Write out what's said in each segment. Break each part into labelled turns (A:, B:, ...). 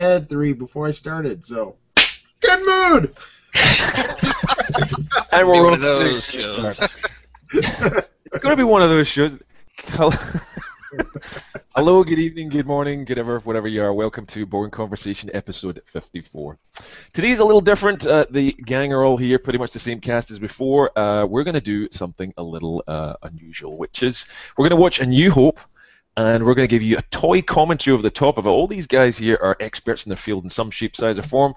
A: had three before I started, so good mood.
B: And
C: Be
B: we're on
C: one of those
B: to
C: shows.
B: It's gonna be one of those shows. Hello, good evening, good morning, good ever, whatever you are. Welcome to Boring Conversation, episode 54. Today's a little different. Uh, the gang are all here, pretty much the same cast as before. Uh, we're gonna do something a little uh, unusual, which is we're gonna watch A New Hope. And we're going to give you a toy commentary over the top of it. All these guys here are experts in their field in some shape, size, or form,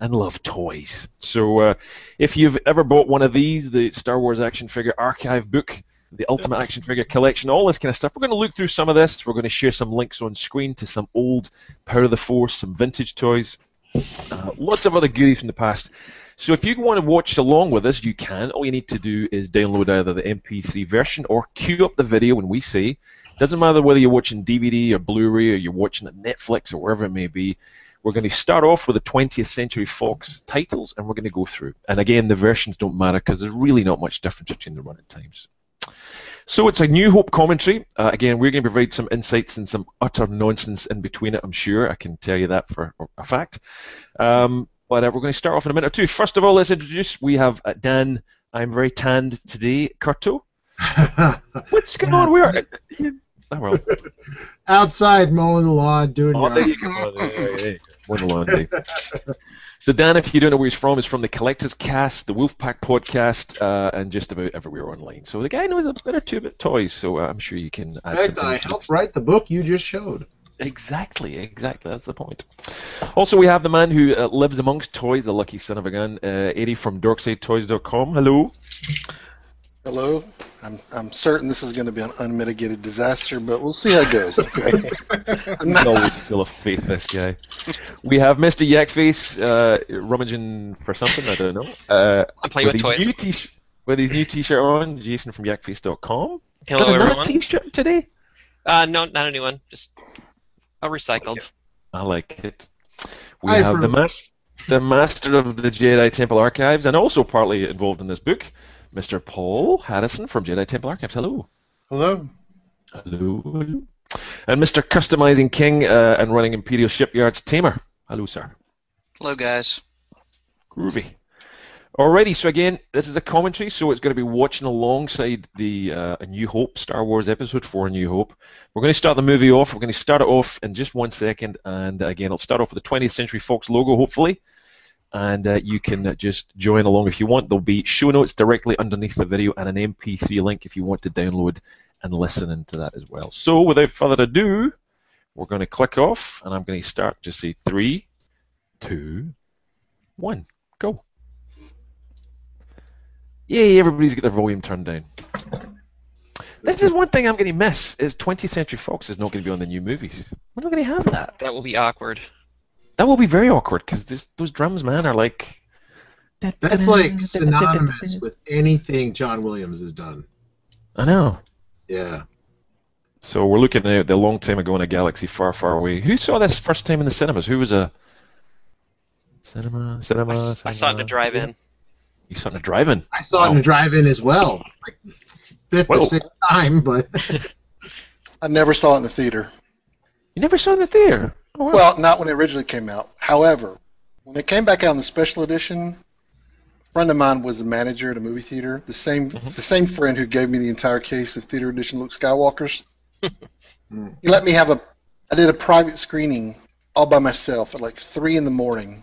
B: and love toys. So, uh, if you've ever bought one of these, the Star Wars action figure archive book, the Ultimate Action Figure Collection, all this kind of stuff. We're going to look through some of this. We're going to share some links on screen to some old Power of the Force, some vintage toys, uh, lots of other goodies from the past. So if you want to watch along with us, you can. All you need to do is download either the MP3 version or queue up the video when we say. Doesn't matter whether you're watching DVD or Blu-ray or you're watching at Netflix or wherever it may be. We're going to start off with the 20th Century Fox titles, and we're going to go through. And again, the versions don't matter because there's really not much difference between the running times. So it's a New Hope commentary. Uh, again, we're going to provide some insights and some utter nonsense in between it, I'm sure. I can tell you that for a fact. Um, but uh, we're going to start off in a minute or two. First of all, let's introduce. We have uh, Dan. I'm very tanned today. Curto. What's going on? Where? are- Oh, well.
A: Outside mowing the lawn, doing
B: Oh,
A: your
B: there you go. One alone, Dave. So Dan, if you don't know where he's from, is from the Collectors Cast, the Wolfpack Podcast, uh, and just about everywhere online. So the guy knows a bit or two about toys, so uh, I'm sure you can
A: In
B: add
A: fact,
B: some
A: I
B: influence.
A: helped write the book you just showed.
B: Exactly, exactly. That's the point. Also, we have the man who uh, lives amongst toys, the lucky son of a gun, uh, Eddie from DorksideToys.com. Hello.
D: Hello. I'm I'm certain this is going to be an unmitigated disaster, but we'll see how it goes. Okay. I'm
B: I
D: not-
B: always full of faith, this guy. We have Mr. Yakface uh, rummaging for something, I don't know. Uh,
C: I'm playing with
B: his
C: toys.
B: New t- with his new t-shirt on, Jason from yakface.com. Got
C: Hello,
B: another
C: everyone.
B: t-shirt today?
C: Uh, no, not a new one. Just a recycled.
B: I like it. We
A: I
B: have the
A: approve.
B: mas- the master of the Jedi Temple Archives, and also partly involved in this book, Mr. Paul Harrison from Jedi Temple Archives. Hello.
D: Hello.
B: Hello. hello. And Mr. Customizing King uh, and running Imperial Shipyards Tamer. Hello, sir.
E: Hello, guys.
B: Groovy. Alrighty, so again, this is a commentary, so it's going to be watching alongside the uh, A New Hope, Star Wars Episode 4 A New Hope. We're going to start the movie off. We're going to start it off in just one second, and again, it'll start off with the 20th Century Fox logo, hopefully. And uh, you can uh, just join along if you want. There'll be show notes directly underneath the video and an MP3 link if you want to download and listen into that as well. So, without further ado, we're going to click off, and I'm going to start. Just say three, two, one, go. Yay, everybody's got their volume turned down. This is one thing I'm going to miss is 20th Century Fox is not going to be on the new movies. We're not going to have that.
C: That will be awkward.
B: That will be very awkward because those drums, man, are like.
A: That's like synonymous with anything John Williams has done.
B: I know.
A: Yeah.
B: So we're looking at the long time ago in a galaxy far, far away. Who saw this first time in the cinemas? Who was a cinema, cinema?
C: I, s- I saw it in a
B: cinema?
C: drive-in.
B: You saw it in a drive-in.
A: I saw it in
B: Wow.
A: the drive-in as well, like fifth
B: Well-
A: or sixth time, but
D: I never saw it in the theater.
B: You never saw it in the theater. Oh, wow.
D: Well, not when it originally came out. However, when they came back out in the special edition, a friend of mine was the manager at a movie theater. The same
B: Mhm.
D: the same friend who gave me the entire case of theater edition Luke Skywalker's.
A: Hmm.
D: he let me have a. I did a private screening all by myself at like three in the morning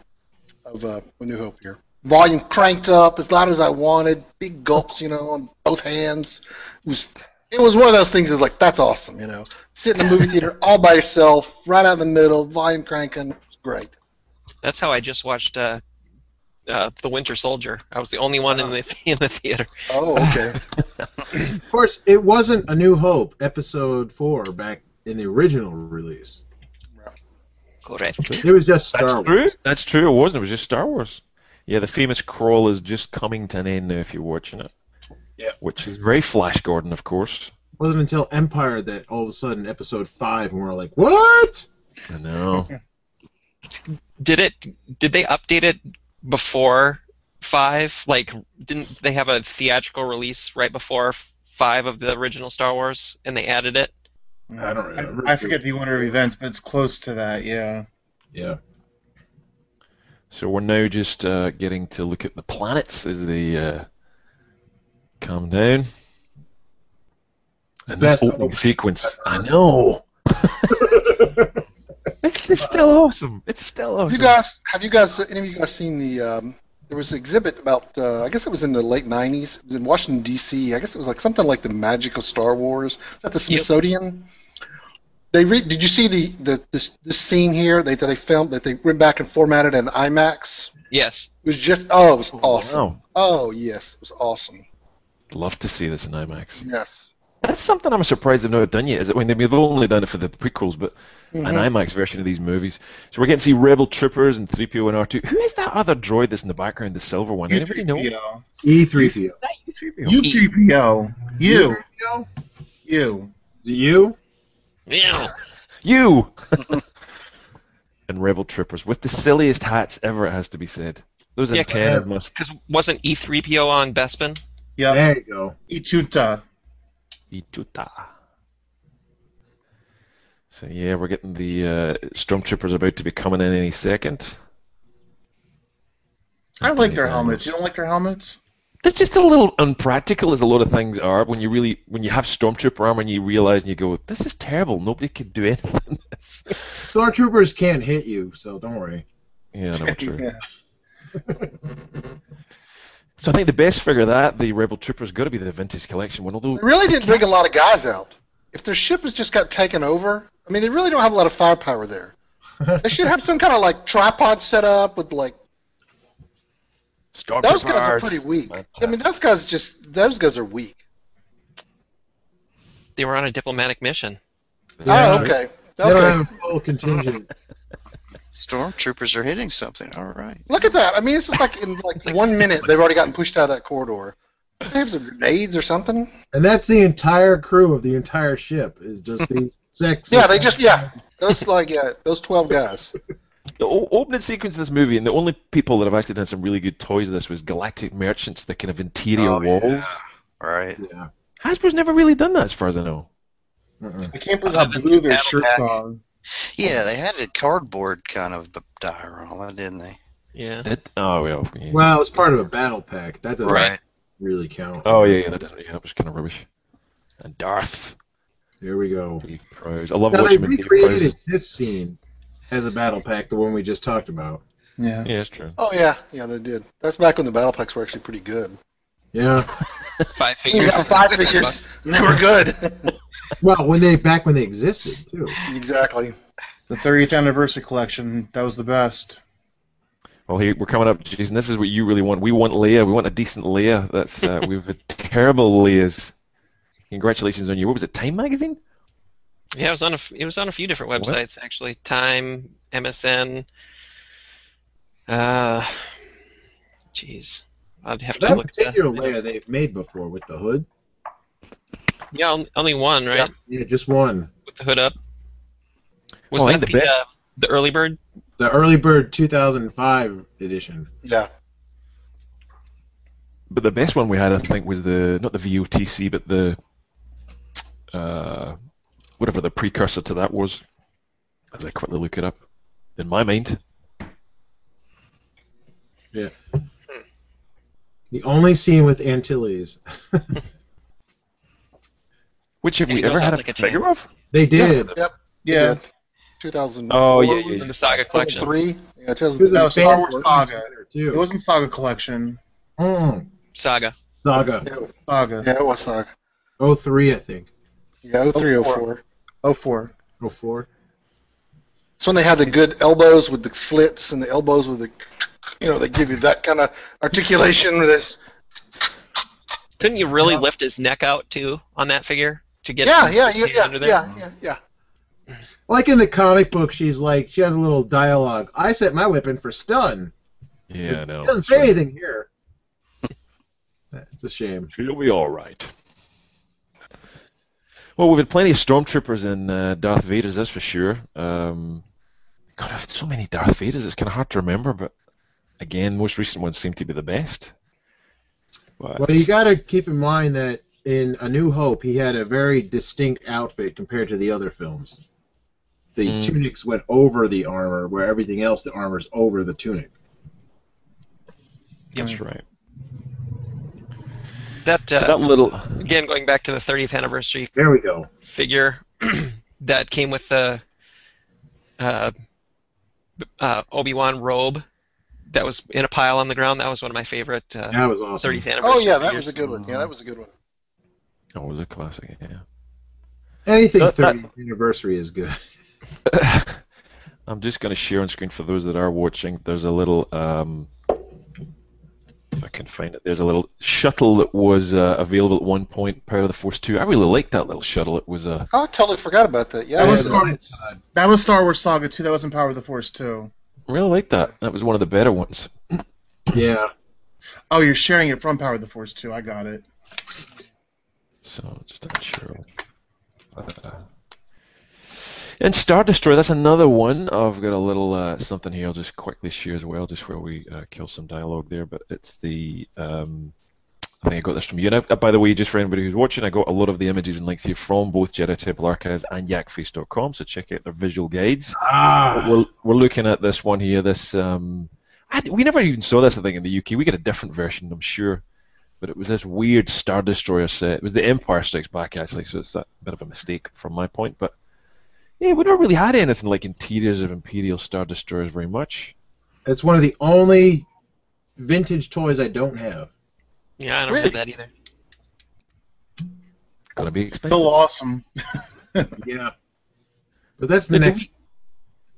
D: of uh, A New Hope here. Volume cranked up as loud as I wanted. Big gulps, you know, on both hands. It was it was one of those things. Is like that's awesome, you know. Sit in a movie theater all by yourself, right out in the middle, volume cranking. It was great.
C: That's how I just watched uh, uh, The Winter Soldier. I was the only one
B: Oh.
C: in the in the theater.
D: Oh, okay.
A: of course, it wasn't A New Hope episode four back in the original release.
C: Correct.
A: It was just Star
B: That's
A: Wars.
B: true. That's true. It wasn't. It was just Star Wars. Yeah, the famous crawl is just coming to an end now if you're watching it.
A: Yeah.
B: Which is very Flash Gordon, of course.
A: It wasn't until Empire that all of a sudden episode five, and we're like, what?
B: I know.
C: Did it? Did they update it before five? Like, didn't they have a theatrical release right before five of the original Star Wars, and they added it?
A: I don't remember.
F: I, I forget the order of events, but it's close to that. Yeah.
A: Yeah.
B: So we're now just uh, getting to look at the planets as they uh, come down. And this
A: Best
B: opening
A: opening
B: sequence, I know. It's, it's still awesome. It's still
D: Have
B: awesome.
D: you guys, have you guys, any of you guys seen the? Um, there was an exhibit about, uh, I guess it was in the late '90s. It was in Washington D.C. I guess it was like something like the Magic of Star Wars. Is that the Smithsonian? They re- did you see the, the this, this scene here? They that they filmed that they went back and formatted an IMAX.
C: Yes.
D: It was just oh, it was awesome.
B: Wow.
D: Oh yes, it was awesome.
B: Love to see this in IMAX.
D: Yes.
B: That's something I'm surprised they've not done yet. Is it? I mean, they've only done it for the prequels, but
D: Mhm.
B: an
E: Mm-hmm.
B: IMAX version of these movies. So we're getting to see Rebel Troopers and 3PO and R2. Who is that other droid that's in the background, the silver one? Anybody know? Is
E: U3PO.
A: E3PO.
B: that U3PO?
E: U3PO. You.
A: E3PO?
E: You.
A: Is it you?
C: Yeah.
B: You! and Rebel Troopers with the silliest hats ever, it has to be said. Those
C: Yeah,
B: antennas must.
C: Because wasn't E E3PO on Bespin?
E: Yep.
A: There you go.
E: Ichuta.
B: Ichuta. So yeah, we're getting the uh, stormtroopers about to be coming in any second.
E: I like their helmets. You don't like their helmets?
B: They're just a little unpractical, as a lot of things are. When you really, when you have stormtrooper armor, and you realize, and you go, "This is terrible. Nobody could do anything." in this."
A: Stormtroopers can't hit you, so don't worry.
B: yeah, no, true.
E: Yeah.
B: So I think the best figure of that the Rebel Trooper's got to be the vintage collection one. Although
D: They really didn't bring a lot of guys out. If their ship has just got taken over, I mean, they really don't have a lot of firepower there. They should have some kind of like tripod set up with like
B: stormtroopers,
D: those guys are pretty weak. I mean, those guys just those guys are weak.
C: They were on a diplomatic mission.
A: Yeah.
D: oh, okay.
A: They don't
D: Okay.
A: have a full contingent.
F: Stormtroopers are hitting something. All right.
D: Look at that. I mean, it's just like in like one minute they've already gotten pushed out of that corridor. They have some grenades or something.
A: and that's the entire crew of the entire ship, is just these six.
D: Yeah, they just yeah. Those like yeah, those twelve guys.
B: The o- opening sequence of this movie, and the only people that have actually done some really good toys of this was Galactic Merchants, the kind of interior
F: Oh,
B: walls.
F: yeah. All right.
A: Yeah.
B: Hasbro's never really done that, as far as I know.
A: Uh-uh.
E: I can't believe how blue their shirts are.
F: Yeah, they had a cardboard kind of b- diorama, didn't they?
C: Yeah.
B: That, oh well. yeah.
A: Well, it's part of a battle pack. That doesn't
F: Right.
A: really count.
B: Oh yeah, yeah, that doesn't. Yeah, that was kind of rubbish. And Darth
A: Here we go.
B: Dave Prowse. I love
A: Now they
B: watching him. Dave Prowse.
A: recreated this scene as a battle pack, the one we just talked about.
E: Yeah.
B: Yeah, it's true.
D: Oh yeah, yeah they did. That's back when the battle packs were actually pretty good.
A: Yeah.
C: Five
D: You
C: figures.
D: got five figures and they were good.
A: Well, when they back when they existed too.
D: exactly.
E: The 30th anniversary collection. That was the best.
B: Well, here we're coming up, Jason. This is what you really want. We want Leia. We want a decent Leia. That's uh, we've had terrible Leias. Congratulations on you. What was it? Time magazine?
C: Yeah, it was on a f- it was on a few different
B: What?
C: websites actually. Time, MSN. Uh, jeez, I'd have to
A: That
C: look. at
A: particular
C: the-
A: layer they've made before with the hood.
C: Yeah, on- only one right
A: Yeah, just one.
C: with the hood up. Was
B: Oh, I
C: that
B: think
C: the
B: the
C: uh,
B: best-
C: the early bird?
A: The early bird 2005 edition.
D: Yeah.
B: But the best one we had, I think, was the not the VOTC, but the uh, whatever the precursor to that was. As I quickly look it up, in my mind,
A: The only scene with Antilles.
B: which have
C: And
B: we
C: it goes
B: ever
C: out
B: had
C: like
B: a
C: a
B: figure
C: jam.
B: of?
A: They did.
E: Yeah.
D: Two thousand
B: Oh yeah,
C: It was
B: yeah,
C: in
B: yeah.
C: the saga collection.
D: three. Yeah, two
A: Who the
D: thousand
E: No, Star
A: band
E: Wars
A: was
E: Saga.
A: better, Too.
E: It wasn't Saga Collection.
A: Mm,
C: Saga.
A: Saga.
D: three.
E: Saga.
D: Yeah, it was Saga.
A: 03, I think.
D: Yeah, 03, 04.
E: Oh four.
A: 04.
D: It's when they had the good elbows with the slits and the elbows with the, you know, they give you that kind of articulation. With this,
C: Couldn't you really lift his neck out too on that figure to get?
D: yeah, yeah,
C: his
D: yeah,
C: hand
D: yeah,
C: under there?
D: yeah, yeah, yeah.
A: Like in the comic book, she's like, she has a little dialogue. I set my weapon for stun.
B: Yeah, I know.
A: Doesn't say anything here. It's a shame.
B: She'll be all right. Well, we've had plenty of stormtroopers and uh, Darth Vaders, that's for sure. Um, God, I've had so many Darth Vaders. It's kind of hard to remember, but again, most recent ones seem to be the best. But
A: Well, you got to keep in mind that in A New Hope, he had a very distinct outfit compared to the other films. The
B: Mm.
A: tunics went over the armor, where everything else, the armor's over the tunic.
B: That's right.
C: That, uh,
B: So that little
C: again, going back to the 30th anniversary
A: There we go.
C: figure that came with the uh, b- uh, Obi Wan robe that was in a pile on the ground. That was one of my favorite uh,
A: That was awesome.
C: 30th anniversary.
D: Oh yeah, that
C: figures.
D: was a good one.
C: Mm-hmm.
D: Yeah, that was a good one.
B: oh, it was a classic. Yeah.
A: Anything
B: That- that-
A: 30th anniversary is good.
B: I'm just going to share on screen for those that are watching. There's a little, um, if I can find it, there's a little shuttle that was uh, available at one point, Power of the Force 2. I really liked that little shuttle. It was uh, a.
D: Oh, I totally forgot about that. Yeah,
E: That
D: I
E: was
D: had
E: Star Wars. That was Star Wars Saga 2. That was in Power of the Force 2.
B: Really liked that. That was one of the better ones.
A: Yeah.
E: Oh, you're sharing it from Power of the Force 2. I got it.
B: So just not sure. Uh, and Star Destroyer, that's another one. I've got a little uh, something here. I'll just quickly share as well, just where we uh, kill some dialogue there. But it's the um, I think I got this from you. And I, by the way, just for anybody who's watching, I got a lot of the images and links here from both Jedi Temple Archives and YakFace.com. So check out their visual guides. But
A: Ah.
B: We're, we're looking at this one here. This um, I, we never even saw this. I think in the UK, we get a different version, I'm sure. But it was this weird Star Destroyer set. It was the Empire Strikes Back actually, so it's a bit of a mistake from my point. But yeah, we never really had anything like interiors of Imperial Star Destroyers very much.
A: It's one of the only vintage toys I don't have.
C: Yeah, I don't
B: Really?
C: have that either.
B: Gonna be expensive.
E: Still awesome.
A: Yeah. But that's the
B: Did
A: next.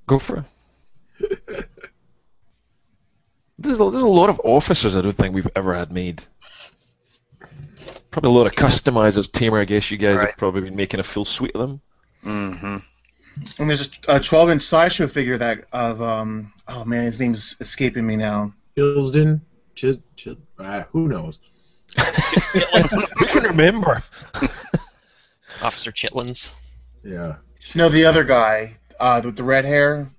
B: Go for it. There's a, there's a lot of officers I don't think we've ever had made. Probably a lot of customizers, Tamer. I guess you guys have
F: Right.
B: probably been making a full suite of them.
F: Mm-hmm.
E: And there's a 12 inch sideshow figure that of, um, oh man, his name's escaping me now.
A: Chilsden? Chil, Chil, ah, who knows?
B: Who can remember?
C: Officer Chitlins.
A: Yeah.
E: No, the other guy uh, with the red hair.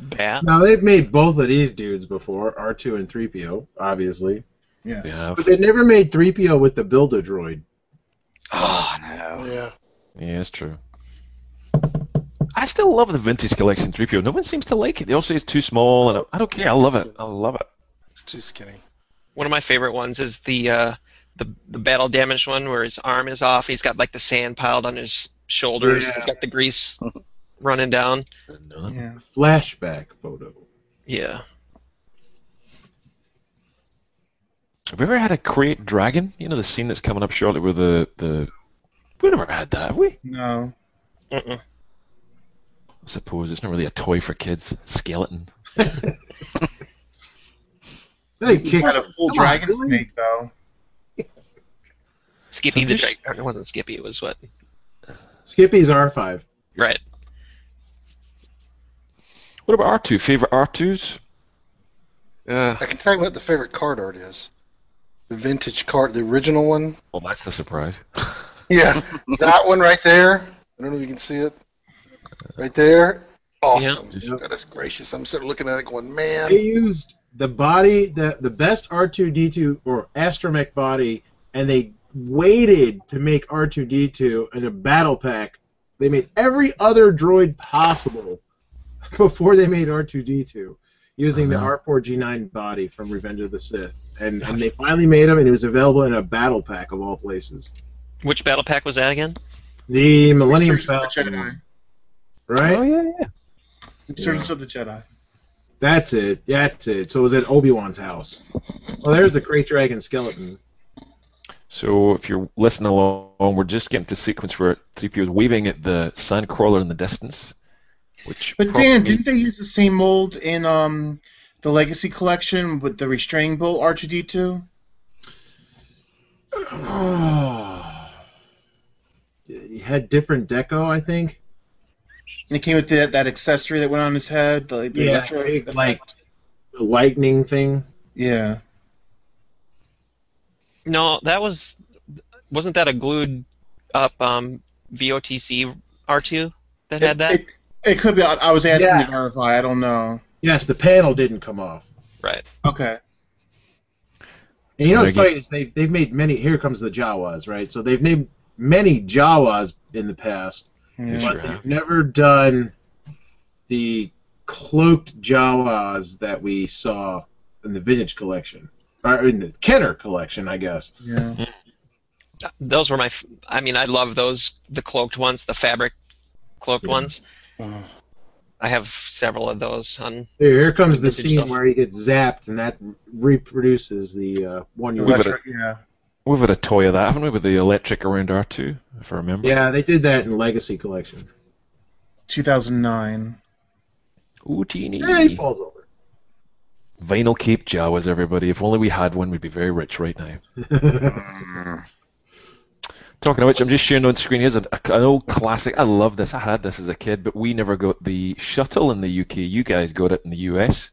C: Bat.
A: Now, they've made both of these dudes before R2 and 3PO, obviously.
E: Yeah.
B: Yeah,
A: But they never made 3PO with the Build a Droid.
F: Oh no.
D: Yeah.
B: yeah, it's true. I still love the vintage collection 3PO. No one seems to like it. They all say it's too small, and I, I don't care. I love it. I love it.
D: It's too skinny.
C: One of my favorite ones is the uh, the the battle damaged one where his arm is off. He's got like the sand piled on his shoulders.
D: Oh,
A: Yeah.
C: He's got the grease running down.
E: Yeah.
A: Flashback photo.
C: Yeah.
B: Have we ever had a crate dragon? You know the scene that's coming up shortly with the the. We never had that, have we?
E: No.
C: Mm-mm.
B: I suppose it's not really a toy for kids. Skeleton.
A: They
E: He
A: kicked
E: had a full
A: Come on,
E: dragon
A: really?
E: snake, though.
C: Skippy
B: So
C: the
B: just-
C: Dragon. It wasn't Skippy. It was what?
A: Skippy's R5.
C: Right.
B: What about R two? Favorite R twos?
C: Uh,
D: I can tell you what the favorite card art is. The vintage card, the original one.
B: Well, that's a surprise.
D: Yeah, that one right there. I don't know if you can see it. Right there. Awesome.
A: Yeah.
D: God, that's gracious. I'm sort of looking at it going, man.
A: They used the body, the, the best R2D2 or astromech body, and they waited to make R2D2 in a battle pack. They made every other droid possible before they made R2D2 using the
B: Uh-huh.
A: R4G9 body from Revenge of the Sith. And, and they finally made him, and it was available in a battle pack of all places.
C: which battle pack was that again?
A: The Millennium
E: Resurgence of the
A: Falcon,
E: Jedi.
A: right?
B: Oh yeah, yeah.
E: Resurgence of the Jedi.
A: That's it. That's it. So it was at Obi Wan's house. Well, there's the Great Dragon skeleton.
B: So if you're listening along, we're just getting to the sequence where 3PO is waving at the sandcrawler in the distance. Which
E: But
B: prompts
E: Dan,
B: me-
E: didn't they use the same mold in um, the Legacy Collection with the restraining bolt R2D2?
A: It had different deco, I think.
E: And it came with the, that accessory that went on his head, the, the electro-
A: big, like lightning thing.
E: yeah.
C: No, that was. Wasn't that a glued up um, VOTC R2 that had that?
E: It, it could be. I, I was asking
A: Yes.
E: to verify. I don't know.
A: Yes, the panel didn't come off.
C: right.
E: Okay.
A: And you know what's
B: Reggie.
A: funny is they they've made many. Here comes the Jawas, right? So they've made many Jawas in the past,
E: Yeah.
B: Sure
A: but
B: have.
A: they've never done the cloaked Jawas that we saw in the vintage collection, or in the Kenner collection, I guess.
E: Yeah.
C: Those were my. f- I mean, I love those the cloaked ones, the fabric cloaked
A: Yeah.
C: ones.
E: Uh-huh.
F: Mm.
C: I have several of those on.
A: Here, here comes the
C: Vintage
A: scene
C: stuff.
A: where he gets zapped, and that reproduces the uh, one you
E: The
B: We've
A: watched.
B: got
E: retro- yeah.
B: We've had a toy of that, haven't we, with the electric around R2, if I remember.
A: Yeah, they did that in Legacy Collection.
E: 2009.
B: Ooh, teeny.
A: Yeah, he falls over.
B: Vinyl Cape Jawas, everybody. If only we had one, we'd be very rich right now.
F: Mm.
B: Talking of which, I'm just sharing on screen here's a, a- an old classic. I love this. I had this as a kid, but we never got the shuttle in the UK. You guys got it in the US.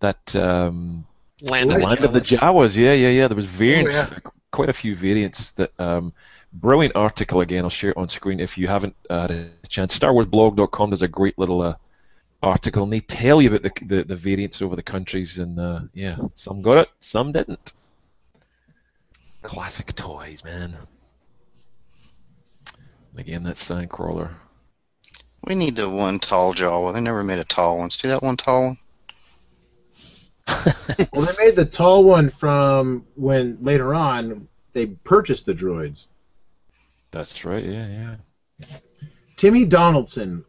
B: That um,
C: Land,
A: Land
C: of,
B: Land of the
C: Jawas.
B: Jawas. Yeah, yeah, yeah. There was variants,
D: yeah.
B: quite a few variants. That um, brilliant article again. I'll share it on screen if you haven't had a chance. StarWarsBlog.com does a great little uh, article, and they tell you about the the, the variants over the countries. And uh, yeah, some got it, some didn't. Classic toys, man. And Again, that's Sandcrawler.
F: We need the one tall jaw. Well, they never made a tall one. See that one tall one?
A: Well, they made the tall one from when later on they purchased the droids.
B: That's right. Yeah, yeah.
A: Timmy Donaldson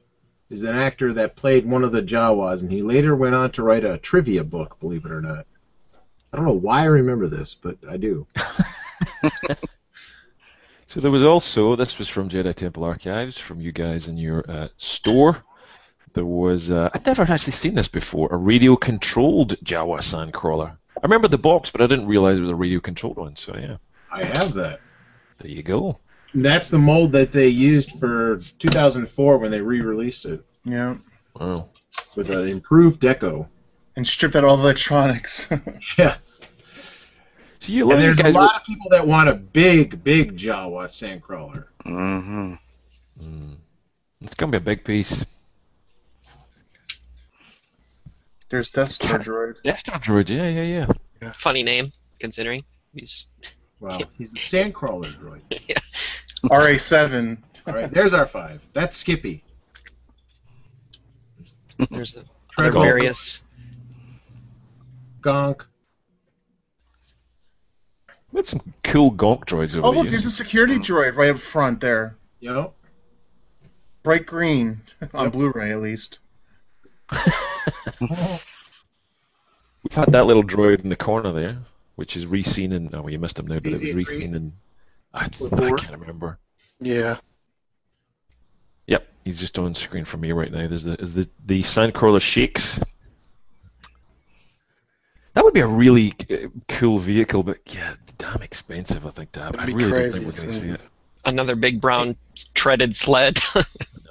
A: is an actor that played one of the Jawas, and he later went on to write a trivia book, believe it or not. I don't know why I remember this, but I do.
B: So there was also this was from Jedi Temple Archives from you guys in your uh, store. There was uh, I'd never actually seen this before a radio controlled Jawa Sandcrawler. I remember the box, but I didn't realize it was a radio controlled one. So yeah,
A: I have that.
B: there you go.
A: And that's the mold that they used for 2004 when they re-released it
E: Yeah.
B: Wow.
A: with an improved deco.
E: And stripped out all the electronics.
A: Yeah,
B: So you, a lot
A: and
B: of you
A: there's a
B: guys.
A: lot of people that want a big, big Jawa Sandcrawler.
F: Mm-hmm.
B: were- Mm. it's gonna be a big piece.
E: There's Death Star droid.
B: Death Star droid. Yeah, yeah, yeah.
C: Funny name, considering. He's,
A: Wow, he's the Sandcrawler droid.
E: RA7.
A: All right, there's our five. That's Skippy.
C: there's the other
A: Treadwell,
C: various.
A: Gonk.
B: We had some cool Gonk droids over
E: Oh,
B: the
E: look,
B: years.
E: there's a security droid right up front there.
A: You know,
E: Bright green. On
A: Yep.
E: Blu ray, at least.
B: We've had that little droid in the corner there, which is re-seen in. Oh, well, you missed him now, but it was
D: ZZ3?
B: re-seen in. I, I
A: Before?
B: can't remember.
D: Yeah.
B: Yep, he's just on screen for me right now. There's the is the the Sandcrawler shakes. That would be a really uh, cool vehicle, but yeah, damn expensive. I think to have.
D: It'd
B: I
D: be
B: really
D: crazy
B: don't think we're going to see it.
D: expensive.
C: Another big brown treaded sled.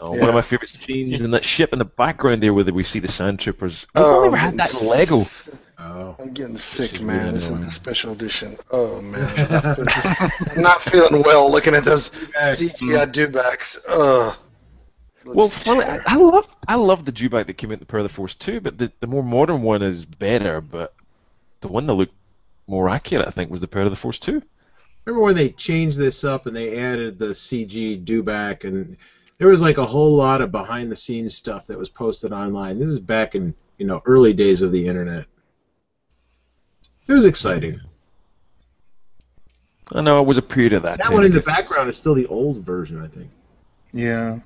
B: No,
D: Yeah.
B: One of my favorite scenes in that ship in the background there, where we see the sand troopers. We've
D: Oh,
B: only ever had
D: I'm
B: that in
D: getting
B: Lego.
D: s-
A: Oh.
D: I'm getting
B: is
D: sick,
B: really
D: man. This is
B: annoying.
D: the special edition. Oh man, I'm not feeling, I'm not feeling well looking at those CGI dubacks. Ugh. Looks
B: Well, funny, I,
D: terrible.
B: I love I love the Dubite that came out in the Power of the Force too, but the, the more modern one is better. But the one that looked more accurate, I think, was the Power of the Force too.
A: Remember when they changed this up and they added the CG do back and there was like a whole lot of behind the scenes stuff that was posted online. This is back in you know early days of the internet. It was exciting.
B: I know it was a period of that.
A: That
B: time,
A: one
B: I
A: in the
B: guess.
A: background is still the old version, I think.
E: Yeah.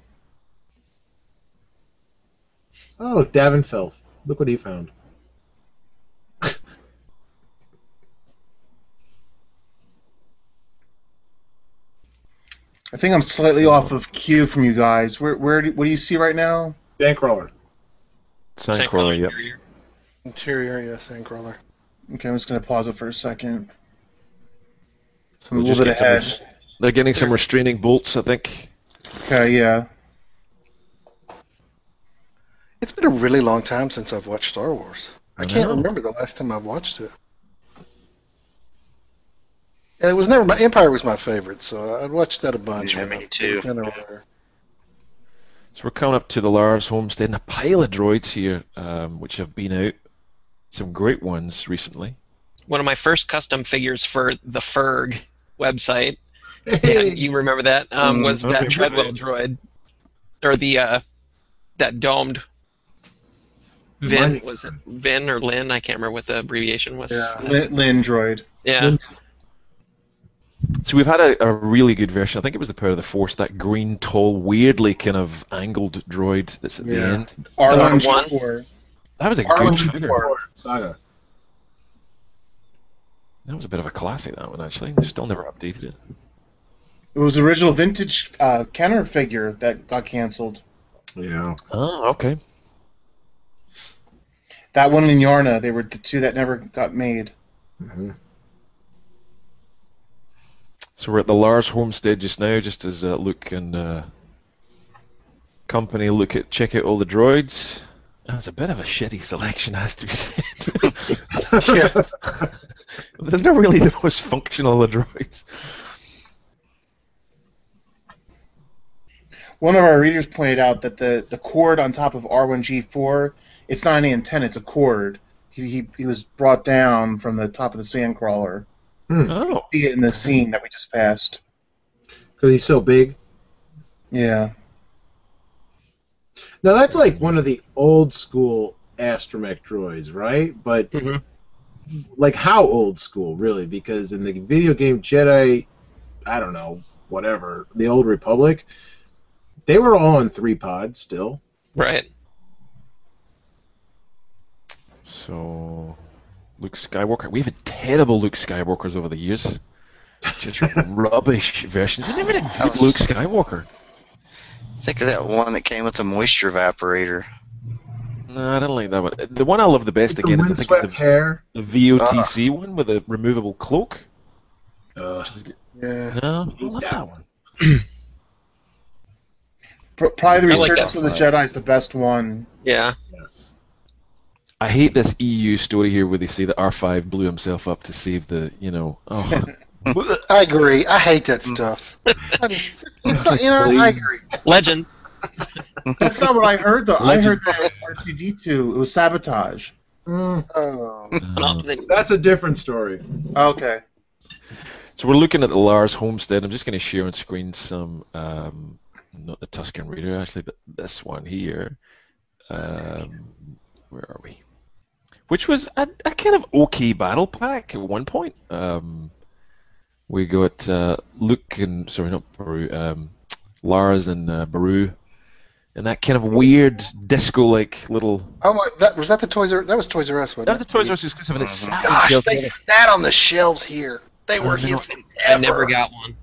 A: Oh, Davenfeld. Look what he found.
E: I think I'm slightly off of cue from you guys. Where, where, do, what do you see right now?
A: Bankroller.
B: Sandcrawler, yep.
C: interior.
D: interior, yeah, Sandcrawler.
E: Okay, I'm just gonna pause it for a second.
B: So
E: I'm a
B: they're
E: little bit
B: getting
E: ahead.
B: some- they're getting some restraining bolts, I think.
E: Okay, yeah.
D: It's been a really long time since I've watched Star Wars. I,
B: I
D: can't
B: know.
D: remember the last time I watched it. And it was never my Empire was my favorite, so I'd watched that a bunch.
F: Yeah,
D: when
F: me
D: I was
F: too.
D: kinda rare.
B: So we're coming up to the Lars Homestead and a pile of droids here, um, which have been out. Some great ones recently.
C: One of my first custom figures for the Ferg website. Yeah,
A: Hey.
C: you remember that? Um, was
B: I
C: that
B: remember
C: Treadwell droid, or the uh, that domed Vin
A: Mine-
C: was it Vin or Lin? I can't remember what the abbreviation was. Uh,
D: Yeah.
E: Lin- Lindroid.
C: Yeah.
B: So we've had a, a really good version. I think it was the Power of the Force, that green, tall, weirdly kind of angled droid that's at the
D: Yeah.
B: end.
E: R1
C: R1?
E: G4.
B: That was a
E: R1
B: good figure.
E: G4.
A: Saga.
B: That was a bit of a classic, that one, actually. They still never updated it.
E: It was the original vintage uh, Kenner figure that got canceled.
A: Yeah.
B: Oh, okay.
E: That one in Yarna, they were the two that never got made.
A: Mhm.
B: So we're at the Lars homestead just now, just as uh, Luke and uh, company look at check out all the droids. That's a bit of a shitty selection, has to be said. They're not really the most functional of droids.
E: One of our readers pointed out that the, the cord on top of R1G4, it's not an antenna, it's a cord. He, he, he was brought down from the top of the sandcrawler.
B: Oh,
E: See it in the scene that we just passed.
A: Because he's so big.
E: Yeah.
A: Now that's like one of the old school astromech droids, right? But
C: Mhm.
B: Mm-hmm.
A: like how old school, really? Because in the video game Jedi, I don't know, whatever, the Old Republic, they were all on three pods still.
C: Right.
B: so Luke Skywalker. We've had terrible Luke Skywalkers over the years. Just rubbish versions. We never had a good Luke Skywalker.
F: Think of that one that came with the moisture evaporator.
B: No, I don't like that one. The one I love the best
A: the
B: again is I think
A: windswept
B: it's
A: hair.
B: the, the VOTC one with a removable cloak.
A: Uh,
D: Yeah.
B: No, I
A: Hate
B: love
A: that
B: that one.
E: Pro- Probably the
C: I like
E: Resurgence
C: that
E: of the Jedi is the best one.
C: Yeah.
A: yes.
B: I hate this EU story here where they say that R5 blew himself up to save the, you know. Oh,
D: I agree. I hate that stuff. That is- it's not- you know, I agree.
C: Legend.
E: That's not what I heard though. I
B: Legend.
E: heard that R2D2 it was sabotage.
A: Mm,
D: Oh,
B: uh,
A: that's a different story.
E: Okay.
B: so we're looking at the Lars Homestead. I'm just going to share on screen some, um, not the Tuscan Raider actually, but this one here. Um, where are we? Which was a, a kind of okay battle pack at one point. Um, we got uh, Luke and sorry, not Baru, um, Lars and uh, Baru, and that kind of weird disco-like little
D: oh my! That was that the Toys R. That was Toys R Us, wasn't
B: That was a
D: it?
B: Toys R Us exclusive, and it's sat
D: Mm-hmm. Gosh,
B: with
D: they
B: Jill-
D: sat on the shelves here. They
B: I know.
D: were here forever.
C: I never got one.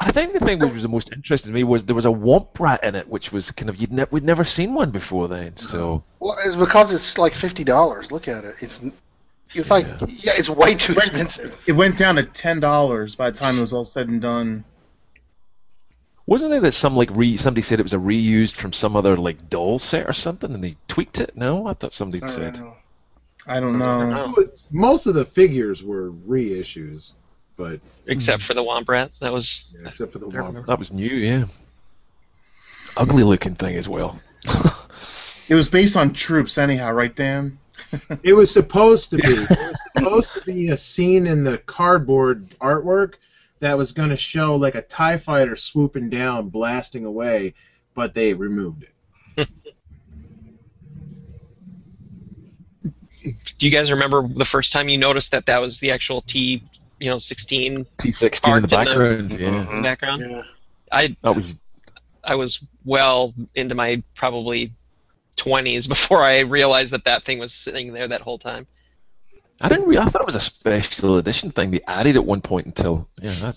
B: I think the thing which was the most interesting to me was there was a Womp Rat in it, which was kind of you'd ne- we'd never seen one before then. So
D: Well, it's because it's like fifty dollars. Look at it. It's it's like
B: Yeah.
D: yeah, it's way too expensive.
E: It went down to ten dollars by the time it was all said and done.
B: wasn't it that some like re- somebody said it was a reused from some other like doll set or something, and they tweaked it? No, I thought somebody had
D: Mm.
B: said.
E: I don't know.
A: Most of the figures were reissues, but
C: Except for the Womp Rat. That was
A: yeah, except for the
C: I don't
A: one.
C: remember.
B: That was new, yeah. Ugly looking thing as well.
E: It was based on troops anyhow, right, Dan?
A: It was supposed to be. It was supposed to be a scene in the cardboard artwork that was going to show like a Tie Fighter swooping down, blasting away, but they removed it.
C: Do you guys remember the first time you noticed that that was the actual T, you know,
B: T16
C: 16
B: in the
C: Art didn't
B: background,
D: Mm-hmm.
B: yeah.
F: Mhm.
C: background?
D: Yeah.
C: I
B: That was
C: I was well into my probably 20s before I realized that that thing was sitting there that whole time.
B: I didn't. Re- I thought it was a special edition thing. They added at one point until yeah, I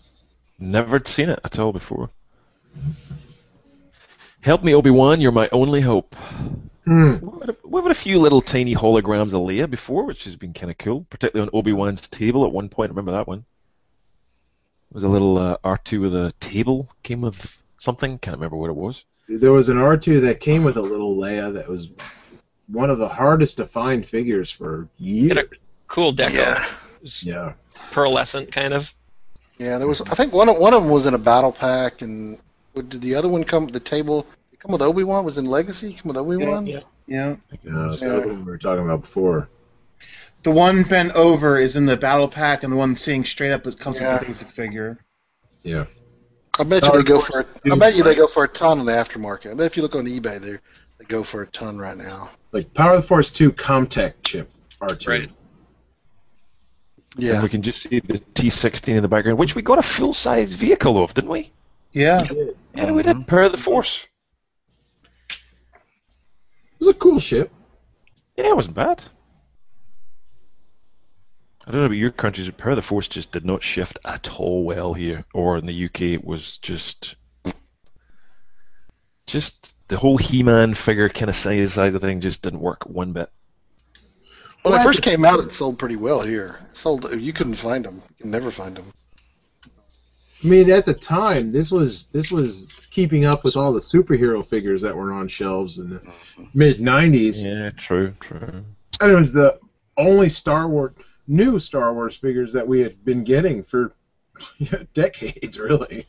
B: never had seen it at all before. Help me, Obi Wan. You're my only hope.
A: Hmm.
B: We've had, a, we've had a few little tiny holograms of Leia before, which has been kind of cool, particularly on Obi Wan's table at one point. Remember that one? It was a little uh, R2 with a table came with something. Can't remember what it was.
A: There was an R2 that came with a little Leia that was one of the hardest to find figures for years.
C: Cool deco.
F: Yeah.
C: It was
A: Yeah.
C: pearlescent kind of.
D: Yeah, there was. I think one of, one of them was in a battle pack, and what, did the other one come? The table did it come with Obi Wan was in Legacy. Come with Obi Wan.
E: Yeah. Yeah.
A: Uh, that was what we were talking about before.
E: The one bent over is in the battle pack, and the one sitting straight up is comes
D: Yeah.
E: with the basic figure.
A: Yeah.
E: Uh,
D: I bet you they go for. A, I bet you they go for a ton in the aftermarket. I bet if you look on eBay, there They go for a ton right now.
A: Like Power of the Force 2 Comtech chip R2.
C: Right.
B: And
D: Yeah.
B: we can just see the T16 in the background, which we got a full size vehicle of, didn't we?
E: Yeah.
B: Yeah, we did. Per the Force.
A: It was a cool ship.
B: Yeah, it wasn't bad. I don't know about your countries, but Per the Force just did not shift at all well here. Or in the UK, it was just. Just the whole He Man figure kind of size side of the thing just didn't work one bit.
D: When
A: Well,
D: it
A: I
D: first
A: did-
D: came out, it sold pretty well here. It sold. You couldn't find them. You can never find them.
A: I mean, at the time, this was this was keeping up with all the superhero figures that were on shelves in the mid '90s,
B: Yeah, true, true.
A: and it was the only Star Wars new Star Wars figures that we had been getting for decades, really.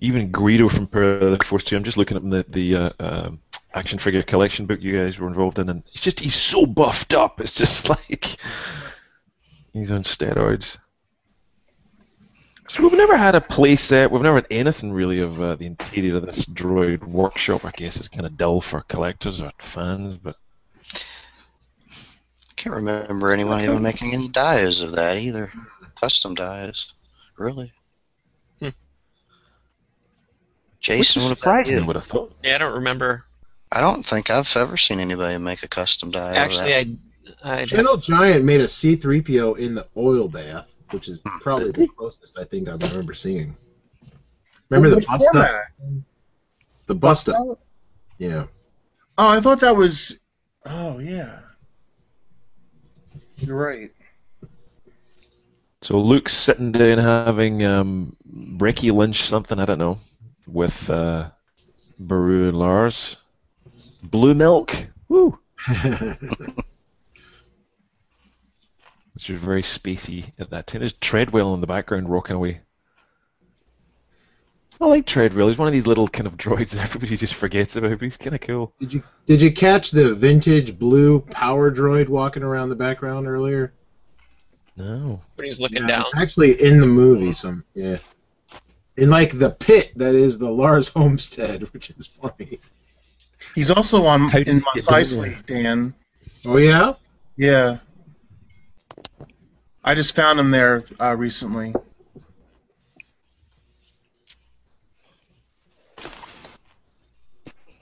B: Even Greedo from Per the Force 2. I'm just looking at the, the uh, um, action figure collection book you guys were involved in, and it's just he's so buffed up. It's just like he's on steroids. So we've never had a playset. We've never had anything really of uh, the interior of this droid workshop. I guess it's kind of dull for collectors or fans, but
F: Can't remember anyone even making any dies of that either. Custom dies, really.
C: Hmm.
F: Jason,
B: which is
F: what about
B: surprising. I
F: you?
B: would have thought.
C: Yeah, I don't remember.
F: I don't think I've ever seen anybody make a custom die.
C: Actually,
F: of
C: I. I
A: Channel Giant made a C-3PO in the oil bath, which is probably the closest I think I remember seeing. Remember the
E: What
A: bust up?
E: format?
A: The bust up, yeah.
E: Oh, I thought that was. Oh yeah. You're right.
B: So Luke's sitting down having um, Ricky Lynch something, I don't know, with uh, Baru and Lars. Blue Milk, woo, which was very spacey at that time. There's Treadwell in the background rocking away. I like Treadwell. He's one of these little kind of droids that everybody just forgets about, but he's kind of cool.
A: Did you did you catch the vintage blue power droid walking around the background earlier?
B: No.
C: when he's looking
A: Yeah,
C: down.
A: It's actually in the movie. Some yeah, in like the pit that is the Lars Homestead, which is funny.
E: He's also on
B: How did
E: in
B: you
E: Mos
B: get those
E: Eisley, Dan.
A: Oh yeah,
E: Yeah. I just found him there uh, recently.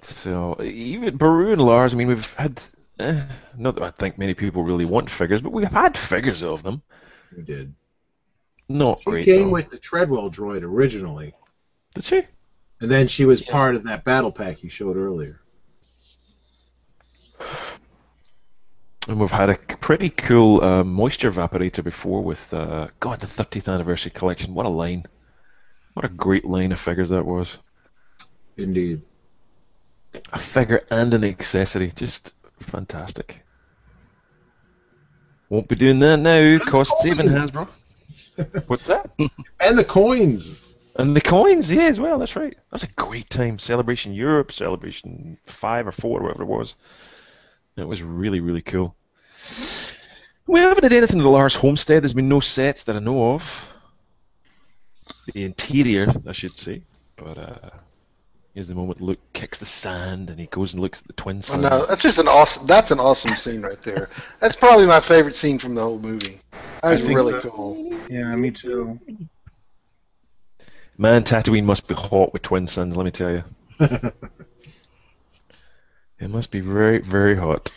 B: So even Baru and Lars, I mean, we've had, eh, not that I think many people really want figures, but we've had figures of them.
A: you did.
B: Not
A: She
B: great.
A: came
B: though.
A: with the Treadwell droid originally,
B: Did she?
A: and then she was
C: Yeah.
A: part of that battle pack you showed earlier.
B: And we've had a c- pretty cool uh, moisture evaporator before with, uh, God, the 30th anniversary collection. What a line. What a great line of figures that was.
A: Indeed.
B: A figure and an accessory. Just fantastic. Won't be doing that now. Cost saving Hasbro. What's that?
A: And the coins.
B: And the coins, yeah, as well. That's right. That was a great time. Celebration Europe, Celebration Five or Four, whatever it was. It was really, really cool. We haven't had anything to the Lars Homestead. There's been no sets that I know of. The interior, I should say. But uh, here's the moment Luke kicks the sand and he goes and looks at the twin
D: Oh,
B: sons.
D: no, that's just an awesome. That's an awesome scene right there. That's probably my favorite scene from the whole movie. That was
E: think
D: really
E: so.
D: cool.
E: Yeah, me too.
B: Man, Tatooine must be hot with twin sons, let me tell you. it must be very, very hot.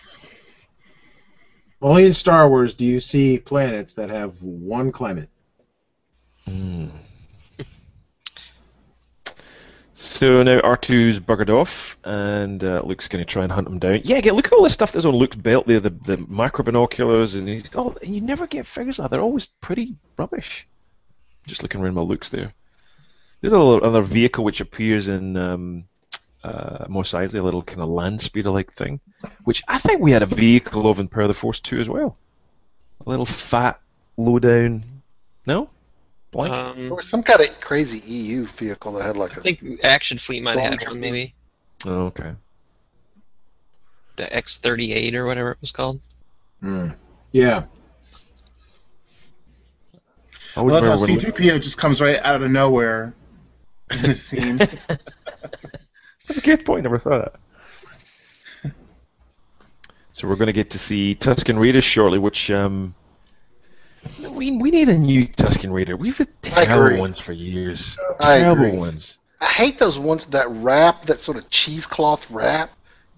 A: Only in Star Wars do you see planets that have one climate.
B: Hmm. So now R2's buggered off, and uh, Luke's going to try and hunt him down. Yeah, get, look at all this stuff that's on Luke's belt there, the, the micro binoculars, and he's, oh, you never get figures like that. They're always pretty rubbish. Just looking around my Luke's there. There's a little, another vehicle which appears in um, uh, Mos Eisley, a little kind of land speeder-like thing, which I think we had a vehicle of in Power of the Force 2 as well. A little fat, low-down... No? Blank?
D: There
C: Um,
D: was some kind of crazy EU vehicle that had like
C: I
D: a.
C: think Action Fleet might have had one, maybe
B: Oh, okay.
C: the X38 or whatever it was called.
A: Hmm. Yeah.
B: I
E: I
B: always
E: love how
B: remember when-
E: C3PO just comes right out of nowhere in this scene.
B: That's a good point. Never thought of that. So we're going to get to see Tuscan Raiders shortly, which um, we we need a new Tuscan Raider. We've had
D: I
B: terrible
D: agree.
B: ones for years.
D: I
B: terrible
D: agree.
B: ones.
D: I hate those ones that wrap that sort of cheesecloth wrap.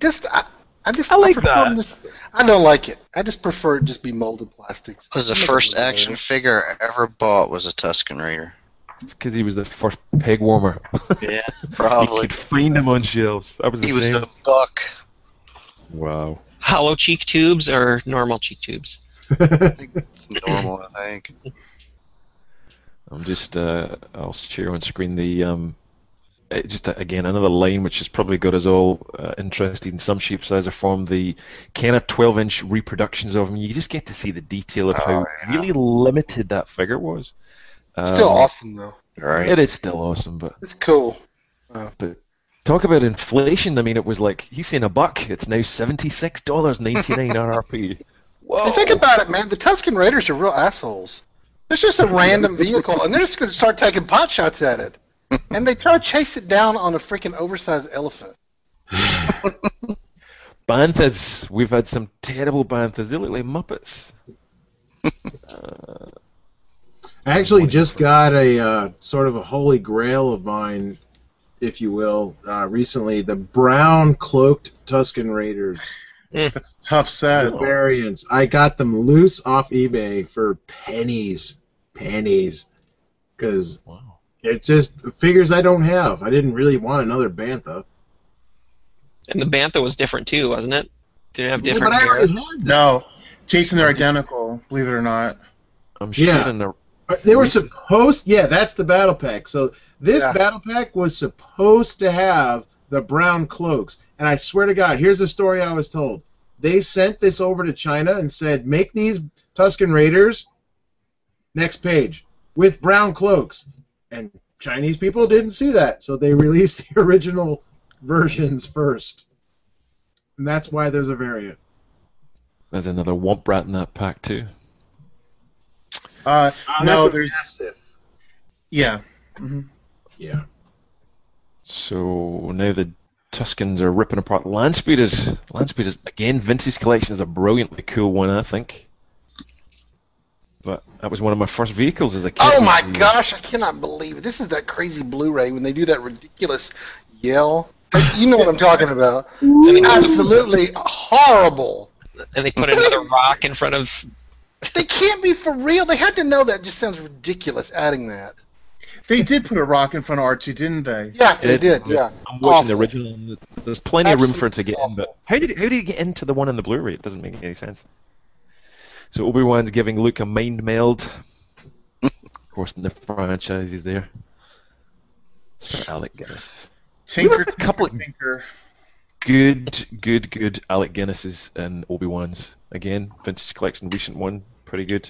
D: Just I, I just
B: I like
D: prefer
B: that.
D: them This, I don't like it. I just prefer it just be molded plastic.
F: was the first action figure I ever bought was a Tuscan Raider.
B: It's because he was the first peg warmer.
F: Yeah,
B: You
F: probably.
B: could find him on shelves. That was the
F: He was
B: same.
F: the buck.
B: Wow.
C: Hollow cheek tubes or normal cheek tubes?
F: Normal, I think.
B: I'm just uh, I'll share on screen the um, uh, just uh, again another line which has probably got us all uh, interested in some shape, size, or form. The kind of 12-inch reproductions of them. You just get to see the detail of how
F: Oh, yeah.
B: really limited that figure was. Um,
D: Still awesome though.
F: Right.
B: It is still awesome, but
D: It's cool.
B: talk about inflation. I mean, it was like he's saying a buck. It's now seventy-six dollars ninety-nine RRP. Whoa!
D: And think about it, man. The Tuscan Raiders are real assholes. It's just a random vehicle, and they're just going to start taking pot shots at it. And they try to chase it down on a freaking oversized elephant.
B: Banthas. We've had some terrible banthas. They look like Muppets.
A: I actually just got a uh, sort of a holy grail of mine, if you will, uh, recently. The brown cloaked Tuscan Raiders
E: That's a tough set.
A: variants. I got them loose off eBay for pennies, pennies, because
B: Wow.
A: it's just figures I don't have. I didn't really want another Bantha.
C: And the bantha was different too, wasn't it? Did it have
A: Yeah,
C: different
A: but I
C: hair?
A: already had them.
E: No, Jason, they're identical. Believe it or not.
B: I'm
A: Yeah.
B: sharing a
A: Uh, They were supposed. Yeah, that's the battle pack. So this
D: Yeah.
A: battle pack was supposed to have the brown cloaks. And I swear to God, here's the story I was told. They sent this over to China and said, make these Tuscan Raiders. Next page with brown cloaks, and Chinese people didn't see that, so they released the original versions first, and that's why there's a variant.
B: There's another Womp Rat in that pack too.
E: Uh, no,
A: that's a
E: there's
A: massive.
E: yeah.
A: Yeah.
B: So now the Tuscans are ripping apart Land Speeders. Land Speeders again. Vince's collection is a brilliantly cool one, I think. But that was one of my first vehicles as a kid.
D: Oh my
B: was the-
D: gosh, I cannot believe it. This is that crazy Blu-ray when they do that ridiculous yell. You know what I'm talking about.
C: And they-
D: Absolutely horrible.
C: and they put another rock in front of
D: They can't be for real. They had to know that. It just sounds ridiculous adding that.
E: They did put a rock in front of R2, didn't they?
D: Yeah, they did. Yeah.
B: I'm watching
D: Awful.
B: the original. And there's plenty of room for it to get in,
D: Absolutely
B: but how did how did he get into the one on the Blu-ray? It doesn't make any sense. So Obi Wan's giving Luke a mind meld. of course, the franchise is there. Sir Alec Guinness.
E: Tinker,
B: a couple-
E: Tinker, Tinker.
B: good, good, good Alec Guinnesses and Obi Wan's again. Vintage collection, recent one, pretty good.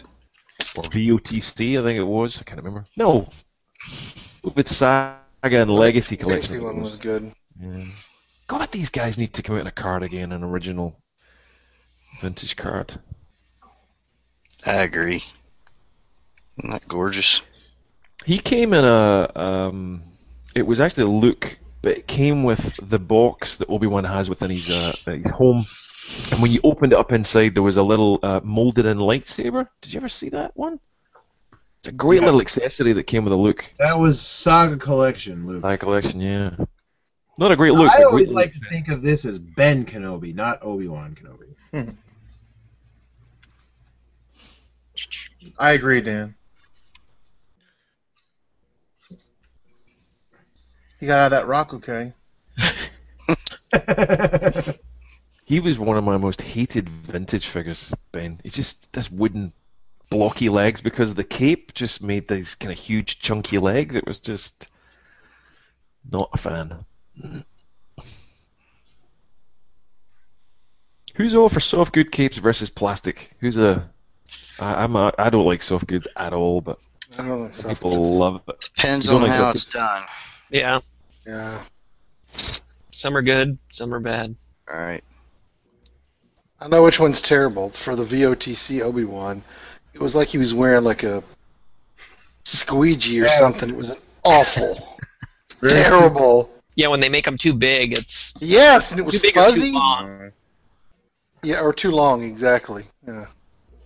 B: Or VOTC, I think it was. I can't remember. No, with Saga and Legacy collection. I
D: Legacy
B: think it
D: one
B: was.
D: was good.
B: Yeah. God, these guys need to come out in a card again, an original vintage card.
F: I agree. Isn't that gorgeous?
B: He came in a. Um, it was actually a look, but it came with the box that Obi Wan has within his uh, his home. And when you opened it up inside, there was a little uh, molded-in lightsaber. Did you ever see that one? It's a great little accessory that came with a look.
A: That was Saga Collection, Luke.
B: My collection, yeah. Not a great look.
A: I
B: but
A: always
B: great
A: like to
B: look.
A: think of this as Ben Kenobi, not Obi Wan Kenobi.
E: I agree, Dan. He got out of that rock, okay?
B: He was one of my most hated vintage figures, Ben. He just this wooden, blocky legs because the cape just made these kind of huge, chunky legs. It was just not a fan. Who's all for soft good capes versus plastic? Who's a I, I'm a, I don't like soft goods at all, but
D: I don't know. so-
B: people love it.
F: Depends
B: You don't
F: on
B: like
F: how
B: that?
F: it's done.
C: yeah.
D: Yeah.
C: Some are good, some are bad.
F: All right.
D: I know which one's terrible. For the VOTC Obi Wan, it was like he was wearing like a squeegee or something. It was awful, terrible.
C: Yeah, when they make them too big, it's
D: Yes, and it was
C: too big or too
D: fuzzy.
C: long.
D: Yeah, or too long, exactly. Yeah.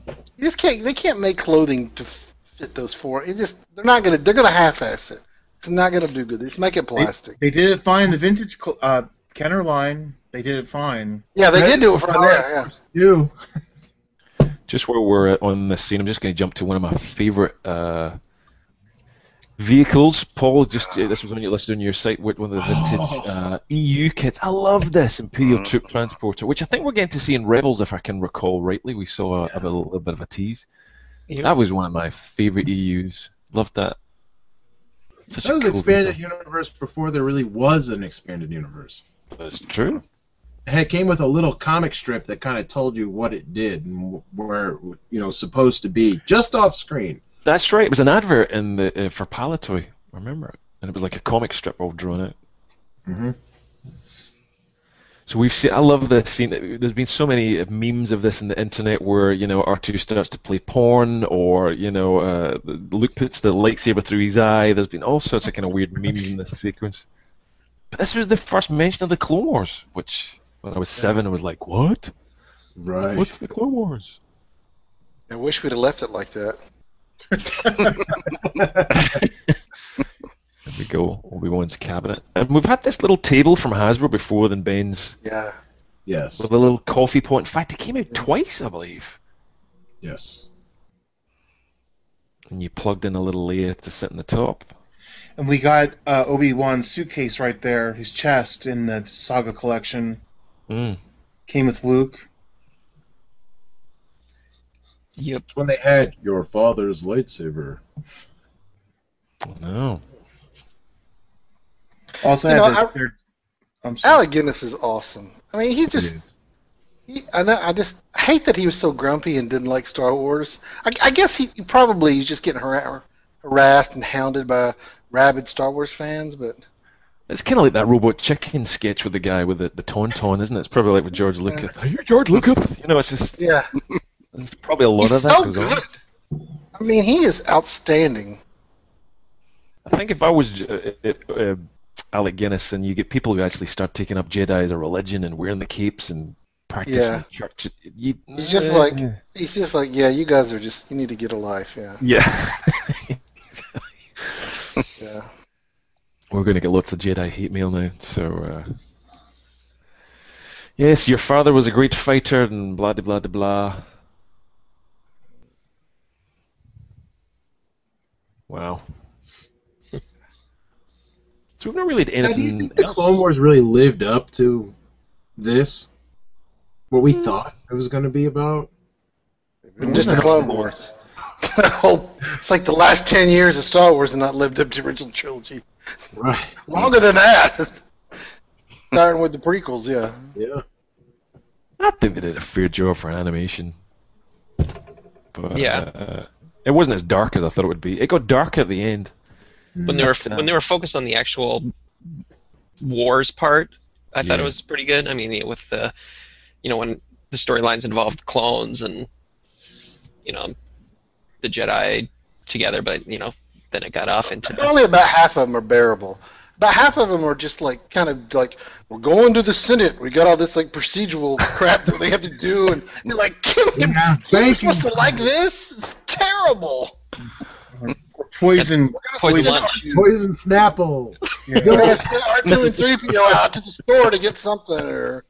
D: You just can't. They can't make clothing to f- fit those four. It just they're not gonna. They're gonna half-ass it. It's not gonna do good. Just make it plastic.
E: They did it fine. The vintage col- uh, Kenner line, they did it fine.
D: yeah, they
A: Right.
D: did do it from there. Yeah.
A: You.
B: just where we're at on this scene, I'm just going to jump to one of my favorite uh, vehicles. Paul, just uh, this was on your listed on your site. One of the vintage uh, EU kits. I love this
A: Mm.
B: Imperial Troop Transporter, which I think we're getting to see in Rebels, if I can recall rightly. We saw a, a, little, a bit of a tease.
C: Yeah.
B: That was one of my favorite EUs. Loved that. Such
A: That was
B: a cool
A: expanded
B: vehicle.
A: universe before there really was an expanded universe.
B: That's true.
A: It came with a little comic strip that kind of told you what it did and wh- where you know supposed to be, just off screen.
B: That's right. It was an advert in the uh, for Palatoy. I remember it, and it was like a comic strip all drawn out. Mm-hmm.
A: Mhm.
B: So we've seen. I love this scene. There's been so many memes of this in the internet where you know R2 starts to play porn, or you know uh, Luke puts the lightsaber through his eye. There's been all sorts of kind of weird memes in this sequence. But this was the first mention of the Clone Wars, which when I was seven, I was like, "What?
A: Right.
B: What's the Clone Wars?"
D: I wish we'd have left it like that.
B: There we go. Obi Wan's cabinet, and we've had this little table from Hasbro before. Then Ben's
D: Yeah.
A: Yes.
B: with a little coffee pot. In fact, it came out twice, I believe.
A: Yes.
B: And you plugged in a little layer to sit on the top.
E: And we got uh, Obi Wan's suitcase right there, his chest in the Saga collection.
B: Mm.
E: Came with Luke.
C: Yep.
A: When they had your father's lightsaber.
B: No.
E: Also
D: You
E: had
D: know,
E: the, their, I'm sorry.
D: Alec Guinness is awesome. I mean, he just. He, I know. I just I hate that he was so grumpy and didn't like Star Wars. I, I guess he, he probably is just getting har- harassed and hounded by rabid Star Wars fans. But
B: It's kind of like that robot chicken sketch with the guy with the, the tauntaun, isn't it? It's probably like with George Lucas. Are you George Lucas? You know, it's just
D: yeah,
B: there's probably a lot
D: he's
B: of that
D: so
B: goes
D: good.
B: on.
D: I mean, he is outstanding.
B: I think if I was uh, uh, uh, Alec Guinness, and you get people who actually start taking up Jedi as a religion and wearing the capes and practicing
D: Yeah.
B: church, you, eh.
D: He's just like he's just like yeah. You guys are just you need to get a life. Yeah,
B: yeah.
D: yeah.
B: We're going to get lots of Jedi hate mail now. So, uh, yes, your father was a great fighter, and blah de blah de blah. Wow. so we've not really had
A: Now, do
B: anything.
A: you think the
B: else.
A: Clone Wars really lived up to this? What we thought it was going to be about? Mm-hmm.
D: Just the Clone Wars. That whole- it's like the last ten years of Star Wars and not lived up to the original trilogy.
A: Right.
D: Longer than that. Starting with the prequels, yeah.
A: Yeah.
B: I think they did a fair job for animation. But,
C: Yeah.
B: Uh, it wasn't as dark as I thought it would be. It got dark at the end.
C: When they were
B: But, uh,
C: when they were focused on the actual wars part, I thought
B: Yeah.
C: it was pretty good. I mean, with the you know when the storylines involved clones and you know the Jedi together, but you know then it got off into
D: Only about half of them are bearable. About half of them are just like kind of like we're going to the Senate. We got all this like procedural crap that they have to do, and you're like, "Kim,
A: Yeah,
D: you're
A: thank you.
D: supposed to like this? It's terrible."
E: Poison.
C: poison
D: Send
C: lunch.
D: R2.
A: Poison Snapple.
D: We're gonna send R2 and 3PO out to the store to get something or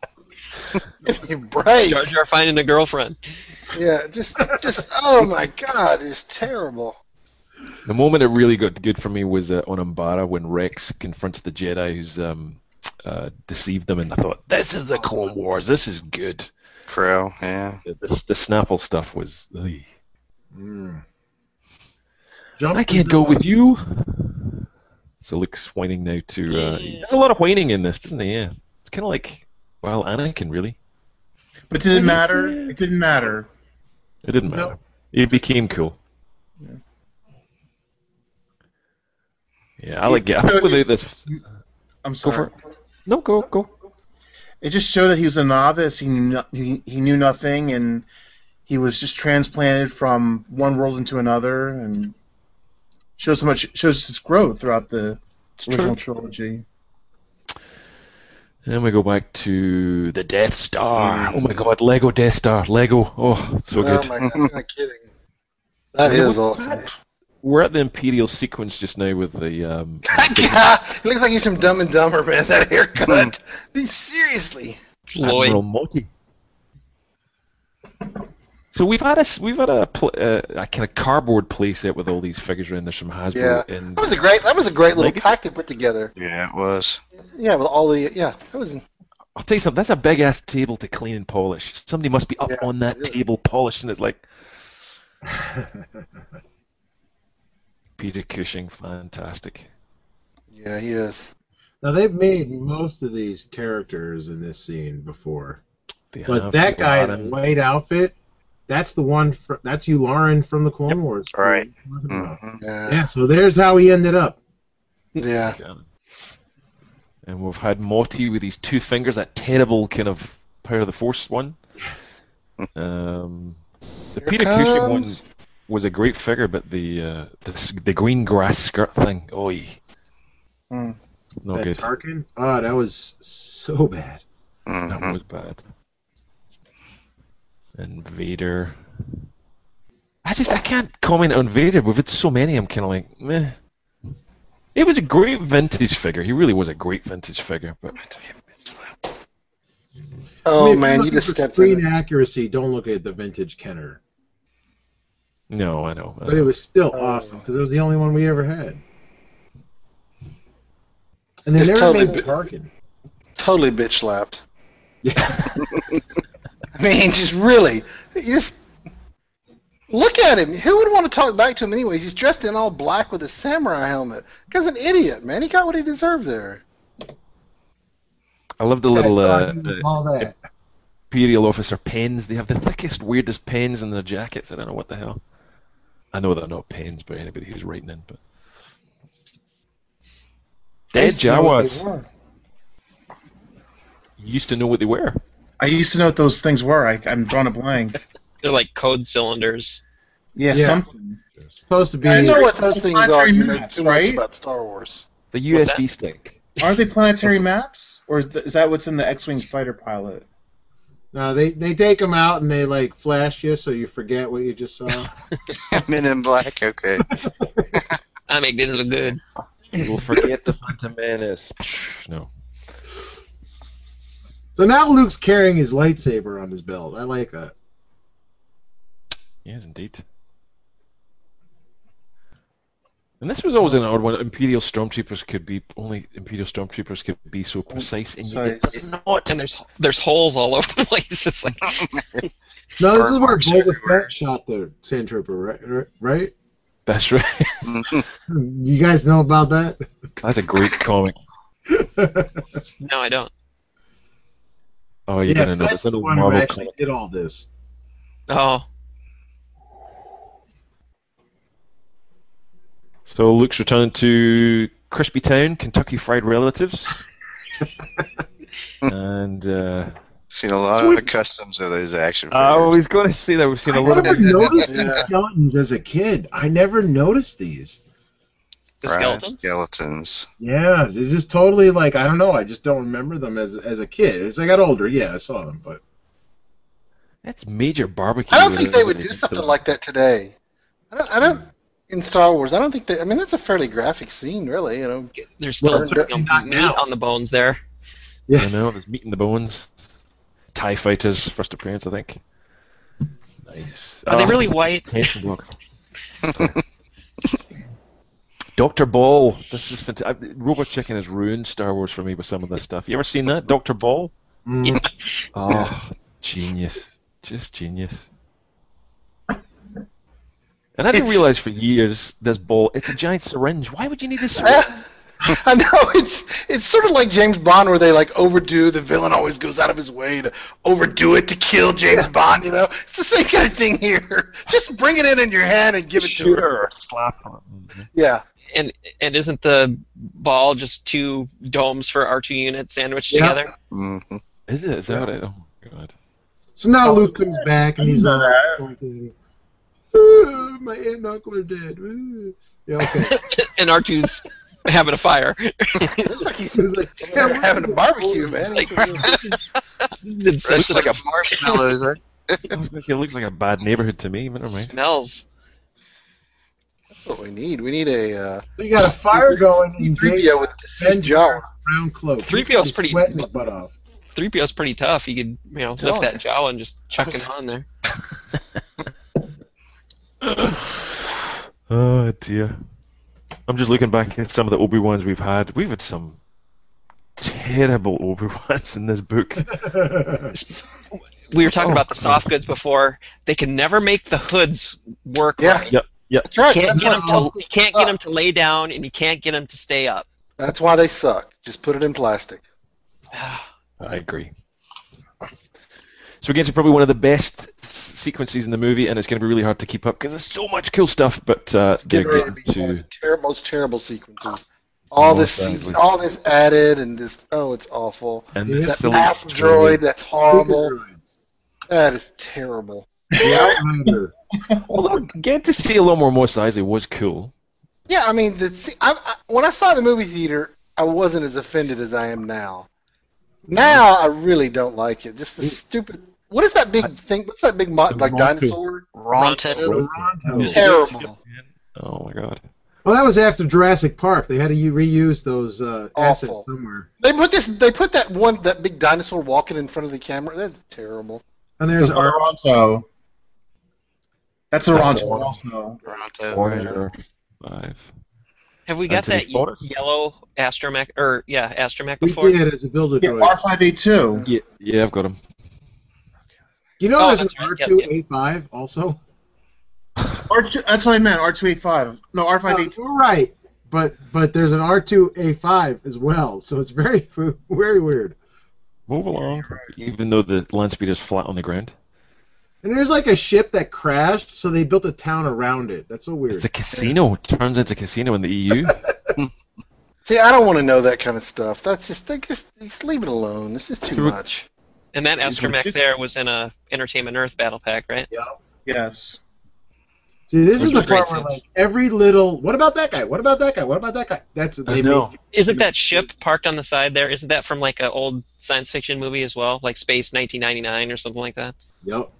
D: give me a break.
C: Jar Jar finding a girlfriend.
D: Yeah, just just oh my god, it's terrible.
B: The moment it really got good for me was uh, on Umbara when Rex confronts the Jedi who's um, uh, deceived them, and I thought, "This is the Clone Wars. This is good."
F: Crow, yeah.
B: The, the, the Snapple stuff was. ugh.
A: Mm. Jump
B: I can't go with you. So Luke's whining now too. Uh, There's a lot of whining in this, doesn't there? Yeah, it's kind of like, well, Anakin really.
E: But did it matter? It didn't matter.
B: It didn't matter.
A: Nope.
B: It became cool. Yeah, I like. I think without this,
E: I'm
B: go
E: sorry.
B: for it. No, go, go.
E: it just showed that he was a novice. He knew no- he, he knew nothing, and he was just transplanted from one world into another, and shows how much shows his growth throughout the
B: It's
E: original trilogy.
B: And we go back to the Death Star. Oh my God, Lego Death Star, Lego. Oh, it's so
D: oh
B: good.
D: my god, I'm not kidding. That is awesome.
B: We're at the Imperial sequence just now with the um,
D: That guy, he looks like he's from Dumb and Dumber, man. That haircut. He- Seriously.
C: It's Lloyd.
B: Admiral Motti. So we've had a s- we've had a, pl- uh, a kind of cardboard playset with all these figures in there from Hasbro.
D: Yeah.
B: And
D: That was a great. That was a great little
B: Legacy.
D: pack they put together.
F: Yeah, it was.
D: Yeah, with all the. Yeah, that was.
B: I'll tell you something. That's a big ass table to clean and polish. Somebody must be up
D: Yeah,
B: on that
D: it is.
B: table polishing it like Peter Cushing. Fantastic.
D: Yeah, he is.
A: Now they've made most of these characters in this scene before,
B: They
A: but
B: have
A: that guy in the
B: Lauren.
A: white outfit, that's the one. Fr- that's you, Lauren, from the Clone Wars.
F: Right.
A: Yeah.
F: hmm
D: Yeah.
A: Yeah. So there's how he ended up.
D: Yeah.
B: And we've had Morty with his two fingers, that terrible kind of Power of the Force one. Um, the
D: Here
B: Peter Cushing one
D: comes.
B: was a great figure, but the uh, the, s- the green grass skirt thing, oi.
E: Hmm.
B: Not
A: that
B: good.
A: Tarkin. Oh, that was so bad.
F: mm-hmm.
B: That was bad. And Vader. I just I can't comment on Vader. We've had so many. I'm kind of like meh. It was a great vintage figure. He really was a great vintage figure, but
A: I
D: Oh
A: mean, if
D: man,
A: you're
D: you
A: looking
D: just
A: for
D: stepped
A: screen
D: in.
A: accuracy. Don't look at the vintage Kenner,
B: no, I know. I
A: but it
B: know.
A: was still
D: Oh.
A: awesome because it was the only one we ever had. And they
D: Just
A: never
D: totally
A: made
D: bu-
A: Tarkin.
D: Totally bitch slapped.
A: Yeah.
D: I mean, just really, you just look at him. Who would want to talk back to him anyways? He's dressed in all black with a samurai helmet. Guy's an idiot, man. He got what he deserved there.
B: I love the little uh, uh,
A: all that.
B: Imperial officer pens. They have the thickest, weirdest pens in their jackets. I don't know what the hell. I know they're not pens, but anybody who's writing in, but dead
E: used to know what they
B: Jawas
E: were.
B: used to know what they were.
E: I used to know what those things were. I, I'm drawing a blank.
C: They're like code cylinders.
E: Yeah,
A: Yeah.
E: something.
A: It's supposed to be.
E: I
D: You know
E: Very
D: what those
E: cool
D: things are. You know
E: maps,
D: too much
E: right?
D: about Star Wars.
B: The
C: What's that?
B: USB stick.
E: Aren't they planetary maps, or is, th- is that what's in the X-wing fighter pilot?
A: No, they they take them out and they like flash you so you forget what you just saw.
F: Men in Black. Okay.
C: I make this look good.
B: We'll forget the Phantom Menace. No.
A: so now Luke's carrying his lightsaber on his belt. I like that.
B: Yes, indeed. And this was always an odd one. Imperial stormtroopers could be only Imperial stormtroopers could be
A: Oh,
B: so precise, and yet
E: Precise.
B: they're not.
C: And there's there's holes all over the place. It's like
A: No, this
F: Burn
A: is where
F: marks
A: Boba
F: everywhere.
A: Fett shot the sand trooper, right? Right?
B: That's right.
F: Mm-hmm.
A: You guys know about that?
B: That's a great comic.
C: no, I don't.
B: Oh, you're gonna know.
A: Fett's
B: It's
A: the
B: another
A: one who
B: Marvel
A: actually
B: comic.
A: did all this.
C: Oh,
B: So Luke's returning to Crispy Town, Kentucky Fried Relatives, and uh,
F: Seen a lot of the customs of those action figures.
B: I
D: Oh,
B: was going to say that we've seen a
A: I
B: lot
A: never
B: of.
A: noticed these
D: Yeah.
A: skeletons as a kid. I never noticed these.
C: the
F: Right,
C: skeleton.
F: skeletons.
A: Yeah, they're just totally like I don't know. I just don't remember them as as a kid. As I got older, yeah, I saw them, but
B: That's major barbecue.
D: I don't think they would
B: related
D: do
B: to
D: something
B: them.
D: like that today. I don't. I don't. In Star Wars, I don't think they. I mean, that's a fairly graphic scene, really. You know.
C: There's still
D: Well,
C: you know,
A: not
C: meat
A: now.
C: on the bones
B: I
C: there.
A: yeah,
B: know, there's meat in the bones. TIE fighters, first appearance, I think. Nice.
C: Are
B: Ah,
C: they really white?
B: Tension block. Dr. Ball. This is fantastic. Robot Chicken has ruined Star Wars for me with some of this stuff. You ever seen that? Dr. Ball?
A: Mm,
B: Oh, genius. Just genius. And I didn't
D: It's-
B: realize for years this ball, it's a giant syringe. Why would you need a syringe?
D: I, I know it's it's sort of like James Bond, where they like overdo. The villain always goes out of his way to overdo it to kill James Bond. You know, it's the same kind of thing here. Just bring it in in your hand and give it to her.
B: Slap her. Mhm.
D: Yeah.
C: And and isn't the ball just two domes for R two units sandwiched
A: Yeah.
C: together?
F: hmm
B: Is it? Is that what it? Oh, God.
A: So now Luke comes back and he's
E: know
A: all
E: that.
A: "Ooh, my aunt and uncle are dead. Ooh." Yeah, okay.
C: and R 2s having a fire.
D: Looks like he's
A: It was like,
D: they're having a barbecue, man.
C: Like-
D: That's
C: It's
F: Looks
C: just
F: like a marshmallows, right?
B: it looks like a bad neighborhood to me. But never mind.
C: smells.
D: what we need. We need a uh,
A: We got a fire going in
D: Ethiopia with deceased jaw.
A: brown cloak.
C: 3PO is
A: He's
C: pretty-
A: sweating his butt off.
C: 3PO's pretty tough. You could, you know, lift
D: Telling
C: that
D: you.
C: jaw and just chuck it on there.
B: Oh dear. I'm just looking back at some of the Obi Wans we've had. We've had some terrible Obi Wans in this book.
C: We were talking
B: Oh.
C: about the soft goods before. They can never make the hoods work
D: Yeah.
C: right.
B: Yeah.
D: That's right.
C: You can't
D: That's
C: get
D: why,
C: 'em to, you
D: soft-
C: can't get 'em to lay down, and you can't get them to stay up.
D: that's why they suck. Just put it in plastic.
B: I agree. So again, it's probably one of the best s- sequences in the movie, and it's going to be really hard to keep up because there's so much cool stuff. But uh,
D: It's
B: they're
D: getting ready to
B: getting
D: be one of the
B: to
D: ter- most terrible sequences. All this,
B: Most
D: season,
B: likely.
D: all this added, and this oh, it's awful.
B: and
A: Yeah.
B: this
D: That
B: silly
D: last
B: story.
D: droid, that's horrible. That is terrible.
A: The Outlander.
B: Although getting to see a little more Mos Eisley was cool.
D: Yeah, I mean, the, se- I, I, when I saw it in the movie theater, I wasn't as offended as I am now. Now I really don't like it. Just the stupid. What is that big thing? What's that big mo-
A: The
D: like
A: Ronto.
D: dinosaur?
F: Ronto.
A: Toronto.
D: Terrible.
B: Oh my god.
A: Well, that was after Jurassic Park. They had to u- reuse those uh, assets
D: Awful.
A: somewhere.
D: They put this. They put that one, that big dinosaur walking in front of the camera. That's terrible.
A: And there's
E: There's
A: our
E: Toronto. That's Toronto
B: Toronto.
E: also.
F: Ronto, right?
B: Order five.
C: Have we got
B: Anthony
C: that ye-
B: Forrest?
C: yellow astromech or yeah astromech
A: we
C: before?
A: did as a builder
E: Yeah,
A: droid.
E: R5A2.
B: Yeah, yeah, I've got him.
A: You know,
C: Oh,
A: there's an
C: that's
A: R
C: right.
A: two
C: Yeah,
A: A five also.
E: R2, that's what I meant, R285. No,
A: Uh,
E: R5A2.
A: you're right, but but there's an R two A five as well. So it's very very weird.
B: Move along. Even though the land speed is flat on the ground,
A: And there's like a ship that crashed, so they built a town around it. That's so weird.
B: it's a casino. Turns into a casino in the E EU.
D: See, I don't want to know that kind of stuff. That's just. They just, just leave it alone. This is too
B: Sure.
D: much.
C: And that
B: These were
C: astromech
B: just-
C: there was in a Entertainment Earth battle pack, right?
E: Yes.
A: See, this is
B: Which
A: the
B: is great
A: part where like
B: sense.
A: every little. What about that guy? What about that guy? What about that guy? That's they
B: I know.
A: make-
C: Isn't that ship parked on the side there? Isn't that from like an old science fiction movie as well, like Space 1999 or something like that?
A: Yep.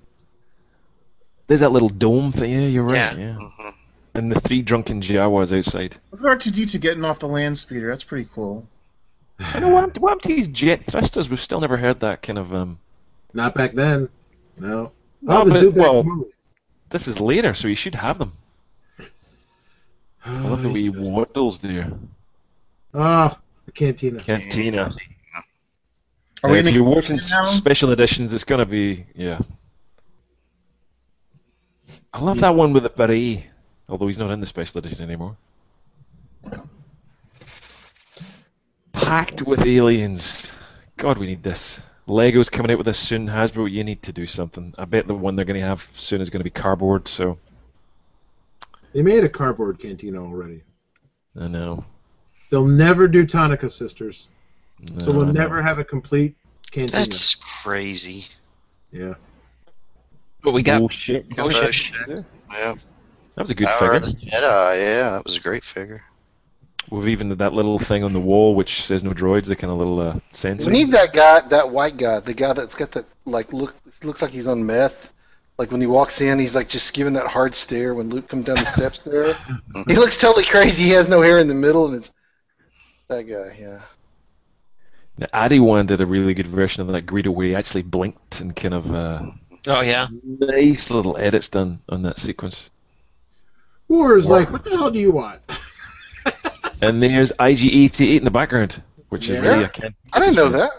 B: There's that little dome thing. Yeah, you're right.
C: Yeah.
B: Yeah.
F: Mhm.
B: And the three drunken Jawas outside.
E: Look at R2D2 getting off the land speeder. That's pretty cool.
B: I know Wham- Whamtee's jet thrusters. We've still never heard that kind of. um
A: Not back then. No.
B: No,
A: oh, the
B: but-
A: dude
B: well,
A: back moved.
B: This is later, so you should have them. I love the wee waddles there.
A: Oh, the cantina.
B: Cantina.
E: Are we
B: if
E: in
B: you're
E: the
B: watching
E: now?
B: s- special editions, it's gonna be yeah. I love that one with the beret, although he's not in the special edition anymore. Packed with aliens. God, we need this. Lego's coming out with this soon. Hasbro, you need to do something. I bet the one they're going to have soon is going to be cardboard. So
A: They made a cardboard cantina already.
B: I know.
A: They'll never do Tonica Sisters, so
B: No, I
A: we'll
B: know.
A: never have a complete cantina.
F: That's crazy.
A: Yeah.
C: But we got
B: bullshit.
F: Bullshit.
B: That
F: Yeah.
B: was a good
F: Power
B: figure.
F: of the Jedi. Yeah, that was a great figure.
B: With even that little thing on the wall which says no droids, the kind of little uh,
D: We
B: sensor.
D: need that guy, that white guy, the guy that's got that like look looks like he's on meth. Like when he walks in, he's like just giving that hard stare when Luke comes down the steps there. he looks totally crazy. He has no hair in the middle, and it's that guy. Yeah,
B: The Addy one did a really good version of that Greedo where he actually blinked and kind of uh,
C: oh yeah,
B: nice little edits done on that sequence.
A: Or is like, what the hell do you want?
B: And there's IG88 in the background, which is
A: Yeah.
B: really a can-
D: I didn't know that.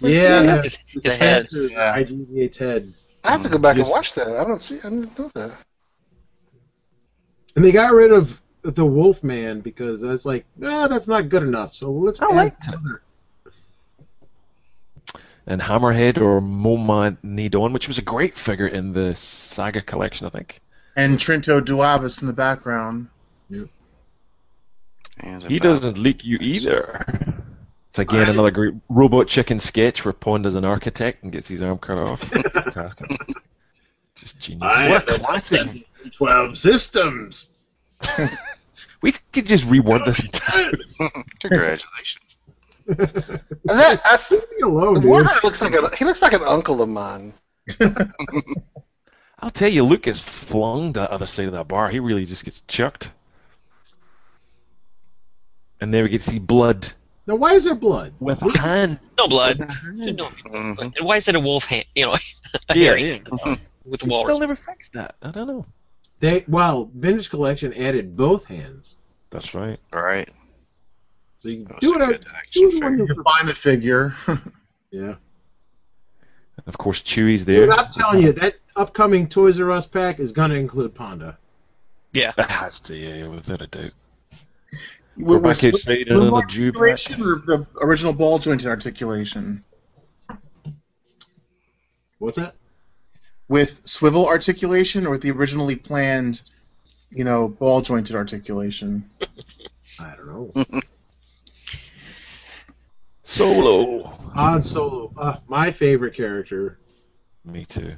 A: yeah. The,
C: Is-
A: the
F: The heads,
A: sensor,
F: yeah.
A: IGVH head.
D: I have to go back and
B: Yes.
D: watch that. I don't see. I didn't know that.
A: And they got rid of the Wolfman because that's like, nah, that's not good enough. So let's
B: I
A: add
B: liked it.
A: another.
B: and Hammerhead or Moma Nidon, which was a great figure in the Saga collection, I think.
E: And Trinto Duavis in the background.
F: And uh,
B: He
F: about-
B: doesn't leak you either. It's again another great robot chicken sketch where Pond is an architect and gets his arm cut off. Fantastic. Just genius.
A: I
B: what a
A: am a
B: classic
A: Twelve systems.
B: We could just reword this entire.
F: Congratulations.
D: And that, that's
A: Leave me alone, Oh,
D: the
A: dude.
D: Warhammer looks like a, he looks like an uncle of mine.
B: I'll tell you, Luke gets flung to the other side of that bar. He really just gets chucked. And there we get to see blood
A: Now, why is there blood?
B: with a hand.
C: No blood.
B: With a hand.
C: No,
F: Mhm.
C: and why is it a wolf hand? You know, a
B: Yeah,
C: hairy
B: yeah.
C: hand with
B: It still
C: walrus.
B: never fixed that. I don't know.
A: They well, Vintage Collection added both hands,
B: That's right.
F: All right.
A: so you can
F: That was
A: do
F: a
A: it. on-
F: good
A: do
F: action
A: it when
F: figure.
A: you
E: You can find the figure.
A: yeah.
B: And of course, Chewie's there.
A: Dude, I'm telling you, that upcoming Toys R Us pack is gonna include Panda.
C: Yeah.
B: That has to, yeah, yeah, without a doubt.
E: We're
B: We're back outside in another Jew back.
E: articulation or the original ball joint articulation
A: What's that?
E: with swivel articulation or with the originally planned, you know, ball jointed articulation.
A: I don't know.
B: Solo.
A: Han Solo, uh, my favorite character.
B: Me too.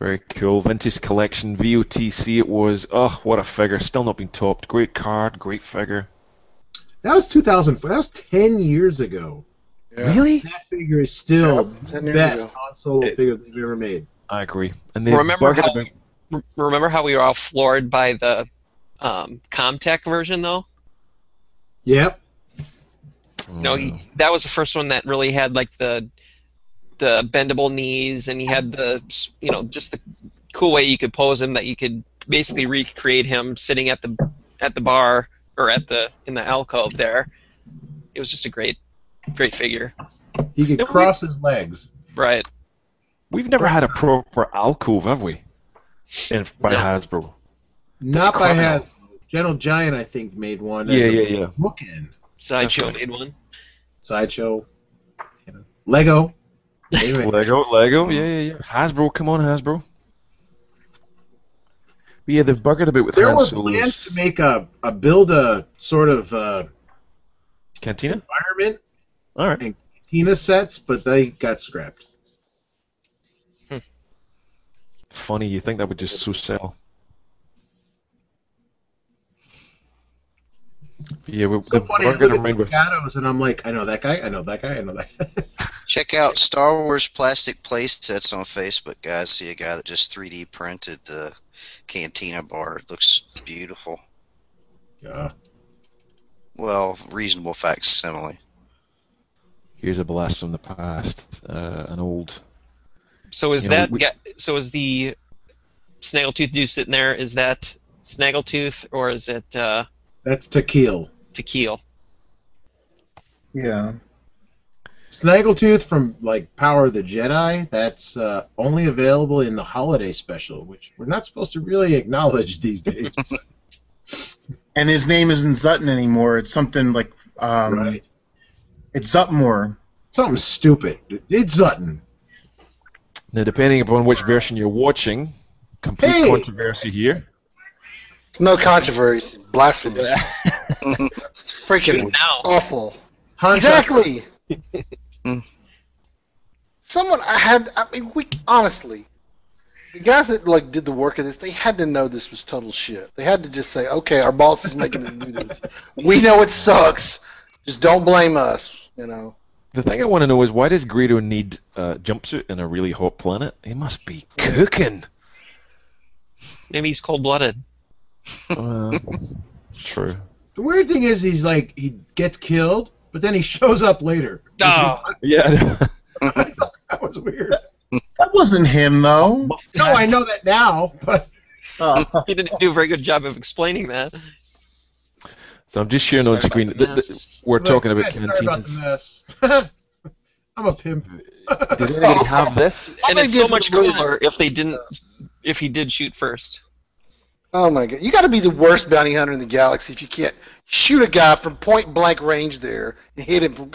B: Very cool. Vintage collection, VOTC it was. Oh, what a figure. Still not been topped. Great card, great figure.
A: That was 2004. That was 10 years ago.
D: Yeah.
B: Really?
A: That figure is still
D: Yep,
A: the
D: 10 years
A: best
D: ago.
A: Han Solo
B: It-
A: figure they've ever made.
B: I agree. And they
C: Remember
B: buggered
C: how,
B: about-
C: re- remember how we were all floored by the um, Comtech version, though?
A: Yep.
C: No, he, that was the first one that really had like the the bendable knees, and he had the s- you know just the cool way you could pose him that you could basically recreate him sitting at the at the bar or at the in the alcove there. It was just a great great figure,
A: He could
B: Don't we-
A: cross his legs.
C: right?
B: We've never had a proper alcove, have we? In, by
C: No.
B: Hasbro.
A: Not by
B: criminal.
A: hand. Gentle Giant, I think, made one.
B: Yeah,
A: as a
B: yeah, yeah.
A: Bookend.
C: Sideshow
B: That's
C: made one.
A: Sideshow. you know, Lego. They made-
B: Lego, Lego, yeah, yeah, yeah. Hasbro, come on, Hasbro. But yeah, they've buggered a bit with
A: there
B: Han
A: were
B: Solo's
A: plans to make a, a build a sort of uh,
B: Cantina.
A: environment
B: All right.
A: Tina sets, but they got scrapped.
B: Funny, you think that would just so sell. But yeah, we,
A: It's so
B: they've
A: funny. I
B: buggered
A: look at
B: around
A: the
B: with.
A: shadows, and I'm like, I know that guy. I know that guy. I know that. guy.
F: Check out Star Wars plastic play sets on Facebook, guys. See a guy that just 3D printed the Cantina bar. It looks beautiful.
A: yeah.
F: Well, reasonable facsimile.
B: Here's a blast from the past. Uh, an old.
C: So is
B: You know,
C: that
B: we-
C: ga- so is the Snaggletooth dude sitting there? Is that Snaggletooth or is it uh,
A: That's Tequil.
C: Tequil?
E: Yeah.
A: Snaggletooth from like Power of the Jedi. That's uh, only available in the holiday special, which we're not supposed to really acknowledge these days.
E: And his name isn't Zutton anymore. It's something like um,
A: right?
E: it's Zutmore.
A: Something stupid. It's Zutton.
B: Now, depending upon which version you're watching, complete
A: Hey!
B: controversy here.
D: It's no controversy. Blasphemous. Freaking
C: Now
D: awful.
A: Han Solo-
D: Exactly. Mm.
F: Hmm.
D: Someone I had. I mean, we honestly, the guys that like did the work of this, they had to know this was total shit. They had to just say, okay, our boss is making us do this. We know it sucks. Just don't blame us. You know.
B: The thing I want to know is why does Greedo need a jumpsuit in a really hot planet? He must be cooking.
C: maybe he's cold blooded.
B: Uh, true.
A: The weird thing is, he's like he gets killed, but then he shows up later.
C: Oh.
B: Yeah.
A: That was weird.
E: That wasn't him though.
A: No, I know that now, but
C: He didn't do a very good job of explaining that.
B: So I'm just sharing on
C: Sorry
B: screen.
C: about
B: th-
C: the
B: th-
C: mess.
B: we're talking
A: Like,
B: about
A: yeah, sorry about the
B: cantinas.
A: mess. I'm a pimp.
B: Does anybody have this?
D: Why
C: And
D: they
C: it's
D: did
C: so
D: the
C: much
D: rules?
C: cooler if they didn't, if he did shoot first.
D: Oh my god! You got to be the worst bounty hunter in the galaxy if you can't shoot a guy from point blank range there and hit him. From...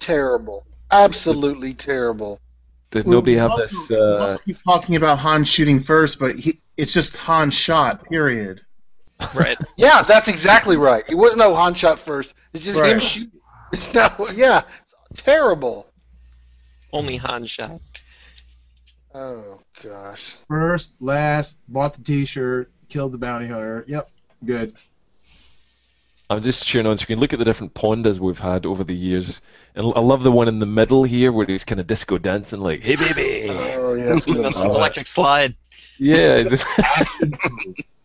D: terrible. Absolutely terrible.
B: Did nobody have
E: Also-
B: this? Uh,
E: also he's talking about Han shooting first, but he, it's just Han shot. Period.
C: Right.
D: Yeah, that's exactly right. It was no Han shot first. It's just him
E: Right.
D: shooting. It's no, yeah, it's terrible.
C: Only Han shot.
D: Oh gosh.
A: First, last, bought the T-shirt, killed the bounty hunter. Yep, good.
B: I'm just sharing on screen. Look at the different pondas we've had over the years, and I love the one in the middle here where he's kind of disco dancing, like "Hey baby."
D: Oh yeah, that's good.
C: That's an electric slide.
B: yeah. it's just-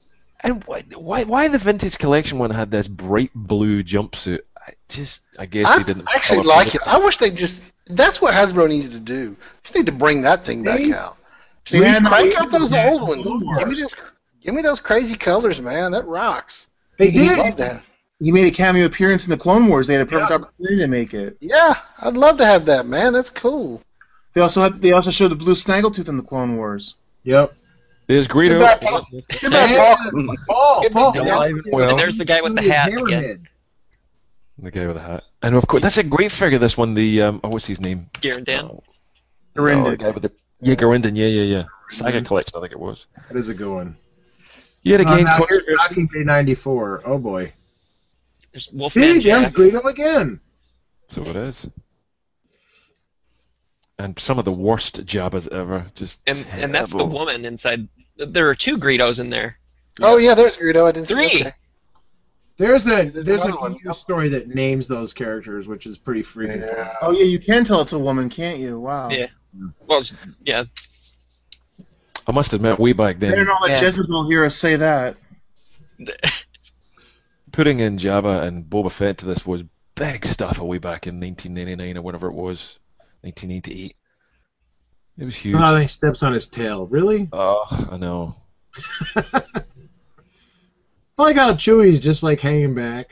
B: and why, why why the vintage collection one had this bright blue jumpsuit? I just I guess
D: I
B: they didn't.
D: actually
B: colour
D: like it. I wish they just. That's what Hasbro needs to do. Just need to bring that thing back
A: See?
D: out.
E: See,
D: Dude,
E: man,
D: crank
E: I-
D: out those
E: yeah,
D: old ones.
A: Clone
D: Give me,
A: Wars.
D: those, give me those crazy colors, man. That rocks.
A: They
D: You'd
A: did.
D: love that.
E: He made a cameo appearance in the Clone Wars. They had a perfect opportunity to make it.
D: Yeah, I'd love to have that, man. That's cool.
E: They also had, they also showed the blue snaggletooth in the Clone Wars.
A: Yep.
B: There's
D: Too
B: Greedo.
D: bad Paul- too bad Paul-
A: Paul,
D: Give me
A: Paul,
D: the
B: Well-
C: And there's the guy with the hat again.
A: Hammerhead.
B: The guy with the hat. And of course, that's a great figure. This one, the um, oh, what's his name?
C: Garandin.
B: Oh,
E: Durandal.
B: the guy with the yeah, Garindin. Yeah, yeah, yeah. Saga collection, I think it was.
A: That is a good one.
B: Yet
A: Uh,
B: again,
A: now here's
B: controversy.
A: Docking Day 94. Oh, boy.
C: There's Wolfman
A: See, there's
C: Jack.
A: Greedo again.
B: so it is. And some of the worst Jabba's ever. Just
C: And, and that's the
B: terrible.
C: woman inside. There are two Greedos in there.
D: Oh yeah, there's Greedo. I didn't see.
C: Three.
D: Okay.
A: There's a there's a
D: another one.
A: EU story that names those characters, which is pretty freaking.
D: Yeah.
E: Oh yeah, you can tell it's a woman, can't you? Wow.
C: Yeah. Well, it's- yeah,
B: I must admit, way back
E: Better
B: then,
E: not let
C: Yeah.
E: Jezebel hear us say that.
B: putting in Jabba and Boba Fett to this was big stuff. Way back in 1999 or whatever it was, 1988. It was huge.
A: Oh, he steps on his tail. Really?
B: Oh, I know.
A: I like how Chewie's just like hanging back.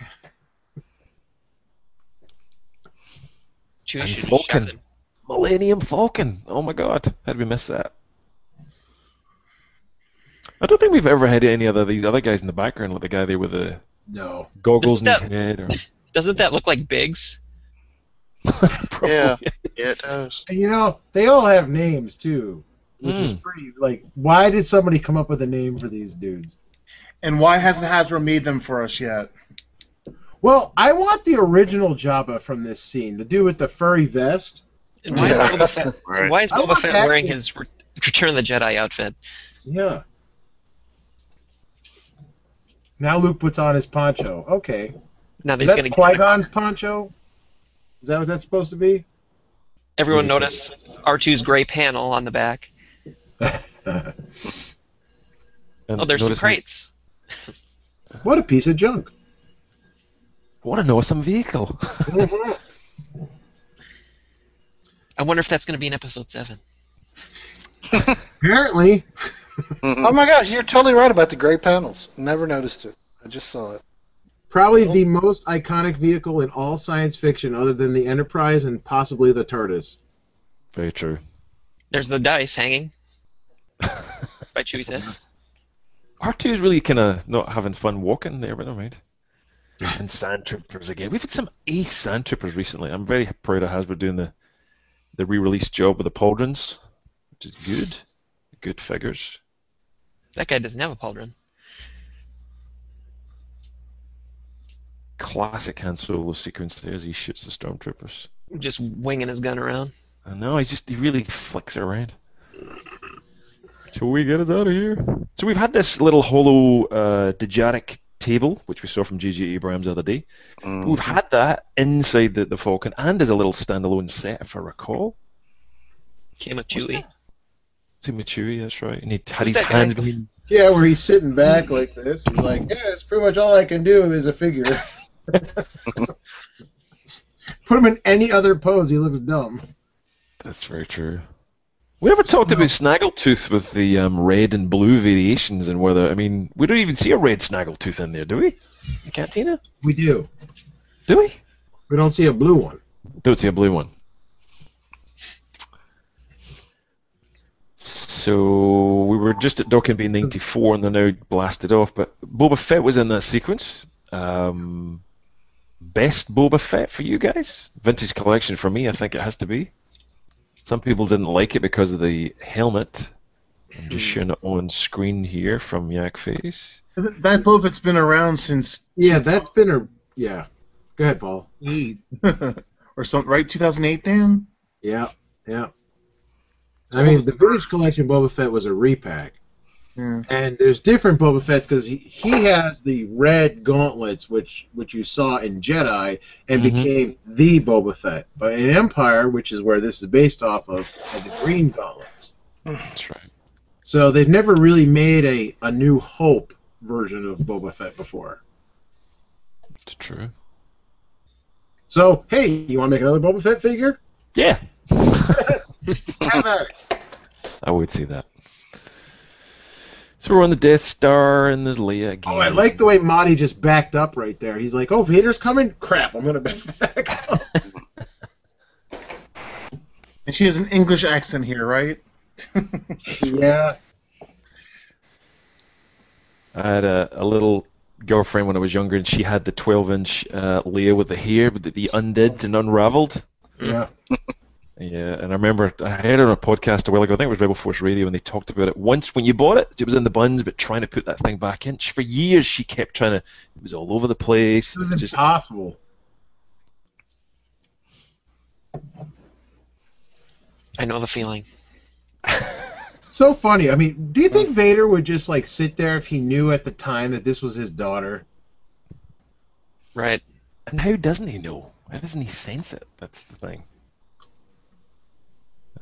C: Chewie
B: And
C: should have shot
B: Vulcan.
C: him.
B: Millennium Falcon. Oh my god, how did we miss that? I don't think we've ever had any other these other guys in the background, like the guy there with the
A: No.
B: goggles in his
C: Just uh,
B: head. Or...
C: Doesn't that look like Biggs?
B: Probably.
F: Yeah. Yeah, it does.
A: And you know, they all have names too, which is
B: Mm.
A: pretty like why did somebody come up with a name for these dudes?
E: And why hasn't Hasbro made them for us yet?
A: Well, I want the original Jabba from this scene, the dude with the furry vest.
C: And why is
D: Yeah.
C: Boba Fett,
F: Right.
C: why is
A: I
C: Boba
A: want
C: Fett
A: that
C: wearing
A: to-
C: his Re- Return of the Jedi outfit?
A: Yeah. Now Luke puts on his poncho. Okay.
C: Now that
A: Is
C: he's
A: that
C: going
A: Qui
C: to
A: Gon's poncho? Is that what that's supposed to be?
C: Everyone
B: It's a-
C: noticed R2's gray panel on the back.
B: And
C: Oh,
B: notice-
C: there's some crates.
A: What a piece of junk.
B: What an awesome vehicle!
C: I wonder if that's going to be in episode 7.
A: Apparently.
F: Mm-hmm.
D: Oh my gosh, you're totally right about the gray panels. Never noticed it. I just saw it.
A: Probably the most iconic vehicle in all science fiction, other than the Enterprise and possibly the TARDIS.
B: Very true.
C: There's the dice hanging by Chewie's head.
B: R two is really kind of not having fun walking there, but never mind. And sand troopers again. We've had some ace sand troopers recently. I'm very proud of Hasbro doing the the re-release job with the pauldrons, which is good. Good figures.
C: That guy doesn't have a pauldron.
B: classic Han Solo sequence there as he shoots the stormtroopers.
C: Just winging his gun around.
B: I know, he just he really flicks it around. Till we get us out of here. So we've had this little hollow uh, Dejadic table, which we saw from J.J. Abrams the other day.
F: Mm.
B: We've had that inside the, the Falcon and as a little standalone set, if I recall.
C: Came with Chewie.
B: To Chewie, that's right. And he had
C: Who's
B: his
C: that guy?
B: hands behind.
A: Yeah, where he's sitting back like this. He's like, yeah, it's pretty much all I can do is a figure. Put him in any other pose, he looks dumb.
B: That's very true. We never talked about Snaggletooth with the um, red and blue variations and whether, I mean, we don't even see a red Snaggletooth in there, do we? In Cantina?
A: We do.
B: Do we?
A: We don't see a blue one.
B: Don't see a blue one. So we were just at Docking Bay 94 and they're now blasted off. But Boba Fett was in that sequence. Um, best Boba Fett for you guys? Vintage collection for me, I think it has to be. Some people didn't like it because of the helmet. I'm just showing it on screen here from Yak Face.
E: That Boba Fett's been around since
A: Yeah, that's been a. Yeah. Go ahead, Paul.
E: eight or something, right? 2008, Dan.
A: Yeah, yeah. I mean, the British collection Boba Fett was a repack.
E: Yeah.
A: And there's different Boba Fett's because he, he has the red gauntlets, which which you saw in Jedi, and
B: Mhm.
A: became the Boba Fett. But in Empire, which is where this is based off of, had the green gauntlets.
B: That's right.
A: So they've never really made a, a New Hope version of Boba Fett before.
B: It's true.
A: So hey, you want to make another Boba Fett figure?
B: Yeah.
A: Have at it.
B: I would see that. So we're on the Death Star and there's Leia again.
A: Oh, I like the way Marty just backed up right there. He's like, "Oh, Vader's coming! Crap, I'm gonna back up."
E: And she has an English accent here, right?
A: yeah,
B: I had a, a little girlfriend when I was younger, and she had the 12 inch uh, Leia with the hair, but the, the undid and unraveled.
A: yeah.
B: Yeah, and I remember I heard it on a podcast a while ago. I think it was Rebel Force Radio, and they talked about it. Once when you bought it, it was in the buns, but trying to put that thing back in. She- For years, she kept trying to. It was all over the place.
A: This
B: and It was
A: is
B: just
A: impossible.
C: I know the feeling.
A: So funny. I mean, do you think Vader would just like sit there if he knew at the time that this was his daughter?
C: Right.
B: And how doesn't he know? How doesn't he sense it? That's the thing.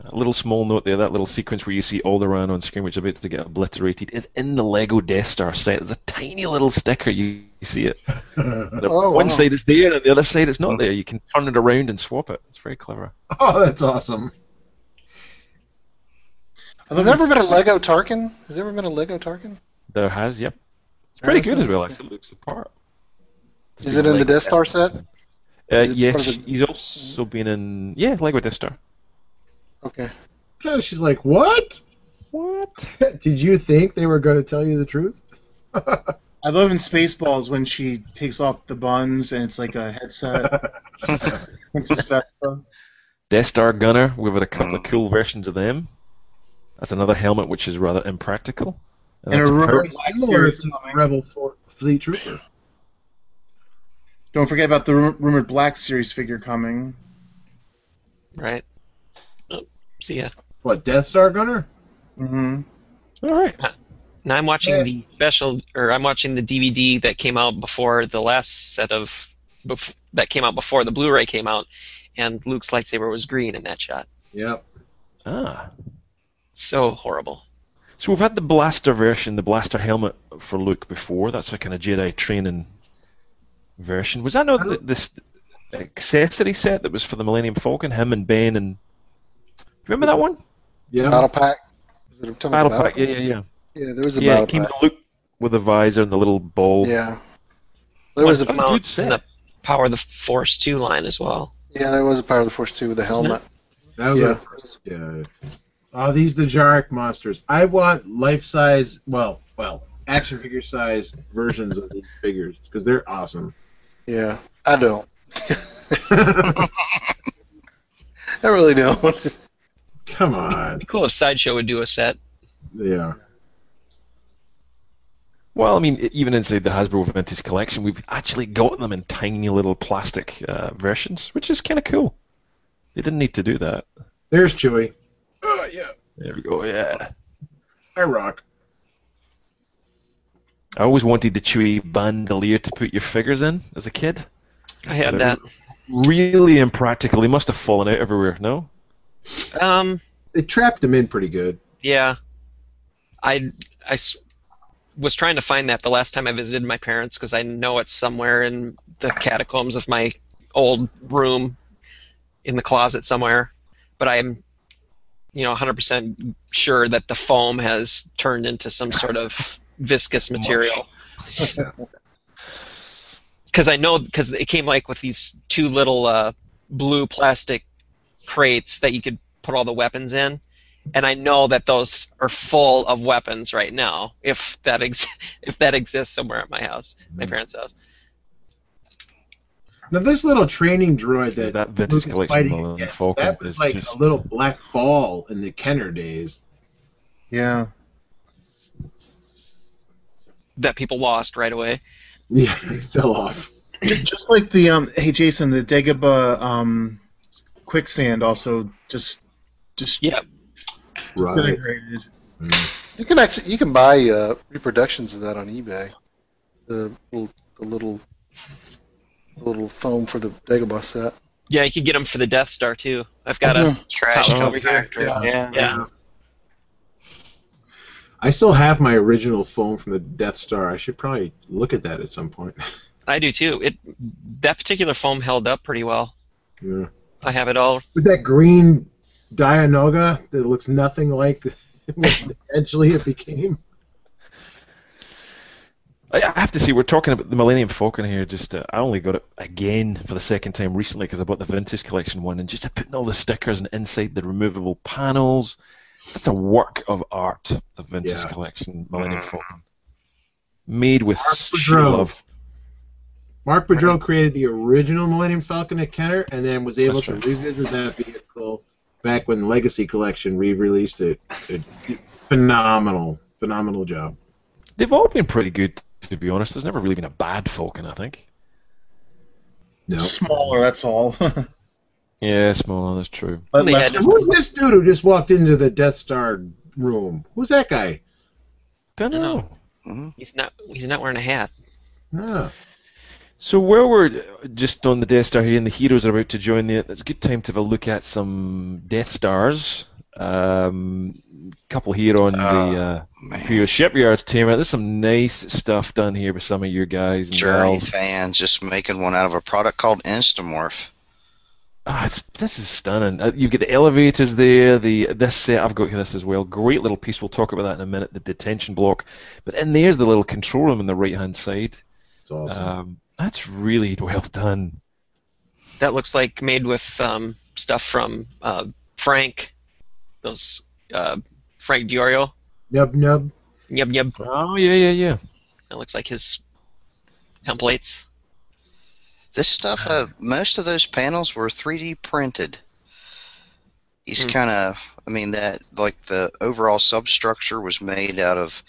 B: A little small note there, that little sequence where you see Alderaan on screen, which is about to get obliterated, is in the Lego Death Star set. There's a tiny little sticker, you you see it. The
D: Oh,
B: one
D: wow.
B: side is there, and the other side it's not there. You can turn it around and swap it. It's very clever.
A: oh, that's awesome.
D: Has there ever been a Lego Tarkin? Has there ever been a Lego Tarkin?
B: There has, yep. It's pretty
D: Yeah,
B: good
D: that's
B: as well, actually. It looks the part. It's
D: Is
B: been
D: it in the
B: Lego
D: Death Star set?
B: Uh,
D: Is it
B: yeah,
D: part of the-
B: he's also been in. Yeah, Lego Death Star.
D: Okay.
A: Yeah, she's like, "What?
B: What?
A: Did you think they were going to tell you the truth?"
E: I love in Spaceballs when she takes off the buns and it's like a headset. Princess Vespa.
B: Death Star Gunner. We've had a couple of cool versions of them. That's another helmet which is rather impractical.
E: And
B: that's
E: a
B: power-
E: rubber black
A: Similar
E: series
A: to
E: comic.
A: Rebel for- Fleet Trooper.
E: Don't forget about the ru- rumored Black Series figure coming.
C: Right. Oh, see ya.
A: What Death Star Gunner?
E: hmm
B: All right.
C: Now I'm watching
A: Yeah.
C: the special, or I'm watching the DVD that came out before the last set of, bef- that came out before the Blu-ray came out, and Luke's lightsaber was green in that shot.
A: Yep.
B: Ah.
C: So horrible.
B: So we've had the blaster version, the blaster helmet for Luke before. That's a kind of Jedi training version. Was that not the, this accessory set that was for the Millennium Falcon? Him and Ben and. Remember that one?
A: Yeah.
D: Battle Pack. Is it talking about
B: Battle
D: the
B: Pack. Yeah, yeah, yeah.
D: Yeah, there was a
B: Yeah,
D: Battle
B: it came
D: Pack.
B: to Luke with a visor and the little ball.
D: Yeah. There was a
C: One come out
B: good set.
C: in the Power of the Force 2 line as well.
D: yeah, there was a Power of the Force two with a
C: Wasn't
D: helmet.
A: That was
D: Yeah.
A: our first. Yeah. Oh, these Dajaric monsters. I want life-size. Well, well, action figure size versions of these figures because they're awesome.
D: Yeah. I don't. I really don't.
A: Come on.
C: It'd be cool if Sideshow would do a set.
A: Yeah.
B: Well, I mean, i- even inside the Hasbro Vintage Collection, we've actually got them in tiny little plastic uh, versions, which is kind of cool. They didn't need to do that.
A: There's Chewie. Oh yeah.
B: There we go. Yeah.
A: I rock.
B: I always wanted the Chewy bandolier to put your figures in as a kid.
C: I had that.
B: Really impractical. They must have fallen out everywhere. No.
C: Um,
A: They trapped him in pretty good.
C: yeah. I, I s- was trying to find that the last time I visited my parents because I know it's somewhere in the catacombs of my old room in the closet somewhere. But I'm, you know, 100% sure that the foam has turned into some sort of viscous material. Because I know, because it came like with these two little uh, blue plastic crates that you could put all the weapons in. And I know that those are full of weapons right now, if that ex- if that exists somewhere at my house,
B: Mm-hmm.
C: my parents' house.
A: Now this little training droid that,
B: That
A: Luke
B: vintage
A: is
B: collection,
A: fighting
B: Millennium
A: against,
B: Falcon,
A: that was
B: is
A: like
B: just-
A: a little black ball in the Kenner days.
E: Yeah.
C: That people lost right away.
A: Yeah, it fell off.
E: Just, just like the um, hey Jason, the Dagobah um, quicksand also just just
C: Yeah,
A: Right.
E: disintegrated.
D: You can actually you can buy uh, reproductions of that on eBay. The little the little the little foam for the Dagobah set.
C: Yeah, you could get them for the Death Star too. I've got
B: Mm-hmm.
C: a
F: Trash
C: Top over here.
F: compactor.
D: Yeah.
F: Yeah.
C: yeah.
A: I still have my original phone from the Death Star. I should probably look at that at some point.
C: I do too. It that particular foam held up pretty well.
A: yeah.
C: I have it all.
A: With that green Dianoga that looks nothing like the, what eventually it became.
B: I I have to say, we're talking about the Millennium Falcon here. Just uh, I only got it again for the second time recently because I bought the Vintage Collection one, and just putting all the stickers and inside the removable panels. That's a work of art. The Vintage
A: Yeah. Mm-hmm.
B: Collection Millennium Falcon, made with
A: Art for
B: sheer
A: drone.
B: love.
A: Mark Boudreau created the original Millennium Falcon at Kenner and then was able
B: That's
A: to
B: right.
A: revisit that vehicle back when Legacy Collection re released it. It- it- Phenomenal. Phenomenal job.
B: They've all been pretty good, to be honest. There's never really been a bad Falcon, I think.
A: No.
E: Smaller, that's all. but
B: Yeah, smaller. That's true.
C: Well, they
E: less
C: had-
A: And Who's this dude who just walked into the Death Star room? Who's that guy?
B: Don't
C: Dunno.
B: know.
F: Mhm.
C: He's not. He's not wearing a hat.
A: No.
B: So where we're uh, just on the Death Star here, and the heroes are about to join the. It's a good time to have a look at some Death Stars. Um, couple here on
A: Ah.
B: the uh,
F: Man.
B: Imperial Shipyards team. There's some nice stuff done here with some of your guys and
F: Journey
B: gals.
F: fans just making one out of a product called Instamorph.
B: Ah, it's, this is stunning. Uh, you get the elevators there. The this set I've got here this as well. Great little piece. We'll talk about that in a minute. The detention block, but then there's the little control room on the right hand side.
A: It's awesome.
B: Um, that's really well done.
C: That looks like made with um, stuff from uh, Frank. Those uh, Frank Diorio.
A: nub nub.
C: Yep, yep.
B: Oh yeah, yeah, yeah.
C: That looks like his templates.
F: This stuff, uh, most of those panels were 3D printed. He's
C: Hmm.
F: kind of, I mean, that, like, the overall substructure was made out of,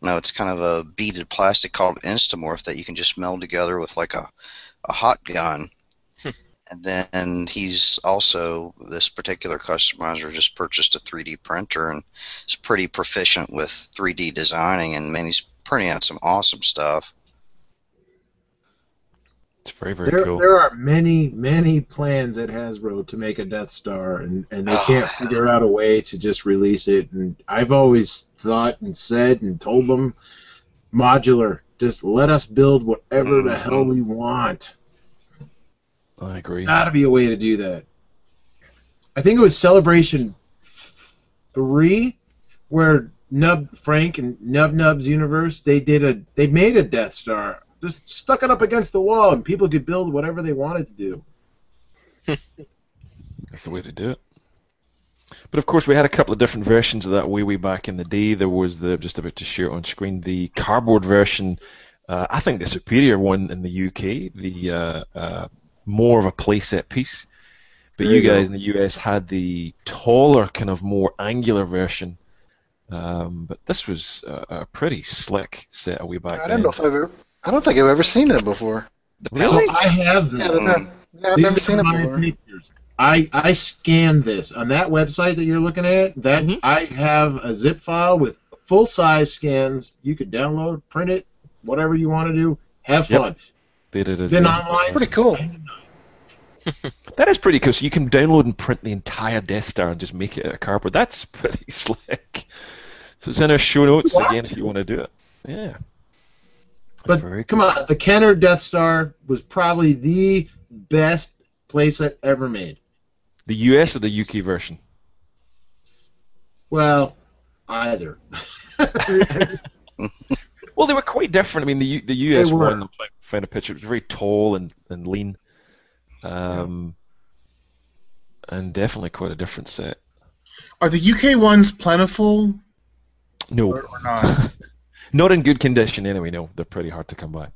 F: no, it's kind of a beaded plastic called Instamorph that you can just meld together with, like, a, a hot gun.
C: Hmm.
F: And then he's also, this particular customizer just purchased a 3D printer and is pretty proficient with 3D designing, and man, he's printing out some awesome stuff.
B: It's very, very
A: There,
B: cool.
A: there are many, many plans at Hasbro to make a Death Star, and, and they
B: Ah,
F: Oh,
A: can't
F: Hasbro.
A: figure out a way to just release it. And I've always thought and said and told them, modular. Just let us build whatever the
B: Mm-hmm.
A: hell we want.
B: I agree.
A: Got to be a way to do that. I think it was Celebration three, where Nub Frank and Nub Nub's universe they did a they made a Death Star, just stuck it up against the wall, and people could build whatever they wanted to do.
B: That's the way to do it. But of course, we had a couple of different versions of that way way back in the day. There was the just about to share on screen the cardboard version. Uh, I think the superior one in the UK, the uh, uh, more of a playset piece. But
A: There
B: you
A: you go.
B: guys in the US had the taller, kind of more angular version. Um, but this was a, a pretty slick set away back
D: I
B: then.
D: don't know if I've ever. I don't think I've ever seen that before. Um,
C: The
B: Really?
A: So I have this.
D: Yeah, I don't know. Yeah, I've
A: These
D: never
A: are
D: seen it
A: my
D: before.
A: pictures. I, I scanned this on that website that you're looking at. That
B: Mm-hmm.
C: Mhm.
A: I have a zip file with full size scans. You could download, print it, whatever you want to do. Have
B: Yep.
A: fun.
B: They did it as
A: Then
B: well.
A: online-
D: Pretty cool.
B: That is pretty cool. So you can download and print the entire Death Star and just make it out of cardboard. That's pretty slick. So it's in our show notes
A: What?
B: again if you want to do it. Yeah.
A: But
B: very
A: come on, the Kenner Death Star was probably the best playset ever made.
B: The US or the UK version?
A: Well, either.
B: Well, they were quite different. I mean, the U- the US
A: They were.
B: one, I found a picture. It was very tall and, and lean. Um, And definitely quite a different set.
E: Are the UK ones plentiful
B: No.
E: or, or not?
B: Not in good condition anyway, no. They're pretty hard to come by.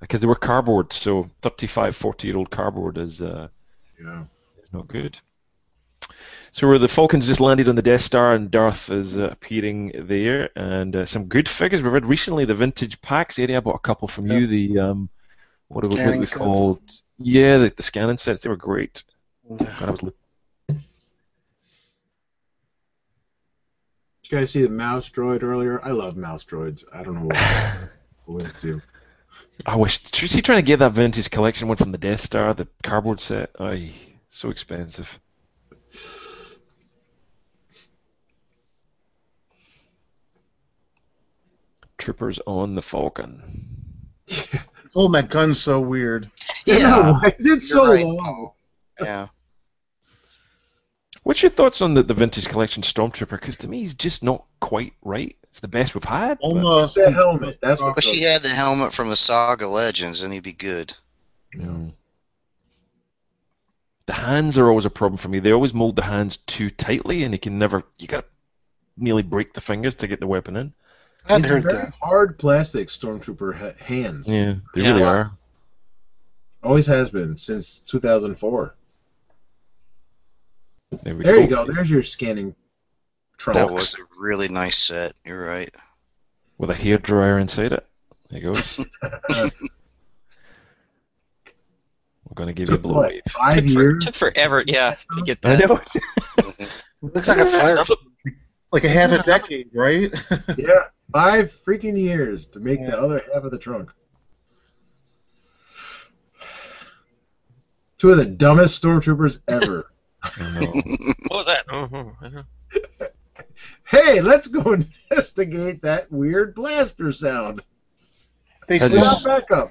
B: Because they were cardboard, so 35, 40 year old cardboard is. Uh,
A: yeah.
B: It's not good. So where the Falcons just landed on the Death Star and Darth is uh, appearing there, and uh, some good figures we've had recently. The vintage packs area, I bought a couple from you. The um, what are we- what are
D: Scanning
B: they
D: sets.
B: called? Yeah, the, the scanning sets. They were great. God, I was looking.
A: Did you guys see the mouse droid earlier? I love mouse droids. I don't know what I always do.
B: I wish. Is he trying to get that vintage collection one from the Death Star, the cardboard set? Aye, so expensive. Troopers on the Falcon.
E: Holding that Oh, gun's so weird.
F: Yeah.
A: why is it so
F: You're right.
D: Oh,
A: long?
F: Yeah.
B: What's your thoughts on the, the vintage collection Stormtrooper? Because to me, he's just not quite right. It's the best we've had. but-
E: Almost.
A: The helmet. That's what.
F: Wish he had the helmet from the Saga Legends, and he'd be good.
B: Mm. The hands are always a problem for me. They always mold the hands too tightly, and he can never. You got to nearly break the fingers to get the weapon in.
D: I'd
A: It's a
D: heard
A: very
D: that.
A: hard plastic stormtrooper ha- hands.
B: Yeah, they
C: Yeah.
B: really are.
A: Always has been since 2004.
B: There, we
A: There you go. There's your scanning trunk.
F: That was a really nice set. You're right.
B: With a hairdryer inside it. There you go. We're going to give you a
A: took,
B: blue
A: what,
B: wave.
A: five
C: took, for,
A: years.
C: took forever, yeah, to get
B: I
C: that.
B: know.
D: Looks like a fire.
E: Like a half a decade, right?
A: yeah, five freaking years to make
E: Yeah.
A: the other half of the trunk. Two of the dumbest stormtroopers ever.
B: I know.
C: What was that? Mhm, mhm.
A: hey, let's go investigate that weird blaster sound.
E: They
B: That
A: Stop
E: sound
B: is-
A: back up.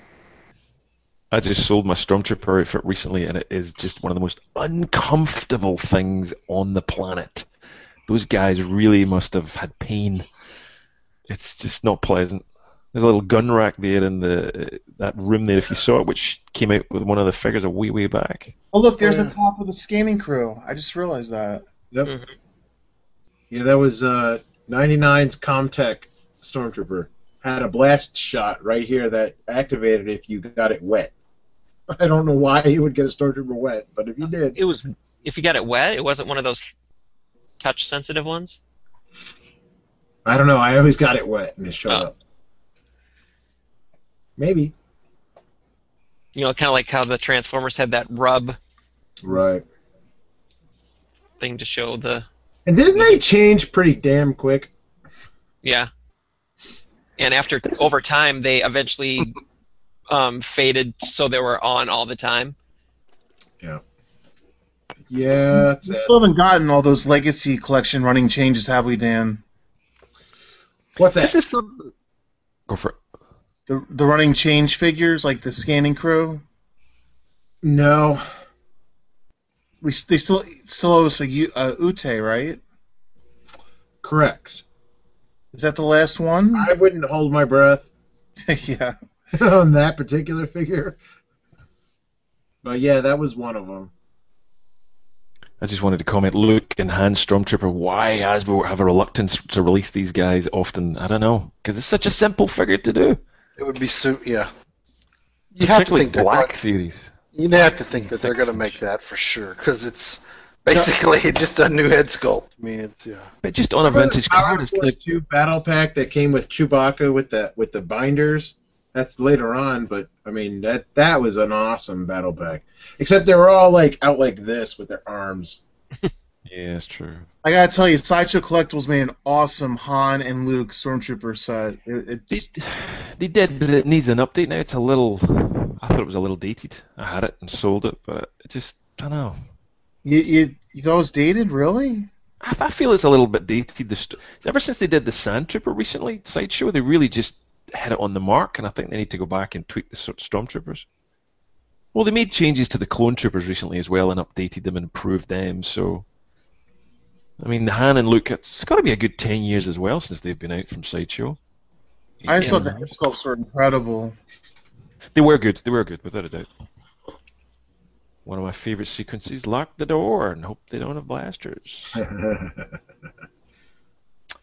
B: I just sold my Stormtrooper outfit recently, and it is just one of the most uncomfortable things on the planet. Those guys really must have had pain. It's just not pleasant. There's a little gun rack there in the uh, that room there, if you saw it, which came out with one of the figures a way way back.
E: Oh look, there's
A: Yeah.
E: the top of the scanning crew. I just realized that.
A: Yeah, that was uh, 99's Comtech stormtrooper. Had a blast shot right here that activated if you got it wet. I don't know why you would get a stormtrooper wet, but if you did,
C: It was. If you got it wet, it wasn't one of those touch-sensitive ones.
A: I don't know. I always got it wet and it showed
C: Oh.
A: up. Maybe.
C: You know, kind of like how the Transformers had that rub
A: Right.
C: thing to show the
A: And didn't they change pretty damn quick?
C: Yeah. And after
B: This is-
C: over time, they eventually um, faded, so they were on all the time.
A: Yeah, that's
E: We
A: it.
E: still haven't gotten all those legacy collection running changes, have we, Dan?
A: What's that?
B: This is some... go for it.
E: The the running change figures, like the scanning crew.
A: no.
E: We s- they still still owe us a U- uh, Ute, right?
A: Correct.
E: Is that the last one?
A: I wouldn't hold my breath
E: yeah.
A: on that particular figure. But yeah, that was one of them.
B: I just wanted to comment, Luke and Han Stormtrooper, why Hasbro have a reluctance to release these guys often? I don't know, because it's such a simple figure to do.
D: It would be so. Yeah. You have to
B: Particularly
D: think they're
B: Black
D: going-
B: series.
D: You'd have to think that they're
B: Six
D: going to make that for sure, because it's basically just a new head sculpt. I mean, it's yeah.
B: But just on a
A: Remember
B: vintage
A: the Power
B: card, it's
A: Force
B: like
A: two battle pack that came with Chewbacca with the with the binders. That's later on, but I mean that that was an awesome battle pack. Except they were all like out like this with their arms.
B: Yeah, it's true.
E: I gotta tell you, Sideshow Collectibles made an awesome Han and Luke Stormtrooper set. It,
B: They,
E: it's
B: they did, but it needs an update now. It's a little. I thought it was a little dated. I had it and sold it, but it just. I don't know.
E: you, you, you thought it was dated, really?
B: I, I feel it's a little bit dated. The st- ever since they did the Sand Trooper recently sideshow, they really just hit it on the mark, and I think they need to go back and tweak the sort of Stormtroopers. Well, they made changes to the Clone Troopers recently as well, and updated them and improved them. So, I mean, the Han and Luke, it's got to be a good ten years as well since they've been out from sideshow.
E: I just
B: Yeah.
E: thought the head sculpts were incredible.
B: They were good. They were good, without a doubt. One of my favorite sequences: lock the door and hope they don't have blasters.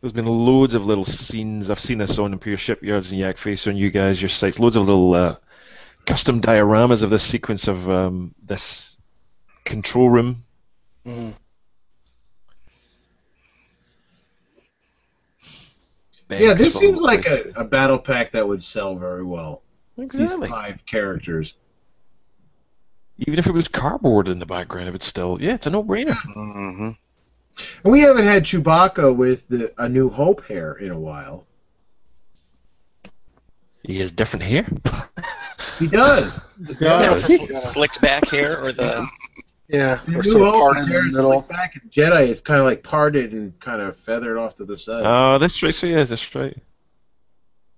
B: There's been loads of little scenes. I've seen this on Imperial Shipyards and Yak Face on you guys, your sites. Loads of little uh, custom dioramas of this sequence of um, this control room.
A: Mm-hmm.
D: Mhm.
A: yeah, this
B: Beds all
A: seems
B: over
A: like
B: the
A: a, a battle pack that would sell very well.
B: place.
A: These
B: exactly.
A: five characters.
B: Even if it was cardboard in the background, it would still yeah, it's a no-brainer.
F: hmm
A: And we haven't had Chewbacca with the, a New Hope hair in a while.
B: He has different hair.
A: He does.
C: Yeah,
E: Yeah.
C: sl- slicked back hair or the
D: Yeah,
A: The New
D: or sort of
A: Hope
D: part in the
A: hair is
D: middle.
A: like back in Jedi, it's kind of like parted and kind of feathered off to the side.
D: Uh.
B: Oh, that's right. So yeah, that's right.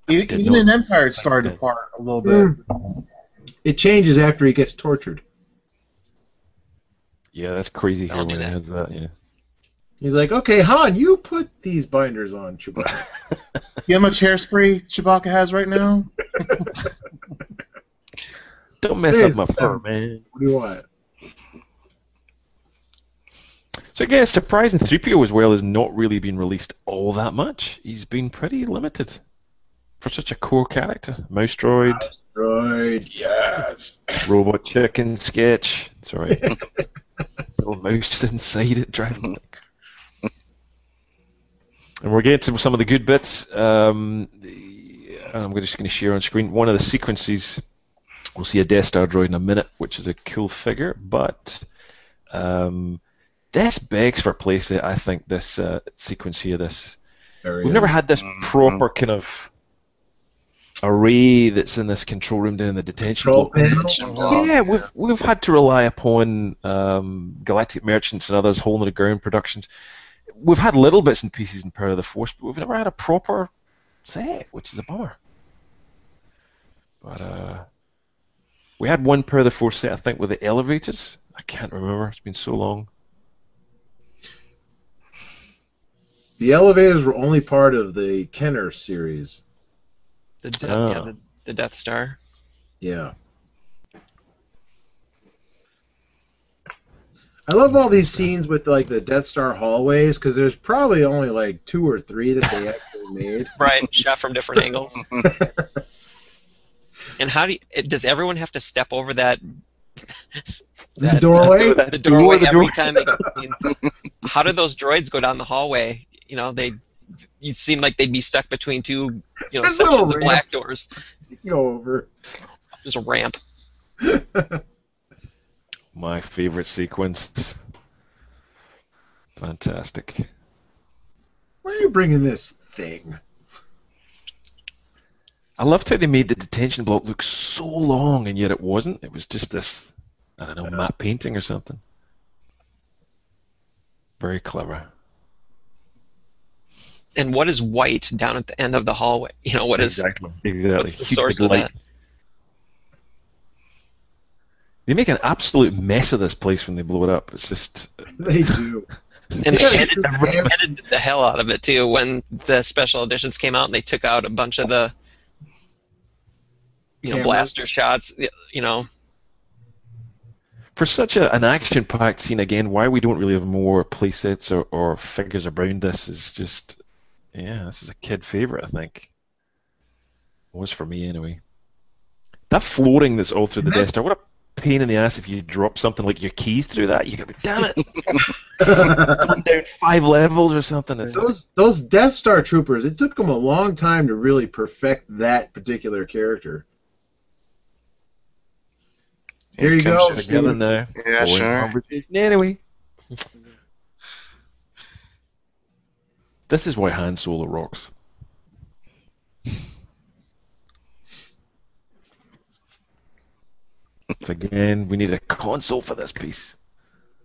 E: E-
B: Didn't
E: Even
B: know
E: in
B: it
E: Empire, it started
B: that.
E: to part a little bit.
A: Mm. It changes after he gets tortured.
B: Yeah, that's crazy hair
C: I'll do
B: when it
C: that.
B: has that. Yeah.
A: He's like, okay, Han, you put these binders on Chewbacca.
E: You know how much hairspray Chewbacca has right now?
B: Don't mess
A: There's
B: up my fur,
A: some-
B: man.
A: what do you want?
B: So again, it's surprising 3PO as well has not really been released all that much. He's been pretty limited for such a core character. Mouse droid,
A: Droid, yes.
B: robot chicken sketch. Sorry. Little mouse inside it driving. it. And we're getting to some of the good bits. Um, the- and I'm just going to share on screen one of the sequences. We'll see a Death Star droid in a minute, which is a cool figure, but um, this begs for a place that I think this uh, sequence here, this
A: There he
B: We've
A: is.
B: never had this
F: Mhm.
B: proper kind of array that's in this control room down in the detention
A: Control
B: block.
A: panel.
F: It's involved,
B: Yeah, we've we've had to rely upon um, Galactic Merchants and others, Hole in the Ground Productions. We've had little bits and pieces in Power of the Force, but we've never had a proper set, which is a bummer. But uh, we had one Power of the Force set, I think, with the elevators. I can't remember; it's been so long.
A: The elevators were only part of the Kenner series.
C: the, de-
B: Oh.
C: yeah, the, the Death Star.
A: Yeah. I love all these scenes with like the Death Star hallways because there's probably only like two or three that they actually made.
C: Right, shot from different angles. and how do you, it- does everyone have to step over that
A: The doorway?
C: The doorway every time they go in? How do those droids go down the hallway? You know, they you seem like they'd be stuck between two, you know,
A: There's little
C: sections of black
A: ramps.
C: doors.
A: Go over.
C: There's a ramp.
B: My favorite sequence. Fantastic.
A: Where are you bringing this thing?
B: I loved how they made the detention block look so long, and yet it wasn't. It was just this, I don't know, matte painting or something. Very clever.
C: And what is white down at the end of the hallway? You know, what is
B: exactly? Exactly.
C: what's the
B: Huge
C: source
B: big
C: of that?
B: They make an absolute mess of this place when they blow it up. It's just
A: They do.
C: And they
A: Yeah,
C: edited,
A: it's
C: they
A: random.
C: edited the hell out of it too when the special editions came out and they took out a bunch of the you know
A: Cameras.
C: blaster shots. You know,
B: for such a, an action-packed scene again. Why we don't really have more playsets or, or figures around this is just, yeah, this is a kid favorite. I think was for me anyway. That flooring that's all through the Death Star. What a pain in the ass if you drop something like your keys through that. You gotta be damn it, come down five levels or something. It's like,
A: those those Death Star troopers. It took them a long time to really perfect that particular character. Here you
F: comes
A: go.
F: this-
B: together now.
F: Yeah,
B: Boy,
F: sure.
B: conversation. Anyway. This is why Han Solo rocks. So again, we need a console for this piece.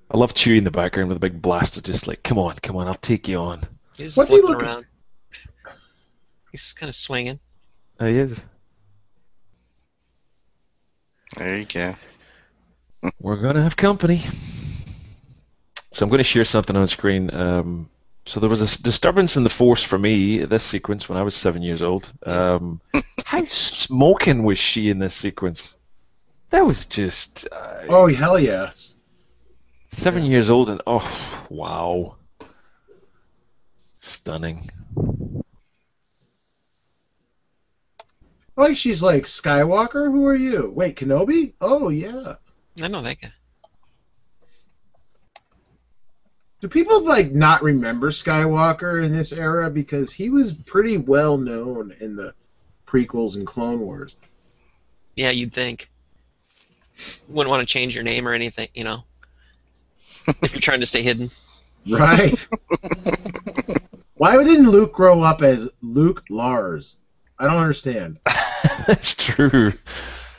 B: I love Chewie in the background with a big blaster, just like, come on, come on, I'll take you on.
C: he's
A: What's he
C: looking
A: looking-
C: around. He's kind of swinging.
B: Oh, he is.
F: There you go.
B: We're gonna have company. So I'm gonna share something on screen. Um, so there was a s- disturbance in the force for me. This sequence when I was seven years old. Um, how smoking was she in this sequence? That was just uh,
A: Oh hell yes!
B: seven years old and oh wow, stunning.
A: Like she's like Skywalker. Who are you? Wait, Kenobi? Oh yeah.
C: I know that guy.
A: Do people like not remember Skywalker in this era because he was pretty well known in the prequels and Clone Wars?
C: Yeah, you'd think. Wouldn't want to change your name or anything, you know. if you're trying to stay hidden.
A: Right. Why didn't Luke grow up as Luke Lars? I don't understand.
B: That's true.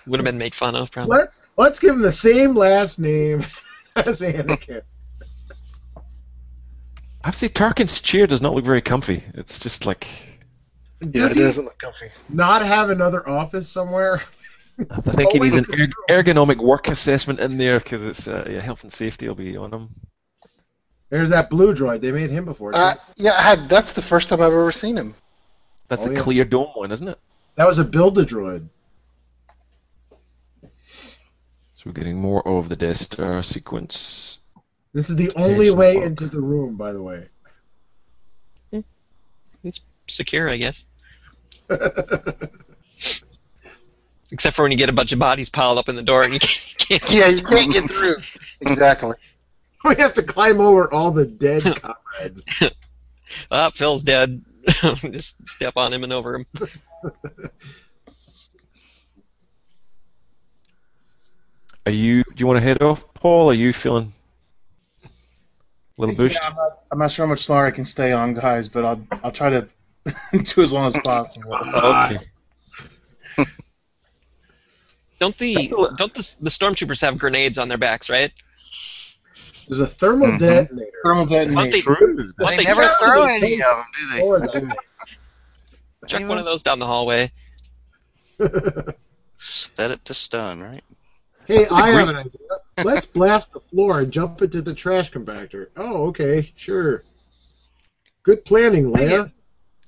C: Would have been made fun of, probably.
A: Let's let's give him the same last name as Anakin.
B: I have to say, Tarkin's chair does not look very comfy. It's just like
D: Yeah,
A: Does
D: it
A: he
D: doesn't look comfy.
A: not have another office somewhere?
B: I think he needs an
A: always the
B: erg- ergonomic work assessment in there because it's uh, yeah, health and safety will be on him.
A: There's that blue droid. They made him before. too.
D: Uh, yeah, I had, that's the first time I've ever seen him.
B: That's
A: Oh,
B: the
A: yeah.
B: clear dome one, isn't it?
A: that was a build a droid.
B: So we're getting more of the Death Star sequence.
A: This is the only
B: Jason
A: way
B: Bourne.
A: into the room, by the way.
C: Secure, I guess. Except for when you get a bunch of bodies piled up in the door and you can't.
D: Yeah, you can't get through. exactly.
A: we have to climb over all the dead comrades.
C: Ah, Phil's dead. Just step on him and over him.
B: Are you? Do you want to head off, Paul? Are you feeling a little
E: Yeah,
B: bushed?
E: I'm, not, I'm not sure how much longer I can stay on, guys, but I'll I'll try to do as long as possible.
A: Ah,
B: Okay.
C: Don't the
B: That's a li-
C: don't the, the stormtroopers have grenades on their backs, right?
A: There's a thermal
B: Mm-hmm.
F: Mhm.
A: detonator.
E: Thermal
C: Aren't they-
E: detonation.
B: True.
C: What
F: They,
C: they
F: never
C: do-
F: throw any of them, do they?
A: Oh, I mean,
C: Chuck one of those down the hallway.
F: Set it to stun, right?
A: hey,
B: That's a
A: I
B: great-
A: have an idea. Let's blast the floor and jump into the trash compactor. Oh, okay, sure. Good planning, Leia.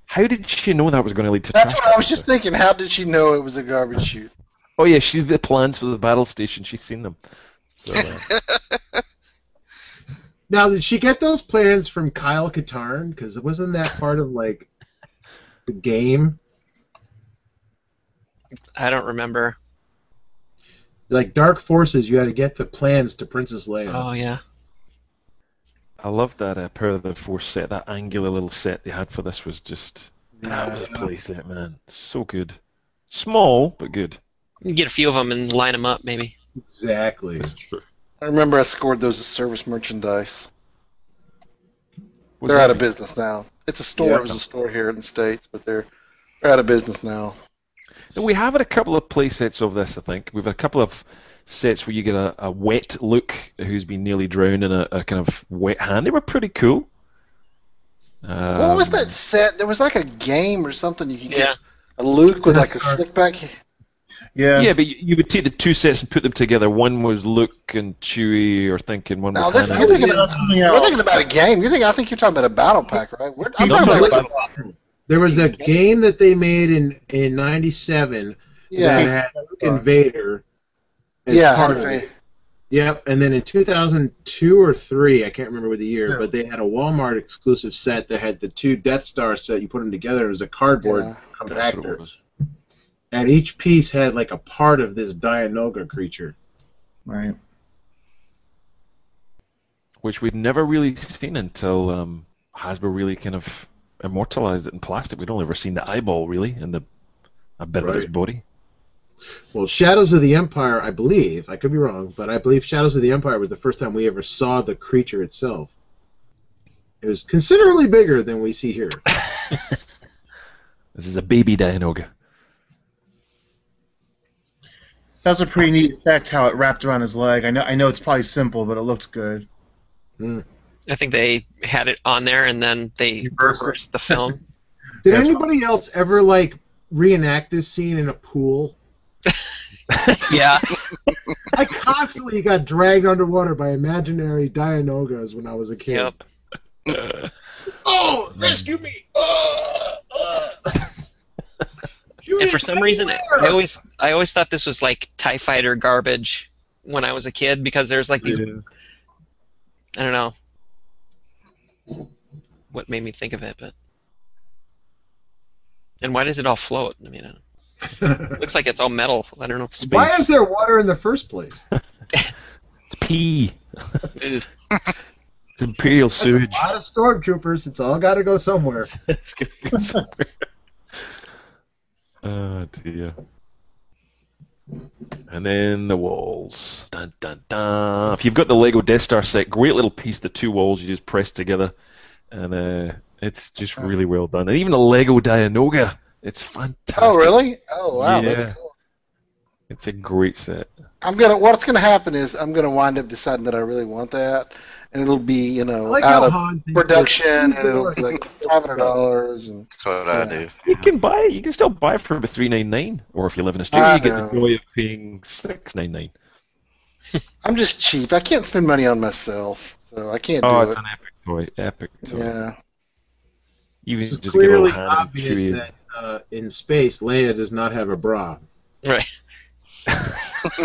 B: How did she know that was going to lead to?
D: That's
B: traffic?
D: what I was just thinking. How did she know it was a garbage chute?
B: Oh yeah, she's the plans for the battle station. She's seen them. So, uh,
A: Now, did she get those plans from Kyle Katarn? Because wasn't that part of like the game?
C: I don't remember.
A: Like Dark Forces, you had to get the plans to Princess Leia.
B: Uh,
C: Oh yeah.
B: I love that uh, Power of the Force set. That angular little set they had for this was just that was a playset, man. So good. Small but good.
C: You can get a few of them and line them up, maybe.
A: Exactly.
B: true.
D: I remember I scored those as service merchandise. they're out of business now. It's a store.
A: Yeah.
D: It was a store here in the states, but they're they're out of business now.
B: We have had a couple of play sets of this, I think. We've had a couple of sets where you get a, a wet look who's been nearly drowned in a, a kind of wet hand. They were pretty cool. Um,
D: what was that set? There was like a game or something you could
C: Yeah.
D: get a Luke with like a
A: NASCAR.
D: slick back.
E: Yeah.
B: Yeah, but you, you would take the two sets and put them together. One was Luke and Chewie, or thinking one was
D: Now this
B: Hannah.
D: you're thinking,
E: Yeah,
D: of,
E: something
D: we're
E: else.
D: thinking about a game. You're thinking. I think you're talking about a battle pack, right? We're, I'm
E: No,
D: talking
B: I'm
D: about
B: talking
D: like,
A: There was a game that they made in in '97 that
D: yeah,
A: had Luke and Vader. as
D: yeah.
A: part of it. Yep, and then in 2002 or three, I can't remember what the year,
E: Yeah.
A: but they had a Walmart exclusive set that had the two Death Star set. You put them together, it was a cardboard
D: Yeah.
B: That's what it
A: compactor,
B: was.
A: and each piece had like a part of this Dianoga creature.
E: Right.
B: which we'd never really seen until um, Hasbro really kind of immortalized it in plastic. We'd only ever seen the eyeball really and the a bit of his
A: Right.
B: body.
A: Well, Shadows of the Empire, I believe, I could be wrong, but I believe Shadows of the Empire was the first time we ever saw the creature itself. It was considerably bigger than we see here.
B: This is a baby Dianoga.
E: That was a pretty neat effect how it wrapped around his leg. I know I know it's probably simple, but it looked good.
C: I think they had it on there and then they
E: burst it.
C: reversed the film.
A: Did
E: That's
A: anybody else ever like reenact this scene in a pool?
C: yeah.
A: I constantly got dragged underwater by imaginary Dianogas when I was a kid.
C: Yep.
A: Oh, rescue me! Uh, uh. You
C: And for some reason, I
A: were.
C: always I always thought this was like Tie Fighter garbage when I was a kid because there's like these I don't know what made me think of it, but and why does it all float? I mean, I don't- it looks like it's all metal. I don't know.
A: Why is there water in the first place?
B: It's pee.
C: Ugh.
B: It's imperial
A: There's
B: sewage.
A: A lot of stormtroopers. It's all got to go somewhere.
B: it's gonna go somewhere. Oh dear. And then the walls. Dun, dun, dun. If you've got the Lego Death Star set, great little piece, the two walls you just press together. And uh, it's just really well done. And even the Lego Dianoga, it's fantastic.
D: Oh, really? Oh, wow.
B: Yeah.
D: That's cool.
B: It's a great set.
D: I'm gonna. What's gonna happen is I'm gonna wind up deciding that I really want that, and it'll be you know
A: I like
D: out
A: how
D: of
A: Han thinks that-
D: production, and it'll be like five hundred dollars, and
F: That's what I do.
B: You can buy it. You can still buy it for about three nine nine, or if you live in Australia,
D: I
B: you get the
D: know.
B: joy of paying six nine nine.
D: I'm just cheap. I can't spend money on myself, so I can't
B: Oh,
D: do
B: it's
D: it.
B: an epic toy! Epic toy.
D: Yeah,
B: You
A: It's
B: can just get a
A: clearly
B: little hand and
A: obvious
B: chew it.
A: that uh, in space Leia does not have a bra.
C: Right.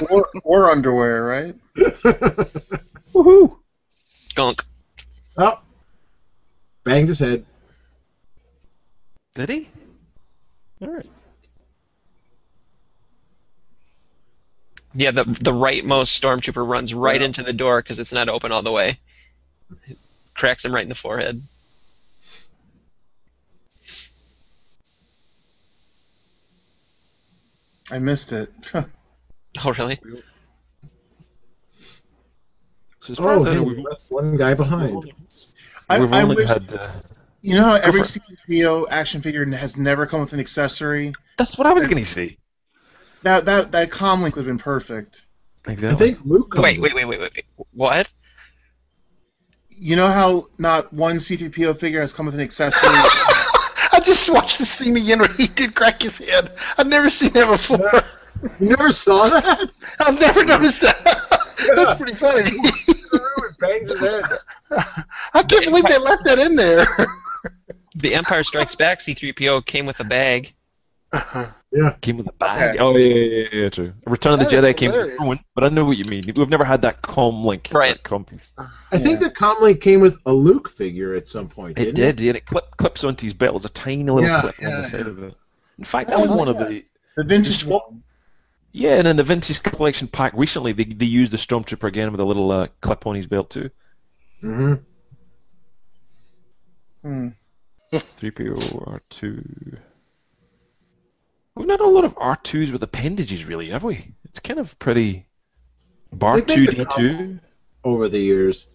E: or, or underwear, right?
B: Woohoo!
C: Gunk.
A: oh, banged his head.
B: Did he? All right.
C: Yeah, the the rightmost stormtrooper runs right into the door because it's not open all the way. cracks him right in the forehead.
E: I missed it.
C: Oh, really?
B: So as far
A: Oh,
B: as I
A: hey,
B: know,
A: we
B: we've,
A: left one guy behind.
E: I,
B: we've
E: I
B: only
E: wish,
B: had. Uh,
E: you know how every
B: for it.
E: CPO action figure has never come with an accessory.
B: that's what I was gonna say.
E: That that that comm link would have been perfect.
B: Exactly.
A: I think Luke. comes
C: Wait,
A: in.
C: wait, wait, wait, wait. wait. What?
E: You know how not one C3PO figure has come with an accessory.
D: I just watched the scene again where he did crack his head. I've never seen that before.
A: You never saw that?
D: I've never noticed that. That's pretty funny.
A: bangs his head.
D: I can't believe they left that in there.
C: The Empire Strikes Back C-3PO came with a bag.
B: came with a bag. Oh yeah, yeah, yeah, yeah true. Return of the
D: That is
B: Jedi came with a
D: hilarious.
B: phone, but I know what you mean. We've never had that com link.
C: Right.
B: that comm piece.
A: I think the comlink came with a Luke figure at some point.
B: It
A: Didn't
B: did, yeah. It clip, clips onto his belt. There's a tiny little
A: Yeah,
B: clip on
A: yeah,
B: the side
A: yeah.
B: of it. In fact,
E: I
B: that was
E: like
B: one of
E: that.
B: the
E: the vintage
B: Just what-
E: one.
B: yeah. And in the vintage collection pack recently, they, they used the stormtrooper again with a little uh, clip on his belt too.
A: hmm
E: Hmm.
B: Three PO R two. We've not had a lot of R twos with appendages really, have we? It's kind of pretty. Bar
A: They've
B: two
A: made a
B: D two.
A: Over the years.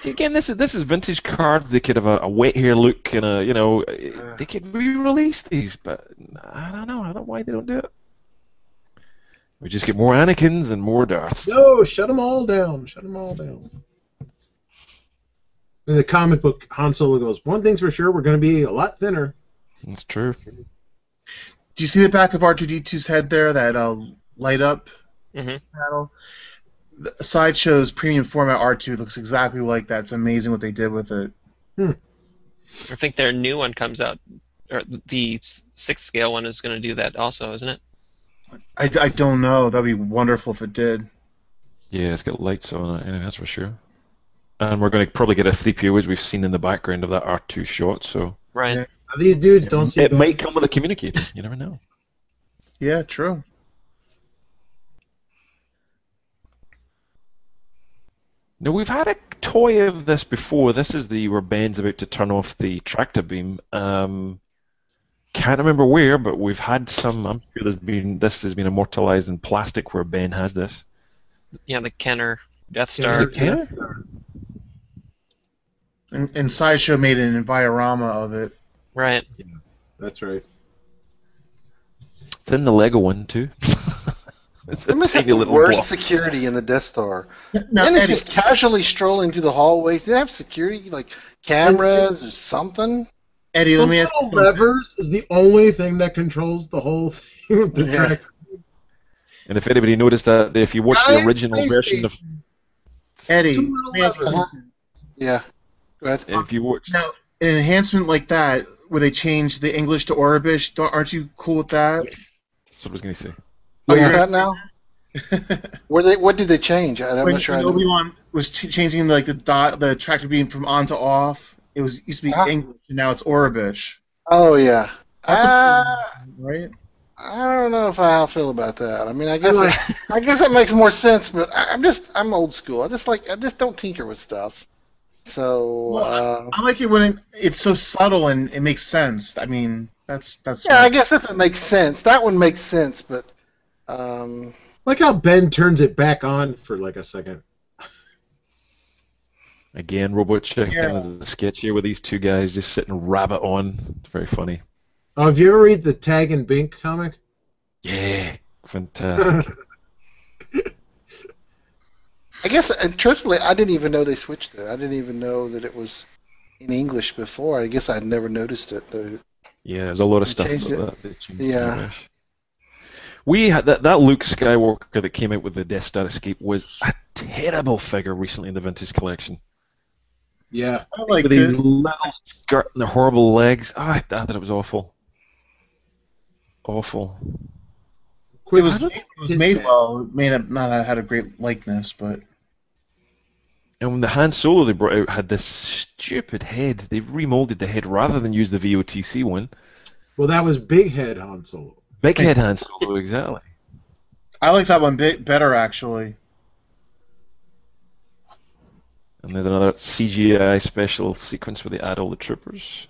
B: See, again, this is this is vintage cards. They could have a, a wet hair look and a you know uh, they could re-release these, but I don't know. I don't know why they don't do it. We just get more Anakin's and more Darths.
A: No, shut them all down. Shut them all down. In the comic book, Han Solo goes, One thing's for sure, we're going to be a lot thinner.
B: That's true.
E: Do you see the back of R2D2's head there? That uh, light up
C: Mhm.
E: panel. The Sideshow's premium format R2 looks exactly like that. It's amazing what they did with it.
C: I think their new one comes out, or the s- sixth scale one is going to do that also, isn't it?
E: I, I don't know. That'd be wonderful if it did.
B: Yeah, it's got lights on it. Anyway, that's for sure. And we're going to probably get a three PO as we've seen in the background of that R two shot. So
C: Right.
E: Yeah.
A: Now, these dudes don't see
B: it might come with a communicator. You never know.
E: Yeah, true.
B: Now we've had a toy of this before. This is the where Ben's about to turn off the tractor beam. Um, can't remember where, but we've had some. I'm sure there's been this has been immortalized in plastic where Ben has this.
C: Yeah, the Kenner Death
B: Is
C: Star.
B: it Kenner?
E: And, and Sideshow made an envirorama of it.
C: Right.
A: That's right.
B: It's in the Lego one too. it's a
D: They must have
B: tiny
D: the
B: little
D: worst
B: block.
D: security in the Death Star.
E: Now,
D: and it's
E: Eddie,
D: just casually strolling through the hallways. They have security, like cameras or something.
E: Eddie,
A: The
E: let me ask
A: little
E: you something.
A: levers is the only thing that controls the whole thing of the
D: Yeah.
A: track.
B: And if anybody noticed that, if you watch the
A: Giant
B: original
A: space
B: version of
E: Eddie,
A: Two
E: let
A: little
E: me ask you
A: levers.
E: something.
D: Yeah. Go
E: Oh,
D: ahead.
B: if you watch
E: Now, an enhancement like that, where they change the English to Orabish, don't, aren't you cool with that?
B: that's what I was going to say.
D: Oh,
E: you're-
D: is that now? Where they? What did they change? I, I'm
E: when
D: not sure. I know.
E: Obi Wan was ch- changing like the dot, the tractor beam from on to off. It was used to be
D: Ah.
E: English, and now it's Orabish.
D: Oh yeah.
E: That's a-
D: Ah,
E: Right?
D: I don't know if I, how I feel about that. I mean, I guess
A: like-
D: I, guess that makes more sense, but I, I'm just I'm old school. I just like I just don't tinker with stuff. So
E: Well,
D: uh,
E: I like it when it, it's so subtle and it makes sense. I mean, that's that's
D: yeah, I guess if it makes sense, that one makes sense. But um,
A: Like how Ben turns it back on for like a second.
B: Again, Robot Chicken
E: Yeah.
B: is a sketch here with these two guys just sitting rabbit on. It's very funny.
A: Oh, have you ever read the Tag and Bink comic?
B: Yeah, fantastic.
D: I guess and truthfully, I didn't even know they switched it. I didn't even know that it was in English before. I guess I'd never noticed it. Though.
B: yeah, there's a lot of
D: They
B: stuff like
D: changed it.
B: that. they changed in
D: Yeah.
B: English. We had that, that Luke Skywalker that came out with the Death Star Escape was a terrible figure recently in the vintage collection.
A: Yeah.
E: I like
B: with these
E: it.
B: little skirt and the horrible legs. Ah, I thought it was awful. Awful.
E: It
A: Quick,
E: was,
A: I don't-
E: it was
A: his
E: made
A: bad.
E: well. It may not, not have had a great likeness, but
B: And when the Han Solo they brought out had this stupid head. They remolded the head rather than use the VOTC one.
A: well, that was Big Head Han Solo.
B: Big head Han Solo, exactly.
E: I like that one bit better actually.
B: And there's another CGI special sequence where they add all the troopers.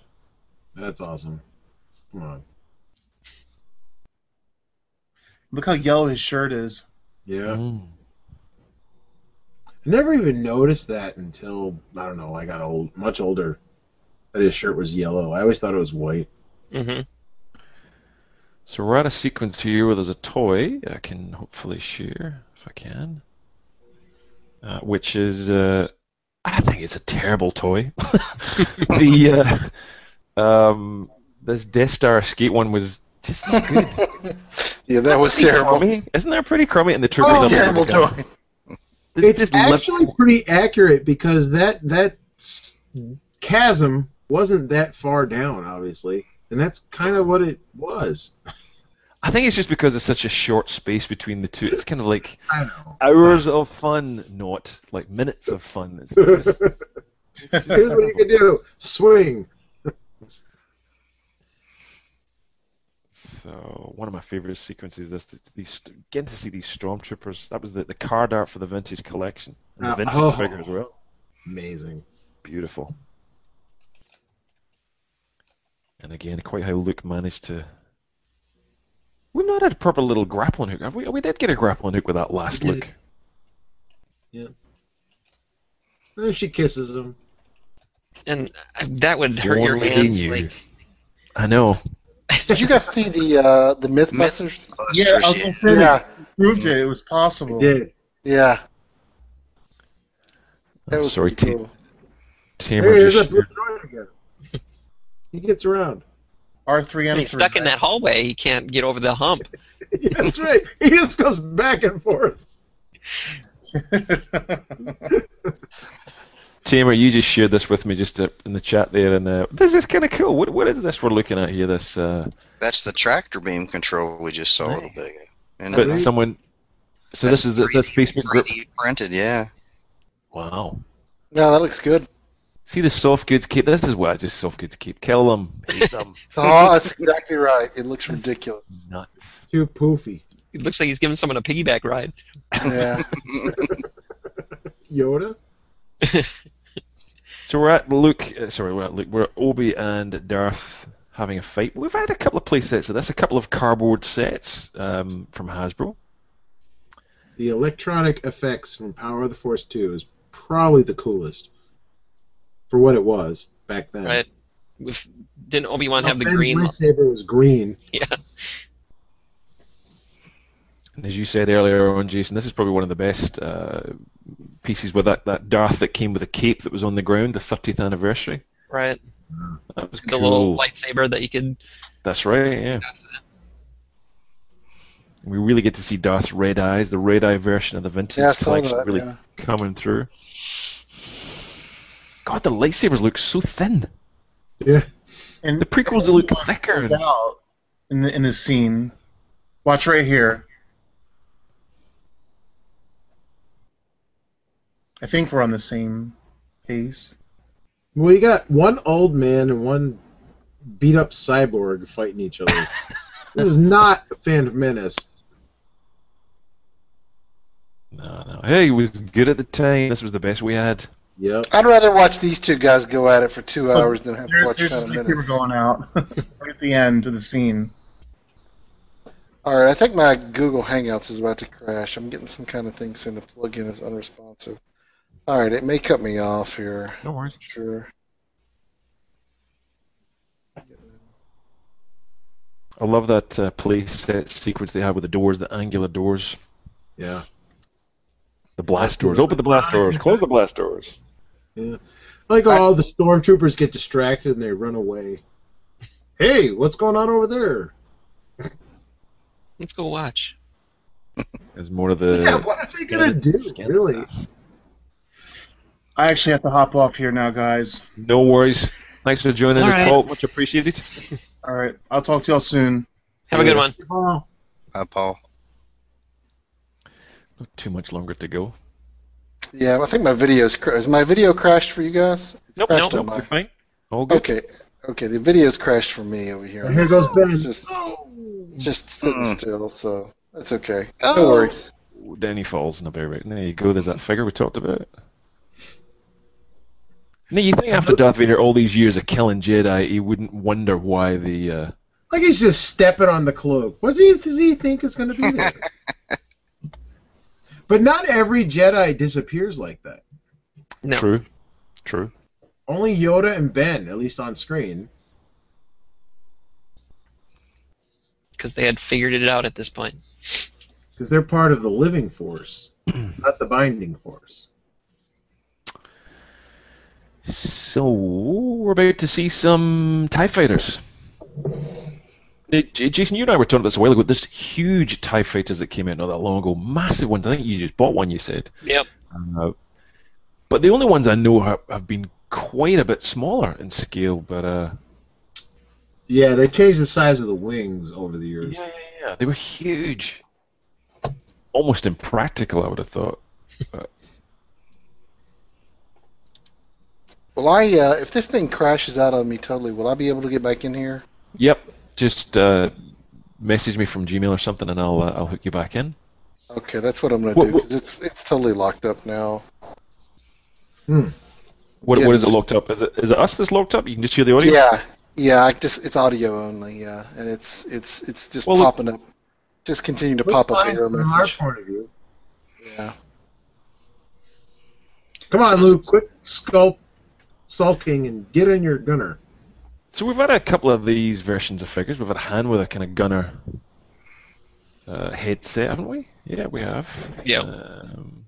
A: That's awesome. Come on.
E: Look how yellow his shirt is.
A: Yeah.
B: Mm.
A: I never even noticed that until I don't know. I got old, much older. That his shirt was yellow. I always thought it was white.
C: Mm-hmm.
B: So we're at a sequence here where there's a toy I can hopefully share if I can, uh, which is uh, I think it's a terrible toy. the uh, um, this Death Star skate one was just not good.
D: yeah, that was
B: Pretty
D: terrible.
B: crummy. Isn't that pretty crummy? And the trooper
E: Oh,
B: number-
E: terrible toy.
B: This
A: It's
B: just left-
A: actually pretty accurate because that that s- chasm wasn't that far down, obviously, and that's kind of what it was.
B: I think it's just because it's such a short space between the two. It's kind of like
A: I know.
B: hours of fun, not like minutes of fun. It's just,
A: Here's what you can do: swing.
B: So one of my favorite sequences is this, these getting to see these stormtroopers. That was the, the card art for the vintage collection and the
A: Uh,
B: vintage
A: oh.
B: figure as well.
A: Amazing.
B: Beautiful. And again, quite how Luke managed to. We've not had a proper little grappling hook, have we? We did get a grappling hook with that last
A: We did.
B: look.
A: And she kisses him.
C: And uh, that would hurt your
B: Only
C: hands.
B: you.
C: Like
B: I know.
D: Did you guys see the uh, the MythBusters?
E: Yeah, I was
F: Busters,
E: gonna say
D: Yeah,
E: that proved it. It was possible.
A: He did.
D: yeah. That
B: I'm
D: was
B: sorry,
D: pretty
B: Tim.
D: cool.
B: Tamer
A: There he is.
B: just.
A: That's what we're trying to get. He gets around.
E: R3M3.
C: he's stuck in that hallway. He can't get over the hump.
A: Yeah, that's right. He just goes back and forth.
B: Tamer, you just shared this with me just uh in the chat there, and uh, this is kind of cool. What, what is this we're looking at here? This. Uh,
F: That's the tractor beam control we just saw a little bit ago. And
B: But
F: it's
B: someone. So this is the, the Facebook group.
F: 3D printed, yeah.
B: Wow.
D: No, that looks good.
B: See the soft goods keep. This is what I just soft goods keep. Kill them. Eat them.
D: So, oh, that's exactly right. It looks ridiculous.
B: Nuts.
A: Too poofy.
C: It looks like he's giving someone a piggyback ride.
D: Yeah.
A: Yoda?
B: So we're at Luke. Uh, sorry, we're at Luke. We're at Obi and Darth having a fight. We've had a couple of play sets of this. A couple of cardboard sets um, from Hasbro.
A: The electronic effects from Power of the Force 2 is probably the coolest for what it was back then.
C: Right. With, didn't Obi Wan
A: Now,
C: have the
A: Oh, Ben's
C: green?
A: lightsaber was green.
B: And as you said earlier on, Jason, this is probably one of the best uh, pieces with that, that Darth that came with a cape that was on the ground. The 30th anniversary.
C: Right.
B: That was
C: The
B: cool.
C: little lightsaber that you could.
B: That's right, yeah. We really get to see Darth's red eyes, the red eye version of the vintage
D: Yeah, I saw
B: collection
D: that.
B: really
D: yeah.
B: coming through. God, the lightsabers look so thin.
A: Yeah.
E: And
B: The prequels look thicker.
E: out in the in the scene. Watch right here. I think we're on the same page.
A: Well, you got one old man and one beat up cyborg fighting each other. this is not Phantom Menace.
B: No, no. Hey, he was good at the time. This was the best we had.
A: Yep.
D: I'd rather watch these two guys go at it for two
E: Well,
D: hours than have to
E: There,
D: watch
E: there's a
D: ten
E: lightsaber
D: minutes.
E: going out right at the end of the scene.
D: All right, I think my Google Hangouts is about to crash. I'm getting some kind of thing saying the plugin is unresponsive. All right, it may cut me off here.
B: No worries.
D: Sure.
B: I love that uh, play set sequence they have with the doors, the angular doors,
A: Yeah.
B: the blast doors. Open the blast doors. Close the blast doors.
A: Like all the stormtroopers get distracted and they run away. Hey, what's going on over there?
C: Let's go watch.
B: Is more of the.
A: yeah, what are they gonna do?
B: scan
A: Really?
E: I actually have to hop off here now, guys.
B: No worries. Thanks for joining
C: All
B: us,
C: right.
B: Paul. Much appreciated.
E: All right, I'll talk to y'all soon.
C: Have a good one.
A: Oh,
F: Hi, Paul.
B: Not too much longer to go.
D: Yeah, I think my video's cra- is my video crashed for you guys. It's
C: Nope, nope,
D: crashed on
B: You're
D: my.
B: fine. All good.
D: Okay, okay, the video's crashed for me over here.
A: and here goes Ben.
D: It's just, it's just sitting
F: Mm.
D: still, so that's okay. No
F: Oh.
D: worries.
B: Danny falls in a bear There you go. There's that figure we talked about. Now you think after Darth Vader, all these years of killing Jedi, he wouldn't wonder why the. Uh,
A: Like he's just stepping on the cloak. What do you- does he think is gonna be there? but not every Jedi disappears like that.
C: No.
B: True. True.
A: Only Yoda and Ben, at least on screen.
C: because they had figured it out at this point.
A: Because they're part of the living force, not the binding force.
B: So we're about to see some Tie Fighters. Uh, J- Jason, you and I were talking about this a while ago. There's huge Tie Fighters that came out not that long ago, massive ones. I think you just bought one. You said,
C: Yep.
B: uh, but the only ones I know have, have been quite a bit smaller in scale. But uh,
A: Yeah, they changed the size of the wings over the years.
B: yeah, yeah, yeah, they were huge, almost impractical. I would have thought.
D: Will I? Uh, if this thing crashes out on me totally, will I be able to get back in here?
B: Yep, just uh, message me from Gmail or something, and I'll uh, I'll hook you back in.
D: Okay, that's what I'm gonna
B: What-
D: do
B: what-
D: 'cause it's it's totally locked up now.
B: What,
D: Yeah.
B: what is it locked up? Is it is it us that's locked up? You can just hear the audio.
D: Yeah, yeah. I just it's audio only. Yeah, and it's it's it's just
B: Well, look-
D: popping up. Just continue to pop up error
A: from our
D: message.
A: point of view.
D: Yeah.
A: Come on, Luke, quit skulk, sulking and get in your gunner.
B: So we've had a couple of these versions of figures. We've had Han with a kind of gunner uh, headset, haven't we? Yeah, we have.
C: Yeah.
B: Um,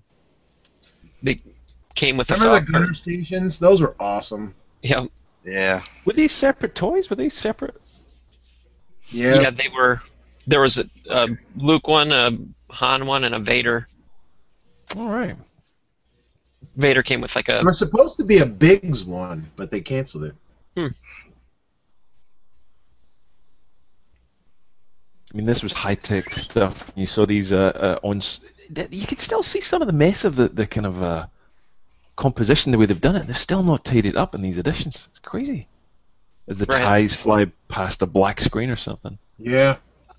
C: Came with the
A: Remember
C: fog.
A: the gunner stations? Those were awesome.
C: Yeah.
F: Yeah.
B: were these separate toys? Were they separate?
A: Yeah.
C: Yeah. They were. There was a, a Luke one, a Han one, and a Vader.
B: All right.
C: Vader came with like a
A: There was supposed to be a Biggs one, but they canceled it.
B: I mean, this was high tech stuff. You saw these uh, uh, on. s- that- You could still see some of the mess of the, the kind of uh, composition, the way they've done it. They're still not tidied up in these editions. It's crazy. As the
C: Right.
B: ties fly past a black screen or something.
A: Yeah.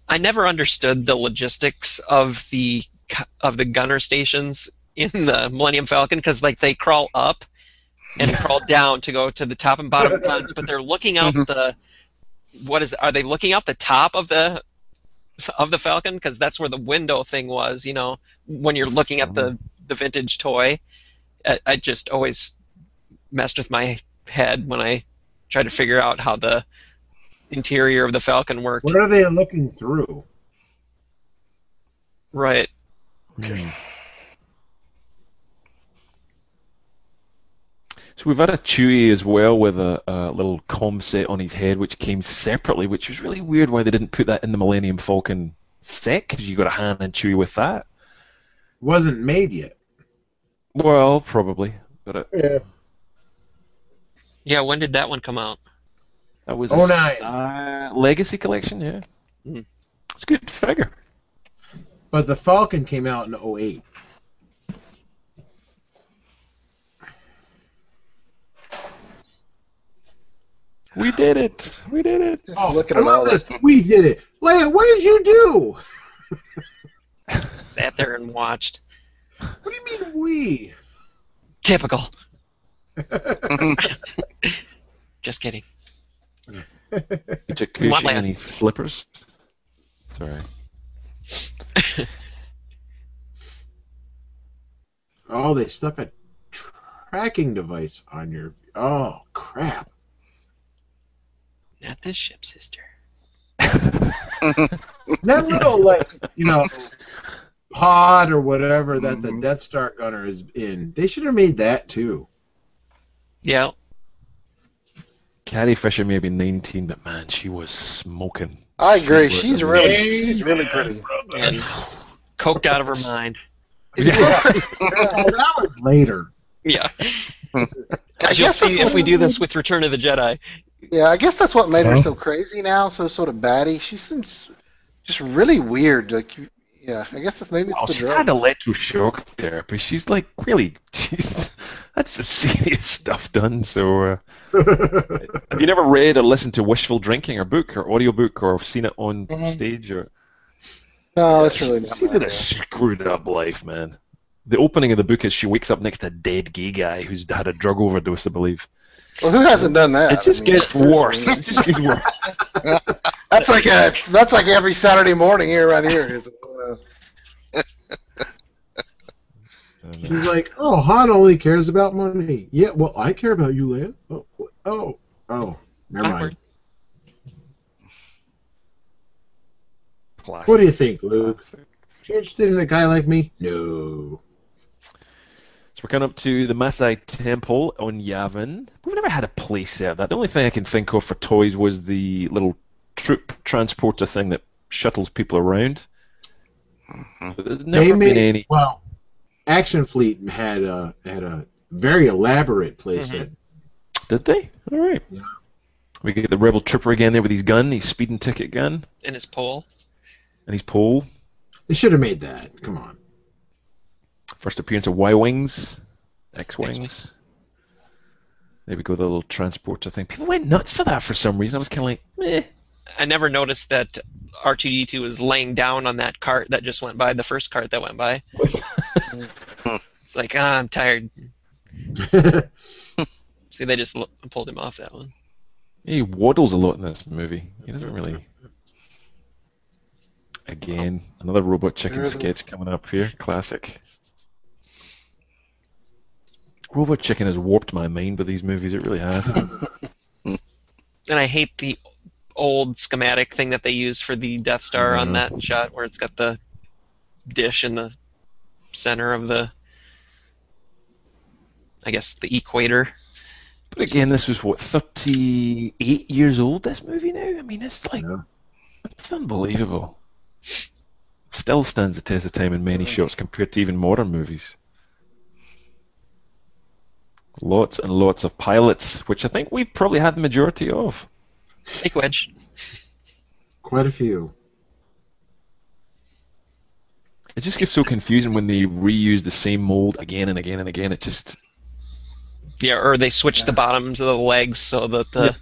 C: I never understood the logistics of the cu- of the gunner stations in the Millennium Falcon because like they crawl up and crawl down to go to the top and bottom guns, but they're looking out
A: Mm-hmm.
C: the what is are they looking out the top of the of the Falcon because that's where the window thing was, you know, when you're looking at the the vintage toy. I, I just always messed with my head when I tried to figure out how the interior of the Falcon worked.
A: What are they looking through?
C: Right.
B: Okay. So we've had a Chewie as well with a, a little comm set on his head, which came separately, which was really weird why they didn't put that in the Millennium Falcon set, because you got a Han and Chewie with that.
A: Wasn't made yet.
B: Well, probably, but it,
A: Yeah.
C: Yeah, when did that one come out?
B: that was
A: Oh,
B: a
A: nine.
B: si- Legacy collection, yeah.
C: Hmm.
B: It's a good figure.
A: But the Falcon came out in 08.
B: We did it. We did it.
D: Just looking
A: I
D: at all
A: love
D: this.
A: this. We did it. Leia, what did you do?
C: Sat there and watched.
A: What do you mean we?
C: Typical. Just kidding.
B: Jacuzzi
C: Wetland.
B: and any slippers? Sorry.
A: Oh, they stuck a tracking device on your. Oh crap!
C: Not this ship, sister.
A: That little like you know pod or whatever that the Death Star gunner is in. They should have made that too.
C: Yeah.
B: Carrie Fisher may have been 19, but man, she was smoking.
D: I agree.
B: She was
D: She's really,
E: amazing.
D: she's really pretty.
C: And coked out of her mind.
A: Oh, that was later.
C: Yeah.
D: I
C: As you'll
D: guess that's
C: see if
D: what-
C: we do this with Return of the Jedi.
D: Yeah, I guess that's what made her
E: Huh?
D: so crazy now, so sort of batty. She seems just really weird. Like, you- yeah, I guess that's maybe it's
B: Well,
D: the
B: she's
D: drug.
B: had electroshock therapy. She's like, really, she's that's some serious stuff done. So, uh, have you never read or listened to Wishful Drinking, or book, or audiobook, or seen it on
D: Mhm.
B: stage? Or
D: No, that's really not.
B: she's
D: my
B: in a screwed up life, man. The opening of the book is she wakes up next to a dead gay guy who's had a drug overdose, I believe.
D: idea. Well, who hasn't done that?
B: It just
D: I mean,
B: gets worse. It just gets worse.
D: That's like a, that's like every Saturday morning here, right here. Is, uh,
A: She's like, oh, Han only cares about money. Yeah, well, I care about you, Leia. Oh, oh, oh, never mind.
C: Awkward.
B: Classic.
A: What do you think, Luke? She interested in a guy like me? No.
B: So we're coming up to the Maasai Temple on Yavin. We've never had a place there. That the only thing I can think of for toys was the little troop transporter thing that shuttles people around. But there's never
A: They
B: been
A: made-
B: any.
A: Well, Action Fleet had a had a very elaborate playset.
C: Mm-hmm.
B: Did they? All right.
A: Yeah.
B: We get the rebel trooper again there with his gun, his speeding ticket gun,
C: In his pole.
B: and his pole.
A: They should have made that. Come on.
B: First appearance of Y wings, X wings.
C: X-Wings.
B: There we go, the little transporter thing. People went nuts for that for some reason. I was kind of like, meh.
C: I never noticed that R2D2 was laying down on that cart that just went by, the first cart that went by. It's like, ah, I'm tired. See, they just l- pulled him off that one.
B: He waddles a lot in this movie. He doesn't really. Again, another robot chicken
D: Another-
B: sketch coming up here. Classic. Robot Chicken has warped my mind with these movies. It really has.
C: And I hate the old schematic thing that they use for the Death Star on that shot where it's got the dish in the center of the, I guess, the equator.
B: but again, this was what 38 years old. This movie now. I mean, it's like
A: Yeah.
B: it's unbelievable. Still stands the test of time in many shots compared to even modern movies. Lots and lots of pilots, which I think we've probably had the majority of.
C: Take Wedge.
A: Quite a few.
B: It just gets so confusing when they reuse the same mold again and again and again. It just
C: Yeah, or they switch the bottoms of the legs so that the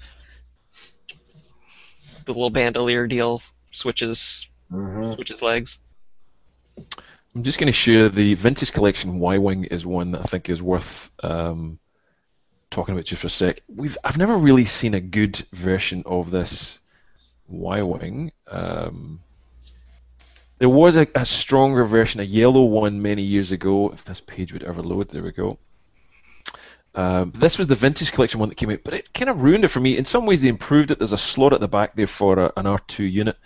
C: the little bandolier deal switches
A: Mhm.
C: switches legs.
B: I'm just going to share the vintage collection Y Wing is one that I think is worth um, talking about just for a sec. We've I've never really seen a good version of this Y Wing. Um, there was a, a stronger version, a yellow one, many years ago. If this page would ever load, there we go. Um, this was the vintage collection one that came out, but it kind of ruined it for me. In some ways, they improved it. There's a slot at the back there for a, an R2 unit,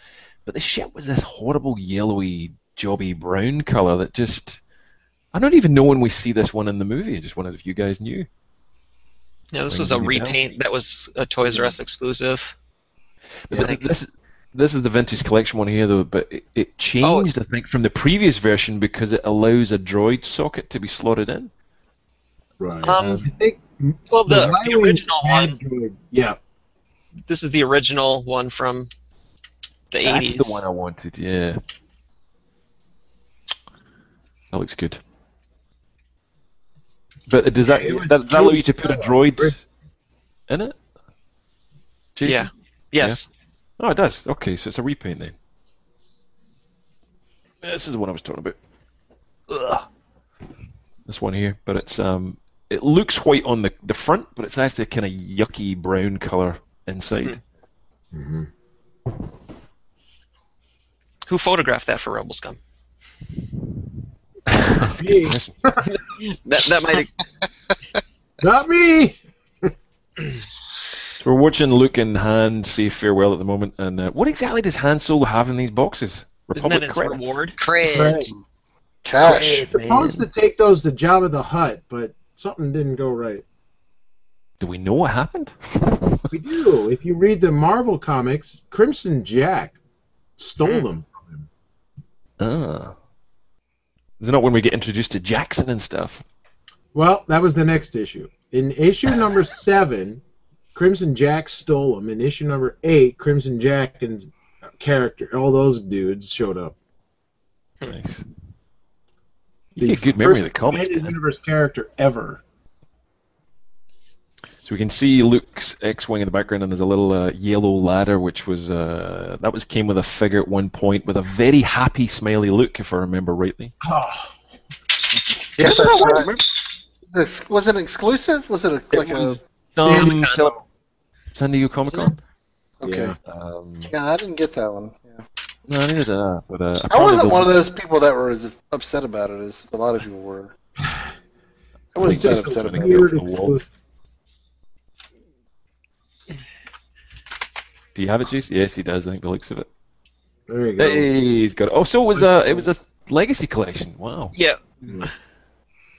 B: but the shit was this horrible yellowy, jobby brown colour that just. I don't even know when we see this one in the movie. I just wondered if you guys knew.
C: Yeah, this
B: Like
C: was a
B: anything else?
C: repaint that was a Toys R Us exclusive.
B: But
C: Yeah.
B: this, this is the vintage collection one here, though. But it,
A: Oh.
B: it changed, I think, from the previous version because it allows a droid socket to be slotted in.
A: Right.
C: Um,
A: I think
C: well, the,
A: Y-Wings
C: the original
A: had
C: one.
A: droid- Yeah.
C: This is the original one from the 80s.
B: That's the one I wanted. Yeah. That looks good. But does that
A: Yeah, it was
B: that, does that allow you to put a
A: huge.
B: droid in it? Jason?
C: Yeah. Yes.
B: Oh, it does. Okay, so it's a repaint then. This is the one I was talking about. Ugh. This one here, but it's um, it looks white on the, the front, but it's actually a kind of yucky brown color inside.
A: Mm-hmm.
C: Who photographed that for Rebel Scum? Hmm.
B: That's a good
A: Jeez.
B: question.
C: That that might
A: Not me.
B: So we're watching Luke and Han say farewell at the moment. And uh, what exactly does Han Solo have in these boxes?
C: isn't that
B: Republic
C: his
B: credits.
C: reward?
F: Creds.
D: Cash.
A: Supposed to take those to Jabba the Hutt, but something didn't go right.
B: Do we know what happened?
A: We do. If you read the Marvel comics, Crimson Jack stole
C: Hmm.
A: them.
B: Ah. Is it not when we get introduced to Jackson and stuff?
A: Well, that was the next issue. In issue number seven, Crimson Jack stole them. In issue number eight, Crimson Jack and character, all those dudes showed up.
C: Hmm.
B: Nice. You get good memory of the comics,
A: expanded
B: Dan.
A: universe character ever.
B: So we can see Luke's X-wing in the background, and there's a little uh, yellow ladder, which was uh, that was came with a figure at one point with a very happy, smiley look, if I remember rightly.
A: Oh,
D: Yeah, that's right.
B: Remember?
D: This- was it exclusive? Was it a, like
B: was-
D: a?
A: San
B: Some
A: Diego.
B: cele- San Diego Comic Con.
D: Okay.
A: Yeah.
D: Yeah.
B: Um,
D: I didn't get that one. Yeah.
B: no, I needed that, but uh,
D: I
B: probably-
D: wasn't one of those people that were as upset about it as a lot of people were. I
B: Please
D: wasn't
B: just
D: that upset
B: open
D: about
B: it.
D: it.
A: weird
B: off the wall.
A: exclusive.
B: Do you have it, Jason? Yes, he does. I think the looks of it.
A: There you go.
B: Hey, he's got it. Oh, so it was a it was a legacy collection. Wow.
C: yeah.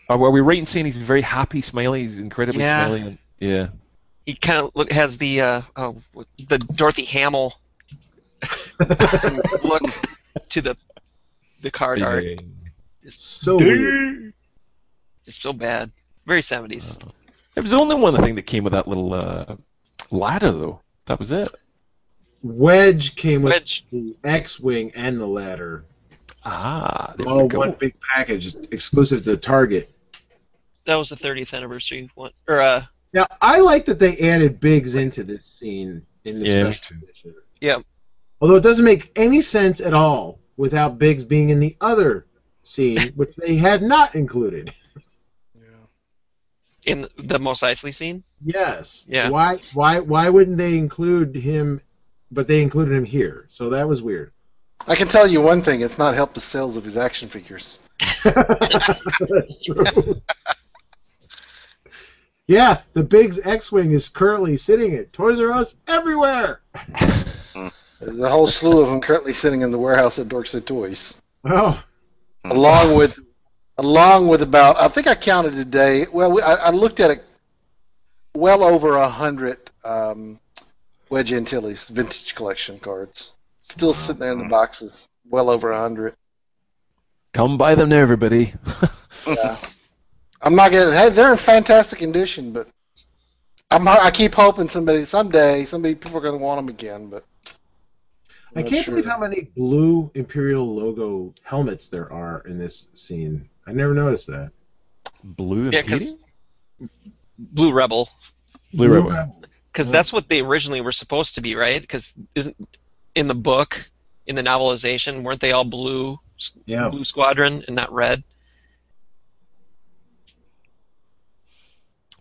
B: Are, are we right in saying he's very happy, smiley? He's incredibly
C: Yeah.
B: smiley. And, yeah.
C: He kind of look has the uh, oh, the Dorothy Hamill look to the the card art.
B: Yeah.
A: So weird.
C: It's so bad. Very
B: Uh,
C: 70s.
B: It was the only one I think that came with that little uh, ladder, though. That was it.
A: Wedge came with
C: Wedge.
A: the X-wing and the ladder.
B: Ah, there
A: All
B: we go.
A: one big package, exclusive to Target.
C: That was the 30th anniversary one. Or uh,
A: Now, I like that they added Biggs into this scene in the
B: Yeah, me
A: special edition.
C: Yeah.
A: Although it doesn't make any sense at all without Biggs being in the other scene, which they had not included.
C: in the Mos Eisley scene.
A: Yes.
C: Yeah.
A: Why? Why? Why wouldn't they include him? But they included him here, so that was weird.
D: I can tell you one thing: it's not helped the sales of his action figures.
A: That's true. yeah, the Biggs X-wing is currently sitting at Toys R Us everywhere.
D: There's a whole slew of them currently sitting in the warehouse at Dorkside Toys,
A: Oh,
D: along with, along with about I think I counted today. Well, we, I, I looked at it, well over a hundred um, Wedge Antilles vintage collection cards, still sitting there in the boxes. Well over a hundred.
B: Come buy them now, everybody.
D: Yeah. I'm not gonna. Hey, they're in fantastic condition, but I'm. I keep hoping somebody someday, somebody people are gonna want them again. But I'm
A: I
D: not
A: can't
D: sure.
A: believe how many blue Imperial logo helmets there are in this scene. I never noticed that.
B: Blue and
C: Yeah, 'cause- Blue Rebel.
B: Blue,
A: Blue
B: Rebel.
A: Rebel.
C: Because
B: Uh-huh.
A: Yeah.
C: that's what they originally were supposed to be, right? Because isn't in the book, in the novelization, weren't they all blue, s-
B: Oh.
A: Yeah.
C: blue squadron and not red?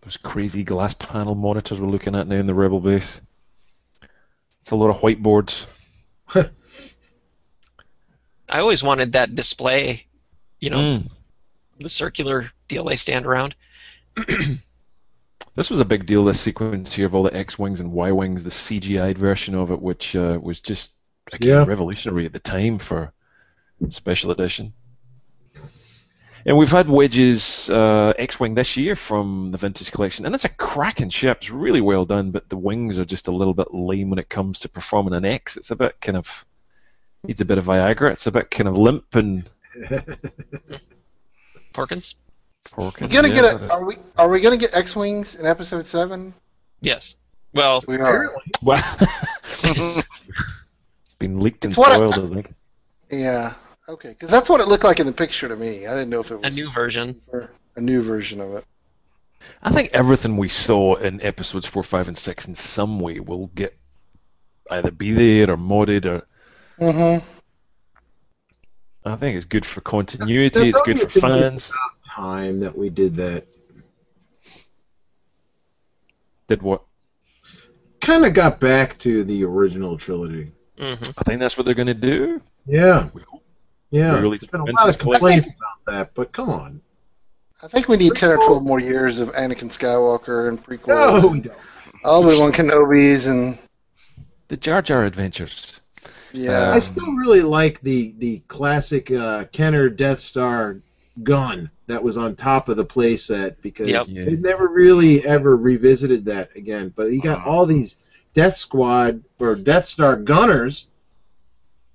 B: Those crazy glass panel monitors we're looking at now in the Rebel base. It's a lot of whiteboards.
C: I always wanted that display, you know,
B: Mm.
C: the circular deal they stand around.
B: This was a big deal. This sequence here of all the X wings and Y wings, the CGI version of it, which uh, was just again,
A: Yeah.
B: revolutionary at the time for special edition. And we've had Wedge's uh, X-wing this year from the Vintage Collection, and it's a cracking ship. It's really well done, but the wings are just a little bit lame when it comes to performing an X. It's a bit kind of needs a bit of Viagra. It's a bit kind of limp and.
C: Porkins?
B: Porking,
D: We're gonna
B: yeah,
D: get
B: but
D: a.
B: it-
D: Are we? Are we gonna get X wings in episode seven?
C: Yes. Well,
D: we are.
B: Well, it's been leaked and
D: It's what I-
B: spoiled, I think.
D: Yeah. Okay. Because that's what it looked like in the picture to me. I didn't know if it
C: a
D: was
C: new version.
D: a new version of it.
B: I think everything we saw in episodes four, five, and six in some way will get either be there or modded or
D: Mm-hmm.
B: I think it's good for
A: They're
B: continuity, it's
A: probably
B: good for
A: thinking
B: fans.
A: Time that we did that.
B: Did what?
A: Kind of got back to the original trilogy.
C: hmm
B: I think that's what they're going to do.
A: Yeah, yeah.
B: Really
A: There's been a lot
B: expensive
A: of complaints about that, but come on.
D: I think we need 10 or 12 more years of Anakin Skywalker and prequels.
A: No, we don't.
D: Obi-Wan Kenobis and,
B: The Jar Jar Adventures.
D: yeah.
A: I still really like the the classic uh, Kenner Death Star gun that was on top of the playset because
C: Yep.
B: Yeah.
A: they never really ever revisited that again. But you
D: Uh-huh.
A: got all these Death Squad or Death Star gunners,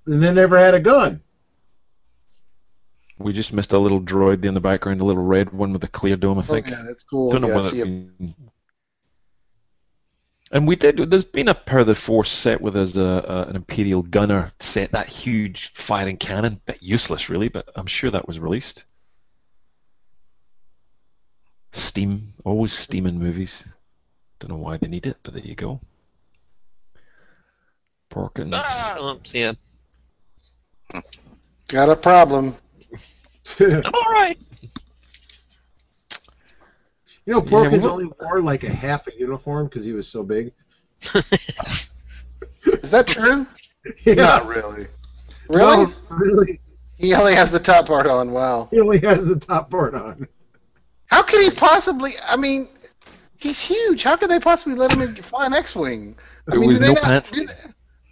A: and they never had a gun.
B: We just missed a little droid there in the background, a little red one with a clear dome, I
D: oh,
B: think.
D: yeah, that's cool.
B: Don't know
D: yeah, I
B: whether
D: see
B: it's
D: it.
B: been- And we did. There's been a pair of the force set with us, a, a, an Imperial gunner set, that huge firing cannon, bit useless really, but I'm sure that was released. Steam, always steam in movies. Don't know why they need it, but there you go. Porkins.
C: Ah, oops, yeah.
D: Got a problem.
A: you
C: I'm all right.
A: know, Porkins
B: what-
A: only wore like a half a uniform because he was so big.
D: Is that true?
A: Yeah,
D: Not really. Really?
A: no, really.
D: He only has the top part on. Wow.
A: He only has the top part on.
D: How could he possibly? I mean, he's huge. How could they possibly let him in, fly an X-wing? I
B: There
D: mean,
B: was
D: do they
B: no
D: not,
B: pants.
D: Do they,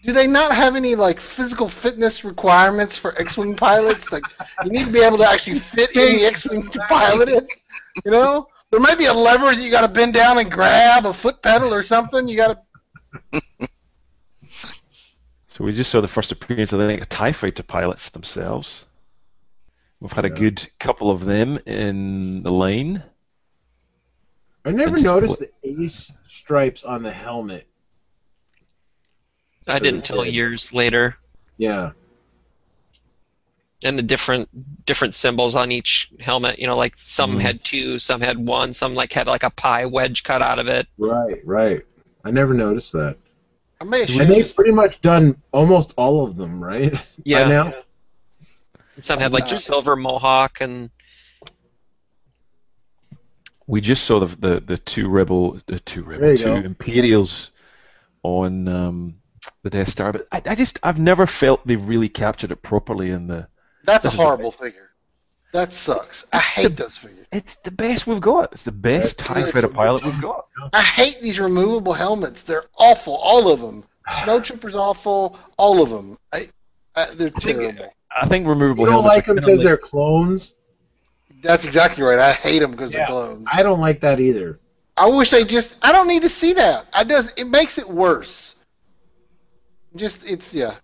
D: do they not have any like physical fitness requirements for X-wing pilots? Like, you need to be able to actually fit in the X-wing to pilot it. You know, there might be a lever that you got to bend down and grab, a foot pedal or something. You got to.
B: So we just saw the first appearance of I think, a Tie Fighter pilots themselves. We've had a
A: Yeah.
B: good couple of them in the line.
A: I never
B: That's-
A: noticed the ace stripes on the helmet.
C: I didn't till years later.
A: Yeah.
C: and the different different symbols on each helmet. You know, like some
B: Mhm.
C: had two, some had one, some like had like a pie wedge cut out of it.
A: Right, right. I never noticed that.
D: I may have
A: And they've
D: just,
A: pretty much done almost all of them, right?
C: Yeah,
A: By now?
C: And some had like the
D: Just-
C: silver mohawk and
B: We just saw the the, the two rebel the two
A: There
B: rebel
A: you
B: two
A: go.
B: Imperials on um, the Death Star, but I, I just I've never felt they've really captured it properly in the.
D: that's a
B: this is the-
D: horrible figure. That sucks. I hate those figures.
B: It's the best we've got. It's the best
A: That's-
B: Tie
D: it's-
B: Fighter pilot
A: it's-
B: we've got.
D: I hate these removable helmets. They're awful, all of them. Snowtrooper's awful, all of them. I, I, they're
B: think-
D: terrible.
B: I think removable
A: You don't
B: helmets.
A: like
B: are
A: them
B: kinda
A: because they're clones.
D: That's exactly right. I hate them because
A: Yeah.
D: they're clones.
A: I don't like that either.
D: I wish they just. I don't need to see that. I does. It makes it worse. Just it's yeah.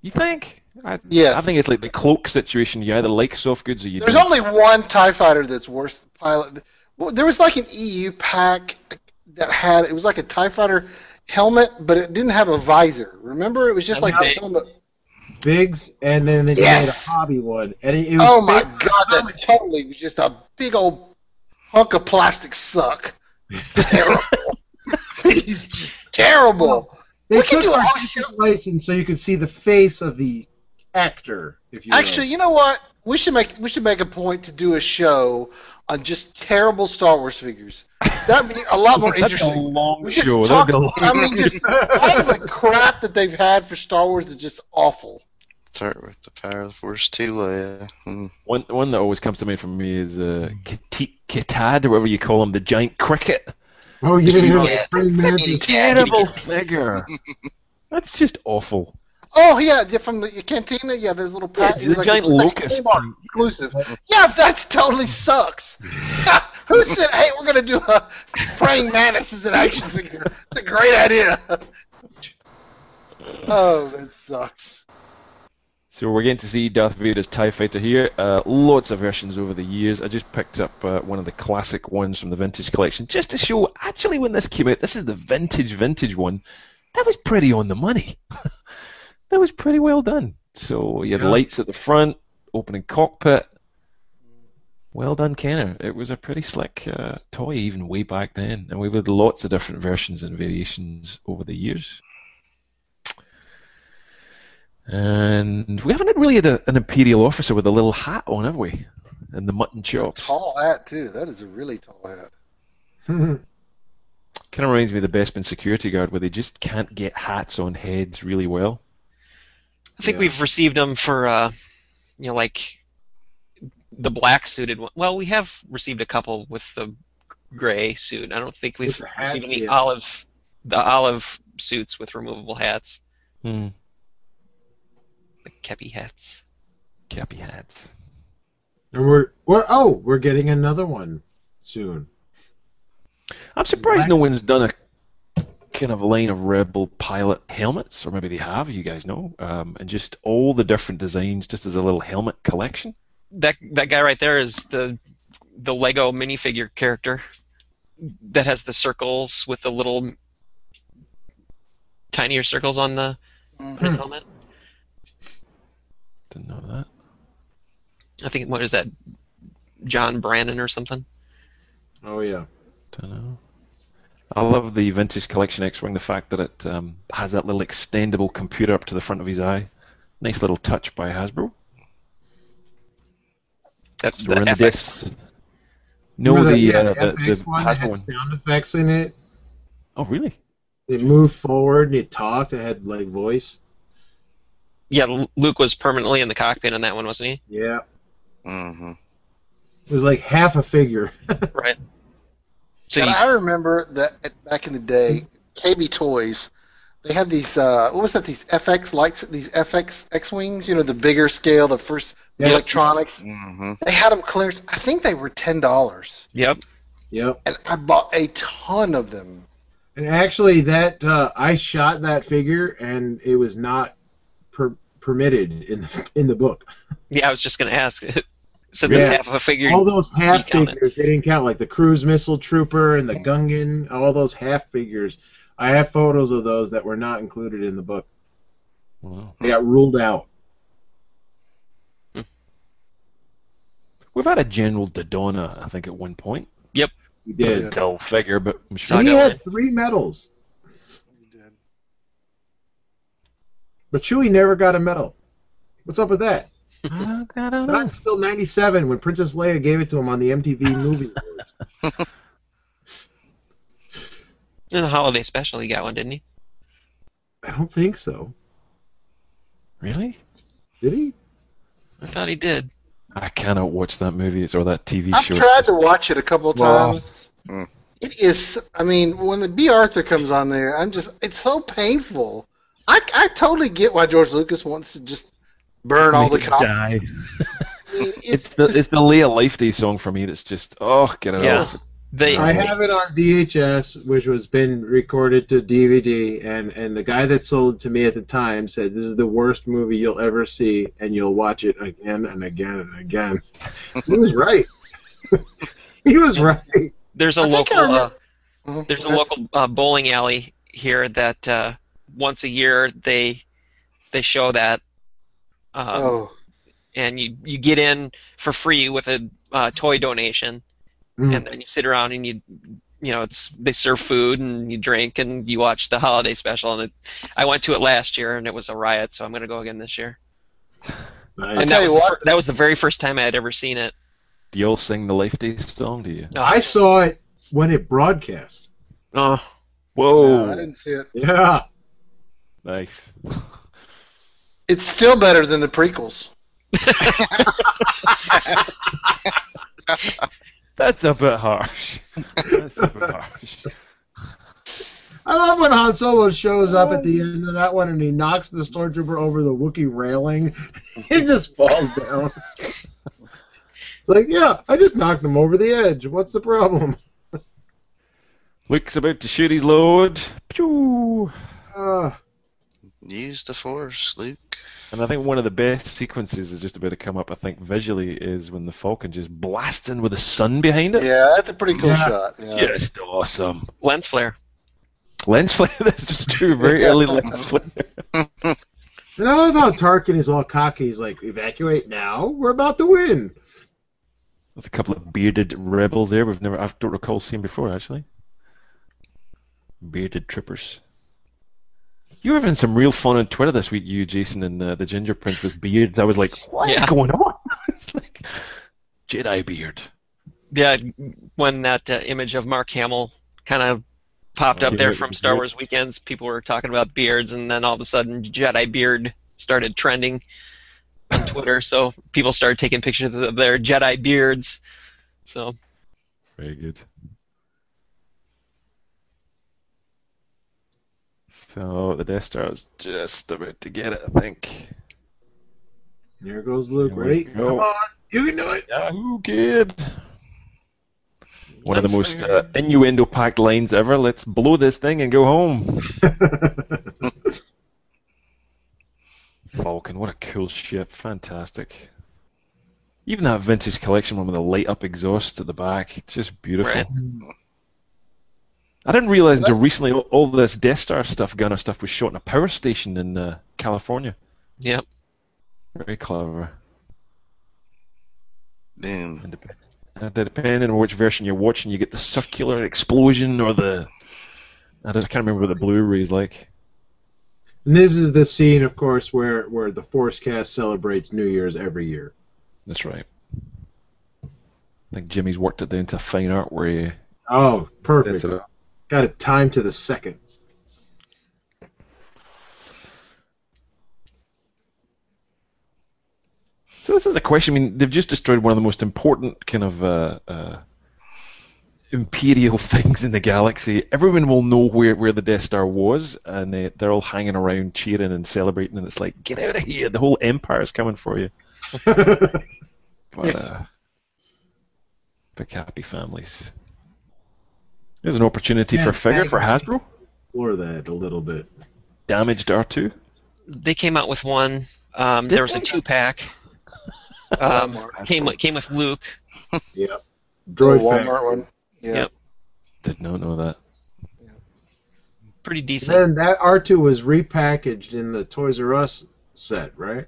B: You think? I,
D: Yes.
B: I think it's like the cloak situation. You either like soft goods or you
D: There's
B: don't.
D: only one Tie Fighter that's worse than pilot. Well, there was like an EU pack that had it was like a Tie Fighter helmet, but it didn't have a visor. Remember, it was just
A: I'm
D: like the
C: not-
D: helmet.
A: Bigs, and then they made
D: Yes.
A: a hobby one, and it, it was
D: Oh my
A: big-
D: god, that totally was just a big old hunk of plastic suck. terrible. He's just terrible.
A: They
D: we can
A: took
D: do a
A: our
D: whole show.
A: license so you could see the face of the actor. If you will.
D: Actually, you know what? We should make we should make a point to do a show on just terrible Star Wars figures. That'd be a lot more
B: That's a
D: interesting.
B: long
D: We just Um,
B: show. That'll
D: talk-
B: be a long-
D: I mean, just all the crap that they've had for Star Wars is just awful.
F: Start with the power of the force too, Leia. Hmm.
B: One one that always comes to mind for me is uh, Kati- Kitad, or whatever you call him, the giant cricket.
A: oh yeah, you know,
F: Yeah.
A: bring them in.
B: Terrible figure. That's just awful.
D: Oh yeah, they're from the cantina. Yeah, there's a little
B: Yeah,
D: pack.
B: the giant locust.
D: exclusive. Yeah, that totally sucks. Who said, "Hey, we're gonna do a praying mantis as an action figure"? It's a great idea. oh, that sucks.
B: So we're getting to see Darth Vader's Tie Fighter here. Uh, lots of versions over the years. I just picked up uh, one of the classic ones from the vintage collection just to show. Actually, when this came out, this is the vintage vintage one. That was pretty on the money. that was pretty well done. So you had
A: Yeah.
B: lights at the front, opening cockpit. Well done, Kenner. It was a pretty slick uh, toy even way back then, and we've had lots of different versions and variations over the years. And we haven't had really had a, an Imperial officer with a little hat on, have we? And the mutton chops.
D: Tall hat too. That is a really tall hat.
B: Kind of reminds me of the Bespin security guard, where they just can't get hats on heads really well.
C: I think
D: Yeah.
C: we've received them for, uh, you know, like the black suited one. Well, we have received a couple with the gray suit. I don't think we've
A: With the hat,
C: received any
A: yeah.
C: olive, the olive suits with removable hats,
B: Hmm.
C: the kepi hats.
B: Cappy hats.
A: And we're we're oh we're getting another one soon.
B: I'm surprised
A: Black-
B: no one's done a kind of line of Rebel pilot helmets, or maybe they have. You guys know, um, and just all the different designs, just as a little helmet collection.
C: That that guy right there is the the Lego minifigure character that has the circles with the little tinier circles on the on
A: Mm-hmm.
C: his helmet.
B: Didn't know that.
C: I think what is that? John Brandon or something.
A: Oh yeah.
B: Don't know. I love the vintage collection X-wing. The fact that it um, has that little extendable computer up to the front of his eye. Nice little touch by Hasbro.
C: That's
B: So we're in the
C: FX.
B: discs. No,
A: Remember
B: the,
A: that- yeah,
B: uh, the, the
A: FX one that
B: Hasbro
A: had
B: one.
A: sound effects in it.
B: Oh, really?
A: It moved forward and it talked. It had like voice.
C: Yeah, Lu- Luke was permanently in the cockpit on that one, wasn't he?
A: Yeah.
F: hmm
A: It was like half a figure.
C: Right. So
D: and
C: you,
D: I remember that at- back in the day, KB Toys, they had these. Uh, what was that? These FX lights, these FX X wings. You know, the bigger scale, the first the
A: Yes.
D: electronics.
F: hmm
D: They had them clearance. I think they were ten dollars,
C: yep.
A: yep.
D: and I bought a ton of them.
A: And actually, that uh, I shot that figure and it was not per- permitted in the in the book.
C: Yeah, I was just gonna ask. Since it's
A: Yeah.
C: half of a figure,
A: All those half
C: You count it.
A: figures they didn't count, like the cruise missile trooper and the Gungan. All those half figures. I have photos of those that were not included in the book.
B: Wow.
A: They got ruled out.
B: We've had a General Dodona, I think, at one point.
A: We did.
D: Yeah.
B: Dull figure, but I'm sure.
A: And he
C: Saga
A: had
C: Land.
A: three medals, but Chewie never got a medal. What's up with that?
B: I don't
A: Not
B: know.
A: until '97 when Princess Leia gave it to him on the MTV Movie Awards.
C: in the holiday special, he got one, didn't he?
A: I don't think so.
B: Really?
A: Did he?
C: I thought he did.
B: I cannot watch that movie it's- or that TV
D: I've
B: show.
D: tried to watch it a couple of
A: Wow.
D: times.
F: Mm.
D: It is. I mean, when the B. Arthur comes on there, I'm just. It's so painful. I, I totally get why George Lucas wants to just burn all the copies.
E: Die.
D: I mean, it's,
B: It's the it's the Leah Lifetime song for me that's just oh get it
C: Yeah.
B: off.
C: They
A: I have it on VHS, which was been recorded to DVD, and and the guy that sold it to me at the time said this is the worst movie you'll ever see, and you'll watch it again and again and again. he was right. he was right.
C: there's a
D: I think
C: local
D: I
C: uh,
D: remember- Mhm.
C: there's a local uh, bowling alley here that uh, once a year they they show that. Um,
D: Oh,
C: and you, you get in for free with a uh, toy donation,
A: Mm.
C: and then you sit around and you you know it's they serve food and you drink and you watch the holiday special. And it, I went to it last year and it was a riot, so I'm gonna go again this year.
A: Nice.
D: I
C: And
D: tell
C: that
D: you
C: was, the
D: what.
C: fir- that was the very first time I had ever seen it.
B: Do you all sing the Lifetime song? Do you?
C: No,
A: I uh, saw it when it broadcast.
C: Uh,
B: Oh,
D: no,
B: whoa,
D: I didn't see it.
A: Yeah.
B: nice.
D: It's still better than the prequels.
B: That's a bit harsh. That's a bit harsh.
A: I love when Han Solo shows up at the end of that one and he knocks the stormtrooper over the Wookiee railing. he just falls down. It's like, yeah, I just knocked him over the edge. What's the problem?
B: Luke's about to shoot his load. Pew!
A: Uh,
F: Use the force, Luke.
B: And I think one of the best sequences is just about to come up. I think visually is when the Falcon just blasts in with the sun behind it.
D: Yeah, that's a pretty cool
A: Yeah.
D: shot. Yeah.
B: Just awesome.
C: lens flare.
B: Lens flare. That's just two very early lens flare.
A: and I love how Tarkin is all cocky. He's like, evacuate now. We're about to win.
B: There's a couple of bearded rebels there we've never I don't recall seeing before actually. Bearded trippers. You were having some real fun on Twitter this week, you Jason and uh, the Ginger Prince with beards. I was like, what is
C: Yeah.
B: going on? it's like Jedi beard.
C: Yeah, when that uh, image of Mark Hamill kind of popped up
B: Okay.
C: there from Star Wars weekends. People were talking about beards, and then all of a sudden, Jedi beard started trending on Twitter. so people started taking pictures of their Jedi beards. So
B: Very good. So the Death Star is just about to get it, I think.
A: There goes Luke.
B: Here we
A: Ready?
B: go.
A: Come on, you can do it.
B: Yahoo, kid! One of the
C: That's
B: most
C: fair.
B: uh, innuendo-packed lines ever. Let's blow this thing and go home. Falcon, what a cool ship! Fantastic. Even that vintage collection one with the light-up exhaust at the back, just beautiful.
C: Right.
B: I didn't realize
D: That-
B: until recently all, all this Death Star stuff, gunner stuff, was shot in a power station in uh, California.
C: Yep.
B: Very clever.
F: Boom.
B: And dep- and depending on which version you're watching, you get the circular explosion or the. I, don't, I can't remember what the Blu-ray is like.
A: And this is the scene, of course, where where the Force cast celebrates New Year's every year.
B: That's right. I think Jimmy's worked it down to fine art where he.
A: Oh, perfect.
B: that's it.
A: Got it timed to the second.
B: So this is a question. I mean, they've just destroyed one of the most important kind of uh, uh, imperial things in the galaxy. Everyone will know where, where the Death Star was, and uh, they're all hanging around, cheering and celebrating. And it's like, get out of here! The whole empire's coming for you. But uh, big happy families. There's an opportunity for a figure for Hasbro.
A: Explore that a little bit.
B: Damaged R2.
C: They came out with one. Um, there was a two pack. Um, came with- came with Luke.
A: Yep.
D: Droid
A: Droid
D: Walmart one. Yeah.
C: Yep.
B: Did not know that.
C: Pretty
A: And
C: decent.
A: then that R2 was repackaged in the Toys R Us set, right?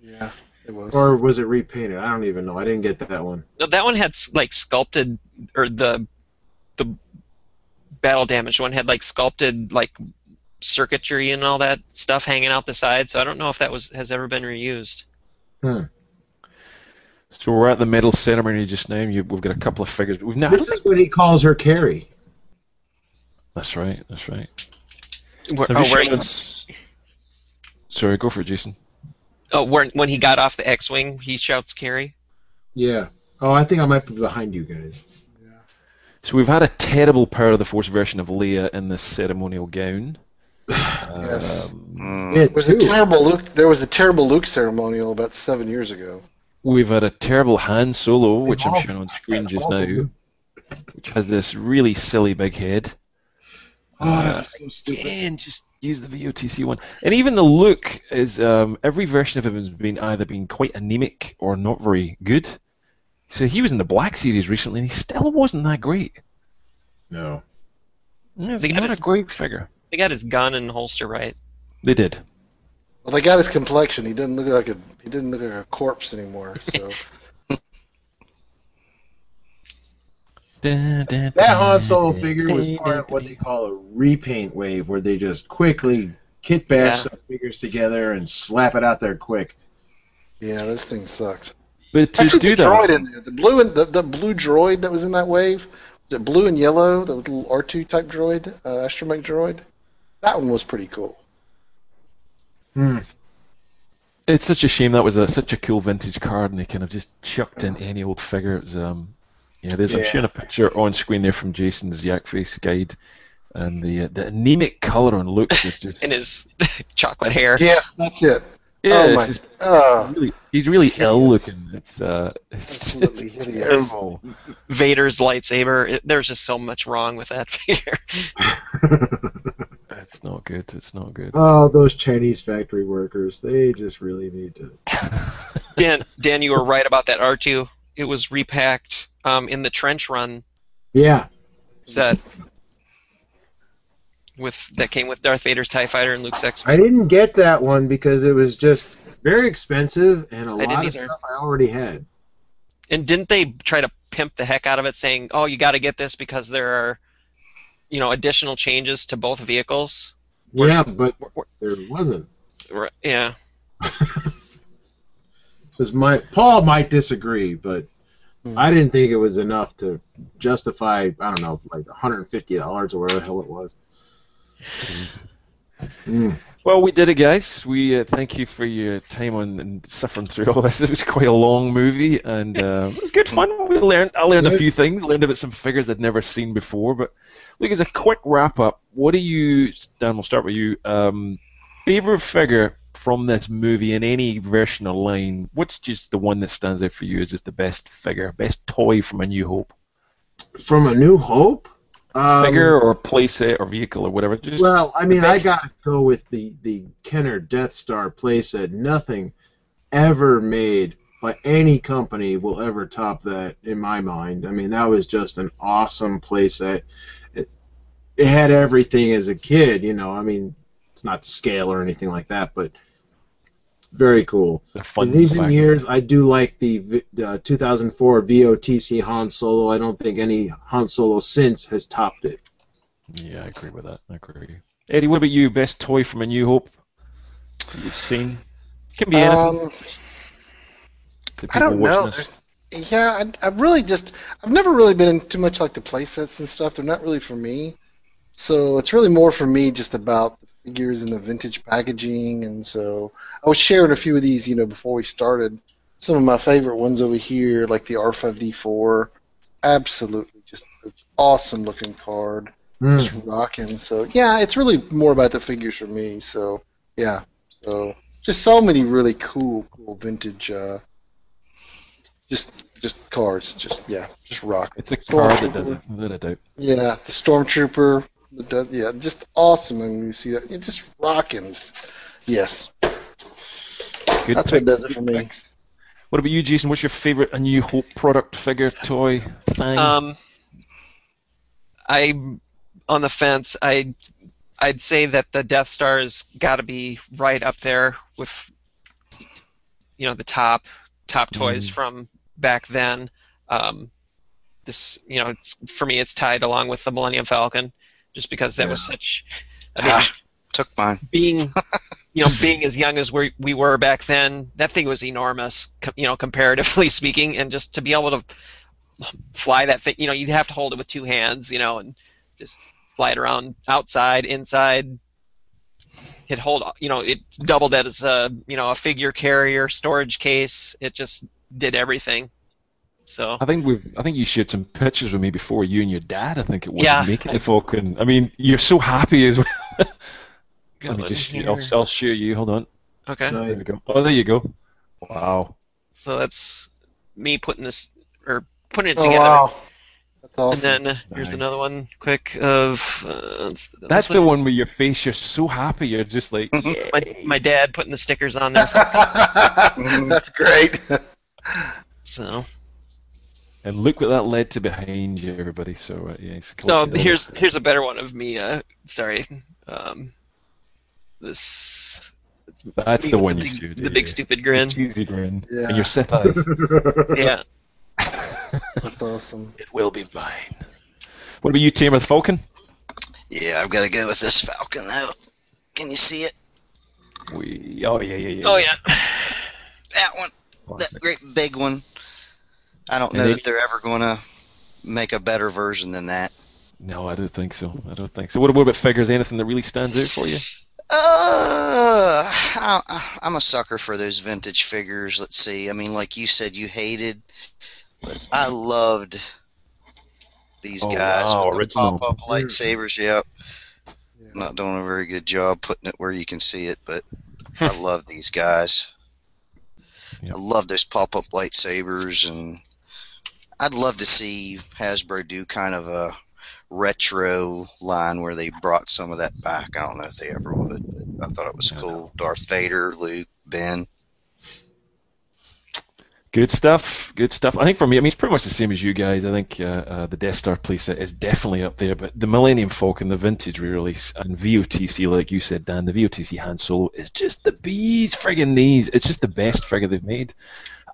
D: Yeah. It was.
A: Or was it repainted? I don't even know. I didn't get that one.
C: No, that one had like sculpted, or the the battle damage one had like sculpted like circuitry and all that stuff hanging out the side. So I don't know if that was has ever been reused.
B: So we're at the medal ceremony just now. and You, we've got a couple of figures. We've now.
A: This is what he calls her Carrie.
B: That's right. That's right.
C: Where,
B: Have
C: oh,
B: you
C: where,
B: seen this- Sorry, go for it, Jason.
C: oh, where, when he got off the X-wing, he shouts "Carrie."
A: Yeah. Oh, I think I might be behind you guys.
B: So we've had a terrible Power of the Force version of Leia in this ceremonial gown.
D: Yes.
B: Um,
F: Mm.
A: Yeah,
D: It was a
A: two.
D: terrible Luke. There was a terrible Luke ceremonial about seven years ago.
B: we've had a terrible Han Solo, which I'm
A: all-
B: showing on screen just
A: all-
B: now, which has this really silly big head.
A: Oh,
B: Uh,
A: that's so stupid.
B: Again, just use the VOTC one. And even the look is um, every version of him has been either been quite anemic or not very good. So he was in the Black Series recently, and he still wasn't that great.
A: No.
B: It's
C: They got
B: not a
C: his-
B: great figure.
C: They got his gun and holster right.
B: They did.
D: Well, they got his complexion. He didn't look like a he didn't look like a corpse anymore. So
A: That Han Solo figure was part of what they call a repaint wave, where they just quickly kit bash
C: Yeah.
A: some figures together and slap it out there quick.
D: yeah, those things sucked.
B: But to
D: Actually,
B: do
D: the
B: that,
D: droid in there, the blue and the, the blue droid that was in that wave, was it blue and yellow? The little R two type droid, uh, astromech droid. That one was pretty cool.
B: it's such a shame that was a, such a cool vintage card, and they kind of just chucked in any old figure. It was, um, yeah, there's I'm
E: Yeah.
B: showing a picture on screen there from Jason's Yak Face guide, and the uh, the anemic color on Luke was just
C: and his chocolate hair.
D: Yes, that's it.
B: yeah,
D: oh
B: it's
D: my.
B: just
D: Uh,
B: really, he's really
D: hideous.
B: ill looking. It's uh, it's
D: Absolutely
B: just
D: hideous.
B: terrible.
C: Vader's lightsaber. It, there's just so much wrong with that figure.
B: It's not good. It's not good.
A: Oh, those Chinese factory workers. They just really need to.
C: Dan, Dan, you were right about that R2. It was repacked um, in the trench run
A: Yeah.
C: set with that came with Darth Vader's Tie Fighter and Luke's X.
A: I didn't get that one because it was just very expensive and a
C: didn't
A: lot of
C: either.
A: stuff I already had.
C: And didn't they try to pimp the heck out of it, saying, "Oh, you got to get this because there are, you know, additional changes to both vehicles." Where-
A: yeah, but
C: Where- where-
A: there wasn't.
C: where- yeah.
A: Because my Paul might disagree, but I didn't think it was enough to justify. I don't know, like 150 dollars or whatever the hell it was. Mm.
B: Well, we did it, guys. We uh, thank you for your time on and suffering through all this. It was quite a long movie, and uh, it was good fun. We learned. I learned a few things. Learned about some figures I'd never seen before. But look, as a quick wrap up, what do you, Dan? We'll start with you. Um, favorite figure from this movie in any version or line? What's just the one that stands out for you as just the best figure, best toy from A New Hope?
A: From A New Hope. Um,
B: figure or playset or vehicle or whatever. Just
A: Well, I mean, I
B: best-
A: gotta go with the the Kenner Death Star playset. Nothing ever made by any company will ever top that in my mind. I mean, that was just an awesome playset. It, it had everything as a kid, you know. I mean, it's not to scale or anything like that, but very cool.
B: a fun
A: In recent
B: fact.
A: years, I do like the, v- the 2004 VOTC Han Solo. I don't think any Han Solo since has topped it.
B: Yeah, I agree with that. I agree with you. Eddie, what about you? Best toy from A New Hope that you've seen? Can be anything.
D: Um,
B: to
D: I
B: people
D: don't
B: watching
D: know.
B: this.
D: There's- Yeah, I, I really just I've never really been in too much like the play sets and stuff. They're not really for me. So it's really more for me just about the figures and the vintage packaging. And so I was sharing a few of these, you know, before we started. Some of my favorite ones over here, like the R5D4, absolutely just an awesome looking card,
A: Hmm.
B: Hmm.
D: just rocking. So yeah, it's really more about the figures for me. So yeah, so just so many really cool, cool vintage. Uh, just just cards, just yeah, just rock.
B: It's a card that does it, without a doubt.
D: Yeah, the stormtrooper. The, du- yeah, just awesome. And you see that, you just rocking. Yes,
B: Good
D: that's
B: pick.
D: what does it for me.
B: What about you, Jason? What's your favourite A New Hope product, figure, toy, thing?
C: Um, I'm on the fence. I I'd say that the Death Star's got to be right up there with you know the top top toys
B: Mm.
C: from back then. Um, this you know it's, for me it's tied along with the Millennium Falcon just because that was such. I mean,
F: Ah, took mine.
C: being you know being as young as we we were back then that thing was enormous co- you know comparatively speaking and just to be able to fly that thing you know you'd have to hold it with two hands you know and just fly it around outside inside it hold you know it doubled that as a you know a figure carrier storage case it just did everything so
B: I think we've. I think you shared some pictures with me before. You and your dad. I think it was
C: Yeah.
B: making the Falcon. I mean, you're so happy as well.
C: good
B: Let me
C: one
B: just.
C: here.
B: I'll, I'll share you. Hold on.
C: okay
B: There you go. Oh, there you go. Wow.
C: so that's me putting this or putting it
D: Oh
C: together
D: wow, that's
C: And
D: awesome.
C: then uh, here's
B: Nice.
C: another one, quick of uh, it's-
B: That's
C: this
B: the one with your face. You're so happy. You're just like.
C: my, my dad putting the stickers on there.
D: that's great.
C: so
B: And look what that led to behind you, everybody. So uh, yeah, it's
C: no,
B: collected all
C: here's
B: this.
C: here's a better one of me. Uh, sorry, um, this
B: that's
C: me
B: the
C: with
B: one
C: the
B: you
C: big-
B: should.
C: the big stupid grin.
B: cheesy grin.
D: Yeah.
B: And your Sith eyes.
C: yeah,
D: That's awesome.
B: it will be mine. What about you, Tamer the Falcon?
F: Yeah, I've got to go with this Falcon though. Can you see it?
B: We oh yeah yeah yeah.
C: oh yeah,
F: That one, that
B: Classic.
F: great big one. I don't
B: And
F: know
B: they-
F: that they're ever gonna make a better version than that.
B: No, I don't think so. I don't think so. What, what about figures? Anything that really stands out for you?
F: Uh, I, I'm a sucker for those vintage figures. Let's see. I mean, like you said, you hated. But I loved these
B: Oh,
F: guys
B: wow,
F: with the
B: original.
F: pop-up lightsabers. Yep.
D: Yeah.
F: Not doing a very good job putting it where you can see it, but I love these guys.
B: Yep.
F: I love those pop-up lightsabers, and I'd love to see Hasbro do kind of a retro line where they brought some of that back. I don't know if they ever would, but I thought it was
B: Yeah.
F: cool. Darth Vader, Luke, Ben.
B: Good stuff. Good stuff. I think for me, I mean, it's pretty much the same as you guys. I think uh, uh, the Death Star playset is definitely up there, but the Millennium Falcon, the vintage release, and VOTC, like you said, Dan, the VOTC Han Solo is just the bees friggin' knees. It's just the best figure they've made.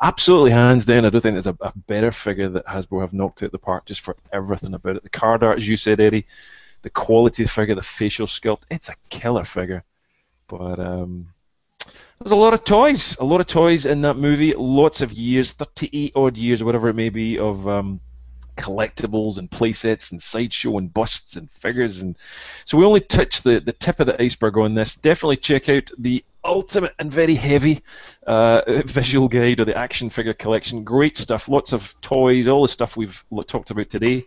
B: Absolutely, hands down. I don't think there's a, a better figure that Hasbro have knocked out the park just for everything about it. The card art, as you said, Eddie, the quality of the figure, the facial sculpt, it's a killer figure. But um, There's a lot of toys, a lot of toys in that movie. Lots of years, 38 odd years, whatever it may be, of um, collectibles and playsets and sideshow and busts and figures. And so we only touched the, the tip of the iceberg on this. Definitely check out the ultimate and very heavy uh, visual guide or the action figure collection. Great stuff. Lots of toys. All the stuff we've lo- talked about today.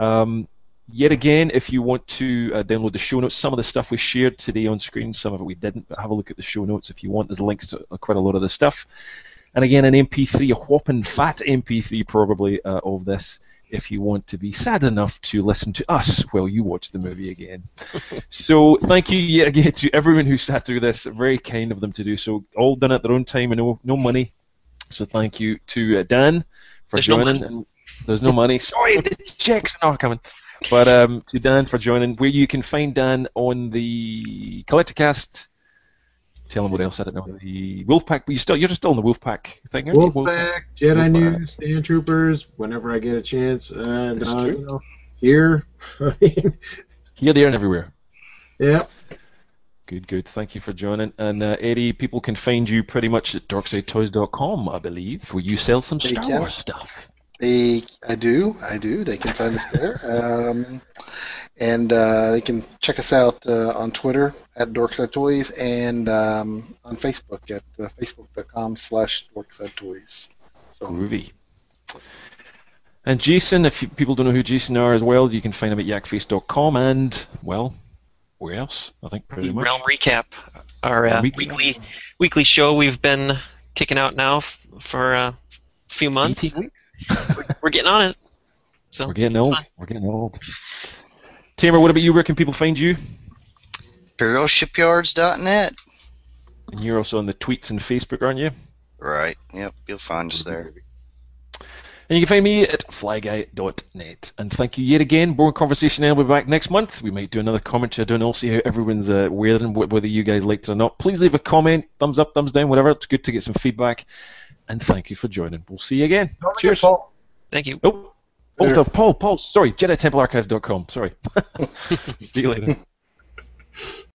B: Um, Yet again, if you want to uh, download the show notes, some of the stuff we shared today on screen, some of it we didn't, but have a look at the show notes if you want. There's links to uh, quite a lot of this stuff. And again, an MP3, a whopping fat MP3 probably uh, of this if you want to be sad enough to listen to us while you watch the movie again. so thank you yet again to everyone who sat through this. Very kind of them to do so. All done at their own time and no, no money. So thank you to uh, Dan for
C: There's no
B: joining.
C: money.
B: and there's no money. Sorry, the checks are not coming. But um, to Dan for joining. Where you can find Dan on the Collectorcast. Tell him what else I don't know. The Wolfpack. But you still you're just still on the Wolfpack thing, aren't you?
A: Wolfpack, Jedi
B: Wolfpack.
A: News, Stand Troopers, whenever I get a chance. And,
B: That's
A: uh,
B: true.
A: you know, here. I mean,
B: Here, there, and everywhere.
A: yeah.
B: Good, good. Thank you for joining. And uh, Eddie, people can find you pretty much at darksidetoys.com, I believe, where you sell some
D: They
B: Star
D: can.
B: Wars stuff.
D: They, I do, I do. They can find us there, um, and uh, they can check us out uh, on Twitter at Dorkside Toys and um, on Facebook at uh, facebook.com/slash Dorkside Toys. So
B: Groovy. And Jason, if you, people don't know who Jason are as well, you can find him at yakface.com and, well, where else? I think pretty much.
C: Realm recap, our uh,
B: Weekly-
C: weekly weekly show we've been kicking out now f- for a few months.
B: 18 weeks?
C: We're getting on it. So
B: We're getting old. We're getting old. Tamer, what about you? Where can people find you?
F: ImperialShipyards.net.
B: And you're also on the tweets and Facebook, aren't you?
F: Right. Yep. You'll find us there.
B: And you can find me at flyguy.net. And thank you yet again. Boring Conversation and we'll be back next month. We might do another commentary. I don't know. see how everyone's uh, wearing, wh- whether you guys liked it or not. Please leave a comment, thumbs up, thumbs down, whatever. It's good to get some feedback. And thank you for joining. We'll see you again.
A: Don't forget,
B: Cheers.
A: Paul,
C: Thank you.
B: Oh, oh stuff. Paul, Paul, sorry. JediTempleArchive.com. Sorry. see you later.